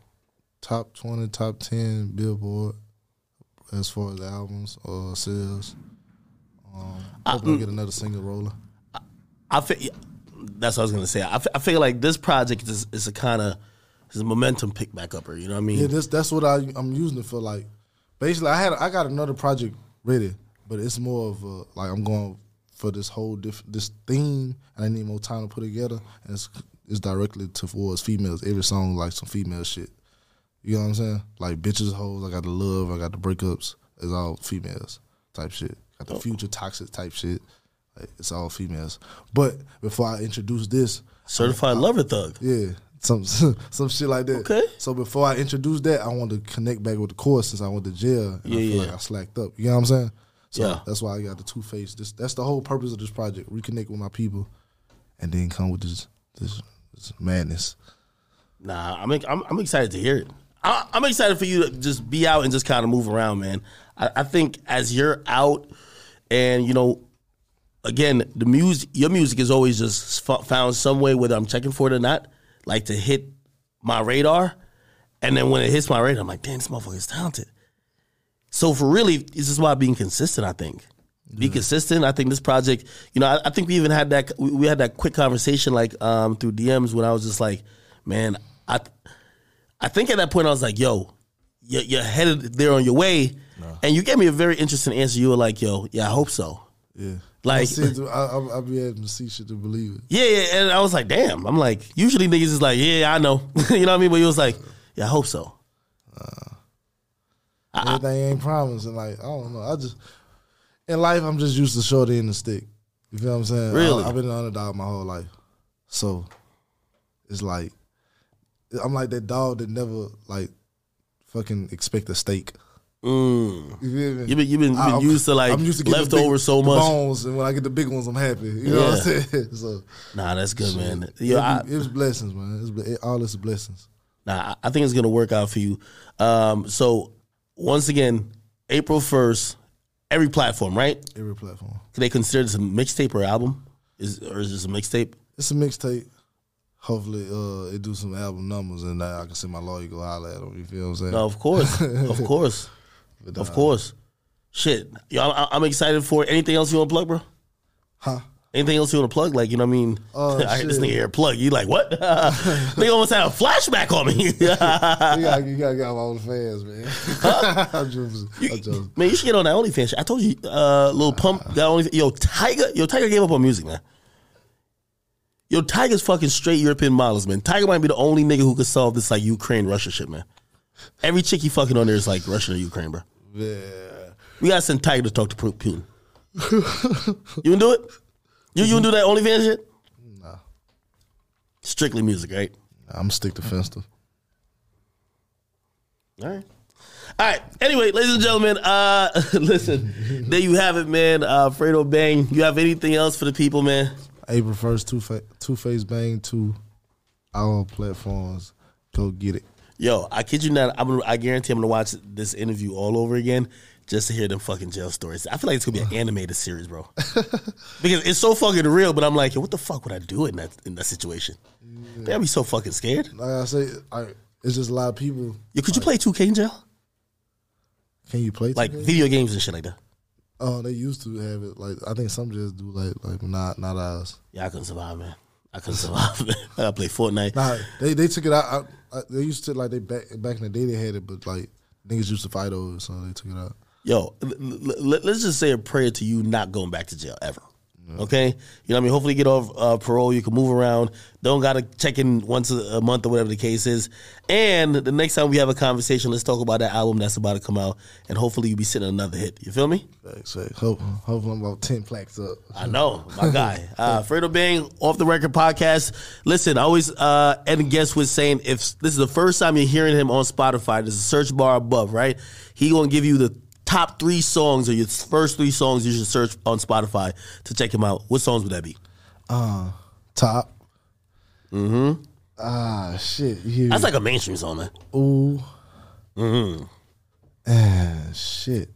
Speaker 2: top twenty, top ten Billboard as far as albums or sales. Um, hoping I, get another single roller.
Speaker 1: I feel that's what I was gonna say. I fe- I feel like this project is is a kind of is a momentum pick back upper. You know what I mean?
Speaker 2: Yeah, this that's what I I'm using it for. Like, basically, I had I got another project ready, but it's more of a, like I'm going for this whole diff, this theme, and I need more time to put it together. And it's it's directly towards females. Every song like some female shit. You know what I'm saying? Like bitches, hoes. I got the love. I got the breakups. It's all females type shit. Got the future toxic type shit. Like, it's all females. But before I introduce this,
Speaker 1: Certified lover thug.
Speaker 2: yeah, some (laughs) some shit like that.
Speaker 1: Okay.
Speaker 2: So before I introduce that, I want to connect back with the chorus since I went to jail and I
Speaker 1: Yeah,
Speaker 2: feel
Speaker 1: yeah.
Speaker 2: like I slacked up. You know what I'm saying? So
Speaker 1: Yeah.
Speaker 2: that's why I got the two face. This that's the whole purpose of this project: reconnect with my people, and then come with this this, this madness.
Speaker 1: Nah, I'm I'm, I'm excited to hear it. I, I'm excited for you to just be out and just kind of move around, man. I, I think as you're out, and you know, again, the music, your music is always just f- found some way, whether I'm checking for it or not, like to hit my radar, and then when it hits my radar, I'm like, damn, this motherfucker's talented. So for really, this is why being consistent. I think be consistent. I think this project. You know, I, I think we even had that. We, we had that quick conversation like um, through DMs when I was just like, man, I. I think at that point I was like, yo, you're, you're headed there on your way, and you gave me a very interesting answer. You were like, yo, yeah, I hope so.
Speaker 2: Yeah.
Speaker 1: Like-
Speaker 2: I I'll I, I be able to see shit to believe it.
Speaker 1: Yeah, yeah, and I was like, damn. I'm like, usually niggas is like, yeah, I know, (laughs) you know what I mean. But he was like, yeah, I hope so.
Speaker 2: Everything ain't promising. Like I don't know. I just in life, I'm just used to short end and stick. You feel what I'm saying?
Speaker 1: Really?
Speaker 2: I, have been an underdog my whole life, so it's like I'm like that dog that never like fucking expect a steak.
Speaker 1: Mm.
Speaker 2: You feel me?
Speaker 1: You've been you've been, you've been
Speaker 2: I'm-
Speaker 1: used to like
Speaker 2: I'm used to getting the
Speaker 1: leftover
Speaker 2: big-
Speaker 1: so
Speaker 2: the
Speaker 1: much.
Speaker 2: bones, and when I get the big ones, I'm happy. You know what I'm saying? (laughs) So
Speaker 1: Nah, that's good, man.
Speaker 2: yeah,
Speaker 1: Yo, I,
Speaker 2: it's blessings, man. It's, ble- it, all this is blessings.
Speaker 1: Nah, I- I think it's gonna work out for you. Um, so once again, April first, every platform, right?
Speaker 2: Every platform.
Speaker 1: Can they consider this a mixtape or album? Is or is this a mixtape?
Speaker 2: It's a mixtape. Hopefully, uh, it do some album numbers, and I, I can see my lawyer go holler at him. You feel what I'm saying?
Speaker 1: No, of
Speaker 2: (laughs)
Speaker 1: course, of course,
Speaker 2: But,
Speaker 1: of
Speaker 2: uh,
Speaker 1: course. Shit, yo, I'm, I'm excited for it. anything else you want to plug, bro.
Speaker 2: Huh?
Speaker 1: Anything else you want to plug? Like you know what I mean? (laughs)
Speaker 2: Oh,
Speaker 1: I heard this
Speaker 2: shit.
Speaker 1: nigga here plug. You like what? (laughs) they almost had a flashback on
Speaker 2: (laughs)
Speaker 1: me.
Speaker 2: You gotta, you gotta get all the
Speaker 1: (laughs)
Speaker 2: fans, man. (laughs) I'm joking. I'm joking.
Speaker 1: man, you should get on that OnlyFans. shit. I told you, uh, Lil Pump got only. Yo, Tiger, yo, Tiger gave up on music, man. Yo, Tiger's fucking straight European models, man. Tiger might be the only nigga who could solve this like Ukraine Russia shit, man. Every chick he fucking on there is like Russian or Ukraine, bro.
Speaker 2: Yeah.
Speaker 1: We gotta send Tiger to talk to Pu- Putin. you can do it. You you can do that OnlyFans shit.
Speaker 2: Nah,
Speaker 1: Strictly music, right?
Speaker 2: I'm stick to Fenster.
Speaker 1: All right. All right. Anyway, ladies and gentlemen, uh, (laughs) listen, there you have it, man. Uh, Fredo Bang, you have anything else for the people, man?
Speaker 2: April first, two fa- two face bang two, all platforms. Go get it.
Speaker 1: Yo, I kid you not. I'm. Gonna, I guarantee I'm gonna watch this interview all over again just to hear them fucking jail stories. I feel like it's gonna be an animated series, bro, because it's so fucking real. But I'm like, yo, what the fuck would I do in that in that situation? Damn, I'd be so fucking scared.
Speaker 2: Like I say, I, it's just a lot of people.
Speaker 1: Yo, could you play 2K in jail?
Speaker 2: Can you play?
Speaker 1: Like
Speaker 2: together?
Speaker 1: video games and shit like that.
Speaker 2: oh, they used to have it. Like I think some just do like like not not ours.
Speaker 1: Yeah, I couldn't survive, man. I couldn't (laughs) survive. man. I gotta play Fortnite.
Speaker 2: Nah, they they took it out. I, I, they used to like they back back in the day they had it, but like niggas used to fight over it, so they took it out.
Speaker 1: yo, l- l- l- let's just say a prayer to you not going back to jail ever. Okay, you know what I mean. Hopefully, you get off uh, parole. You can move around. Don't gotta check in once a a month or whatever the case is. And the next time we have a conversation, let's talk about that album that's about to come out. And hopefully, you be sitting another hit. You feel me?
Speaker 2: Facts, facts. Hope, hopefully I'm about ten plaques up.
Speaker 1: I know, my
Speaker 2: (laughs)
Speaker 1: guy. Uh, Fredo Bang, Off the Record Podcast. Listen, I always uh, end guest with saying if this is the first time you're hearing him on Spotify, there's a search bar above, right? He gonna give you the top three songs or your first three songs you should search on Spotify to check him out. What songs would that be?
Speaker 2: Uh, top. Mm-hmm. Ah, shit. You hear me?
Speaker 1: That's like a mainstream song, man.
Speaker 2: Ooh. Mm-hmm. Ah, shit.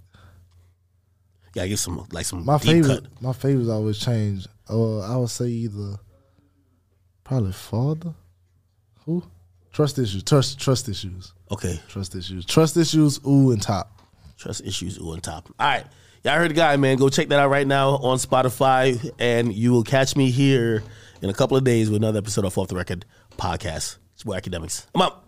Speaker 1: gotta get some like some
Speaker 2: My
Speaker 1: deep
Speaker 2: favorite,
Speaker 1: cut.
Speaker 2: my favorites always change. Uh, I would say either probably father, who trust issues, trust trust issues,
Speaker 1: Okay,
Speaker 2: trust issues, trust issues. Ooh, and top.
Speaker 1: trust issues ooh, on top. All right, y'all heard the guy, man. Go check that out right now on Spotify, and you will catch me here in a couple of days with another episode of Off the Record podcast. It's more academics. I'm out.